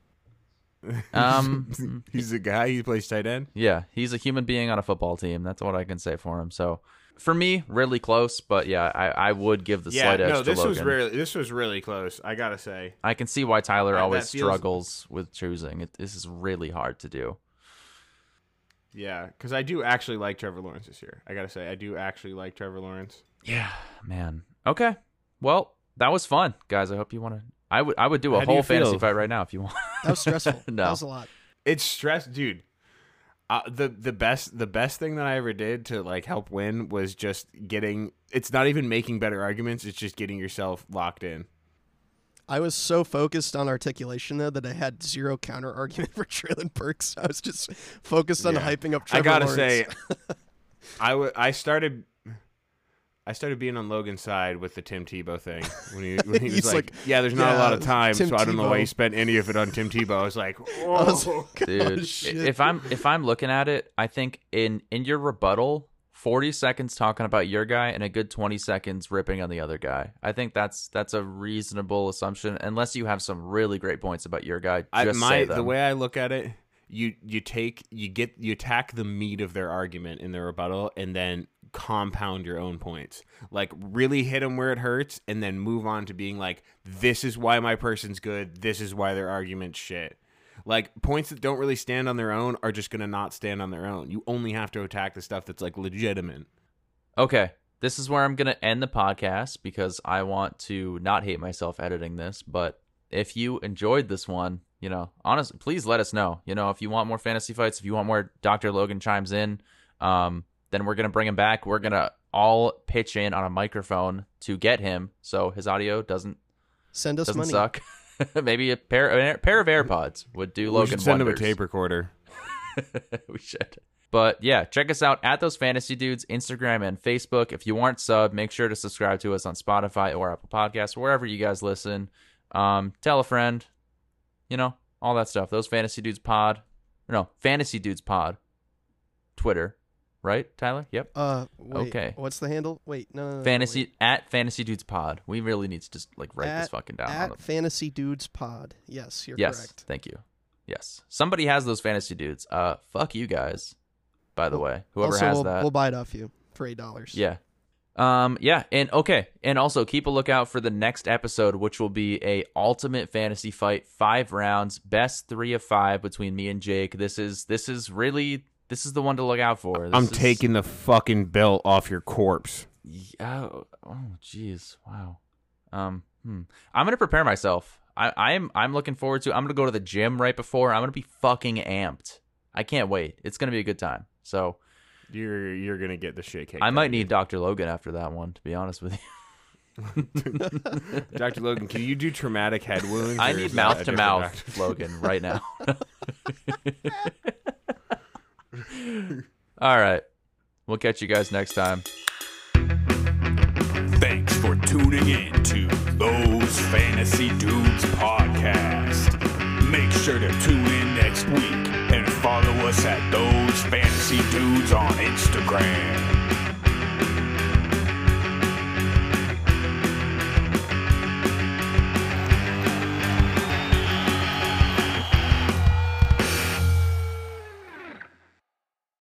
Speaker 2: Um,
Speaker 3: He's a guy. He plays tight end.
Speaker 2: yeah, he's a human being on a football team. That's what I can say for him. So, for me, really close, but yeah, I, I would give the
Speaker 3: Yeah,
Speaker 2: slight edge
Speaker 3: no,
Speaker 2: to
Speaker 3: this
Speaker 2: Logan.
Speaker 3: was really this was really close. I gotta say,
Speaker 2: I can see why Tyler
Speaker 3: That- that
Speaker 2: always
Speaker 3: feels-
Speaker 2: struggles with choosing. It, this is really hard to do.
Speaker 3: yeah, because I do actually like Trevor Lawrence this year. I gotta say, I do actually like Trevor Lawrence.
Speaker 2: Yeah, man. Okay. Well, that was fun, guys. I hope you want to. I would I would do a
Speaker 3: How do you
Speaker 2: whole fantasy
Speaker 3: feel?
Speaker 2: fight right now if you want.
Speaker 5: That was stressful.
Speaker 2: No.
Speaker 5: That was a lot.
Speaker 3: It's stress, dude. Uh, the the best the best thing that I ever did to like help win was just getting. It's not even making better arguments. It's just getting yourself locked in.
Speaker 5: I was so focused on articulation though that I had zero counter argument for Traylon Burks. I was just focused on
Speaker 3: Yeah.
Speaker 5: hyping up Trevor
Speaker 3: I gotta
Speaker 5: Lawrence.
Speaker 3: say, I wa- I started. I started being on Logan's side with the Tim Tebow thing when he, when he was
Speaker 5: He's
Speaker 3: like,
Speaker 5: like,
Speaker 3: "Yeah, there's not a lot of
Speaker 5: yeah,
Speaker 3: time,
Speaker 5: Tim
Speaker 3: so I don't know why
Speaker 5: Tebow."
Speaker 3: you spent any of it on Tim Tebow." I was like,
Speaker 5: I was
Speaker 3: "Whoa."
Speaker 5: like, oh,
Speaker 2: dude
Speaker 5: shit.
Speaker 2: if i'm if i'm looking at it i think in in your rebuttal 40 seconds talking about your guy and a good 20 seconds ripping on the other guy i think that's that's a reasonable assumption unless you have some really great points about your guy just
Speaker 3: I,
Speaker 2: say
Speaker 3: my
Speaker 2: them.
Speaker 3: the way I look at it, you you take you get you attack the meat of their argument in their rebuttal, and then compound your own points. Like really hit them where it hurts, and then move on to being like, "This is why my person's good. This is why their argument's shit." Like points that don't really stand on their own are just gonna not stand on their own. You only have to attack the stuff that's like legitimate.
Speaker 2: okay this is where i'm gonna end the podcast because i want to not hate myself editing this but if you enjoyed this one you know honestly please let us know you know if you want more fantasy fights if you want more dr logan chimes in um, then we're gonna bring him back. We're gonna all pitch in on a microphone to get him, so his audio doesn't
Speaker 5: Send us
Speaker 2: doesn't
Speaker 5: money.
Speaker 2: suck. Maybe a pair a pair of AirPods would do
Speaker 3: We
Speaker 2: Logan.
Speaker 3: should send them a
Speaker 2: wonders.
Speaker 3: tape recorder.
Speaker 2: we should. But yeah, check us out at those fantasy dudes Instagram and Facebook. If you aren't sub, make sure to subscribe to us on Spotify or Apple Podcasts, wherever you guys listen. Um, tell a friend, you know, all that stuff. Those fantasy dudes pod, no fantasy dudes pod, Twitter, right, Tyler? Yep.
Speaker 5: Uh, wait,
Speaker 2: Okay.
Speaker 5: What's the handle? Wait, no, no, no, no,
Speaker 2: Fantasy
Speaker 5: Uh, wait.
Speaker 2: at Fantasy Dudes Pod. We really need to just like write this
Speaker 5: At-
Speaker 2: fucking down. on
Speaker 5: At
Speaker 2: the-
Speaker 5: Fantasy Dudes Pod. Yes, you're
Speaker 2: yes,
Speaker 5: correct.
Speaker 2: thank you. Yes, somebody has those fantasy dudes. Uh, fuck you guys. By the way, whoever
Speaker 5: also,
Speaker 2: has
Speaker 5: we'll,
Speaker 2: that,
Speaker 5: we'll buy it off you for eight dollars.
Speaker 2: yeah. Um, yeah, and okay, and also keep a lookout for the next episode, which will be a ultimate fantasy fight, five rounds, best three of five between me and Jake. This is this is really this is the one to look out for. This
Speaker 3: I'm
Speaker 2: is-
Speaker 3: taking the fucking belt off your corpse.
Speaker 2: Yeah. Oh, oh, jeez. Wow. Um. Hmm. I'm gonna prepare myself. I, I'm. I'm looking forward to. I'm gonna go to the gym right before. I'm gonna be fucking amped. I can't wait. It's gonna be a good time. So
Speaker 3: You're you're gonna get the shit cake.
Speaker 2: I
Speaker 3: out
Speaker 2: might
Speaker 3: of you.
Speaker 2: need Dr. Logan after that one. To be honest with you,
Speaker 3: Dr. Logan, can you do traumatic head wounds?
Speaker 2: I
Speaker 3: or
Speaker 2: need
Speaker 3: is that a
Speaker 2: mouth to mouth
Speaker 3: different doctor?
Speaker 2: Logan right now. All right. We'll catch you guys next time.
Speaker 7: Thanks for tuning in to Those Fantasy Dudes Podcast. Make sure to tune in next week and follow us at Those Fantasy Dudes on Instagram.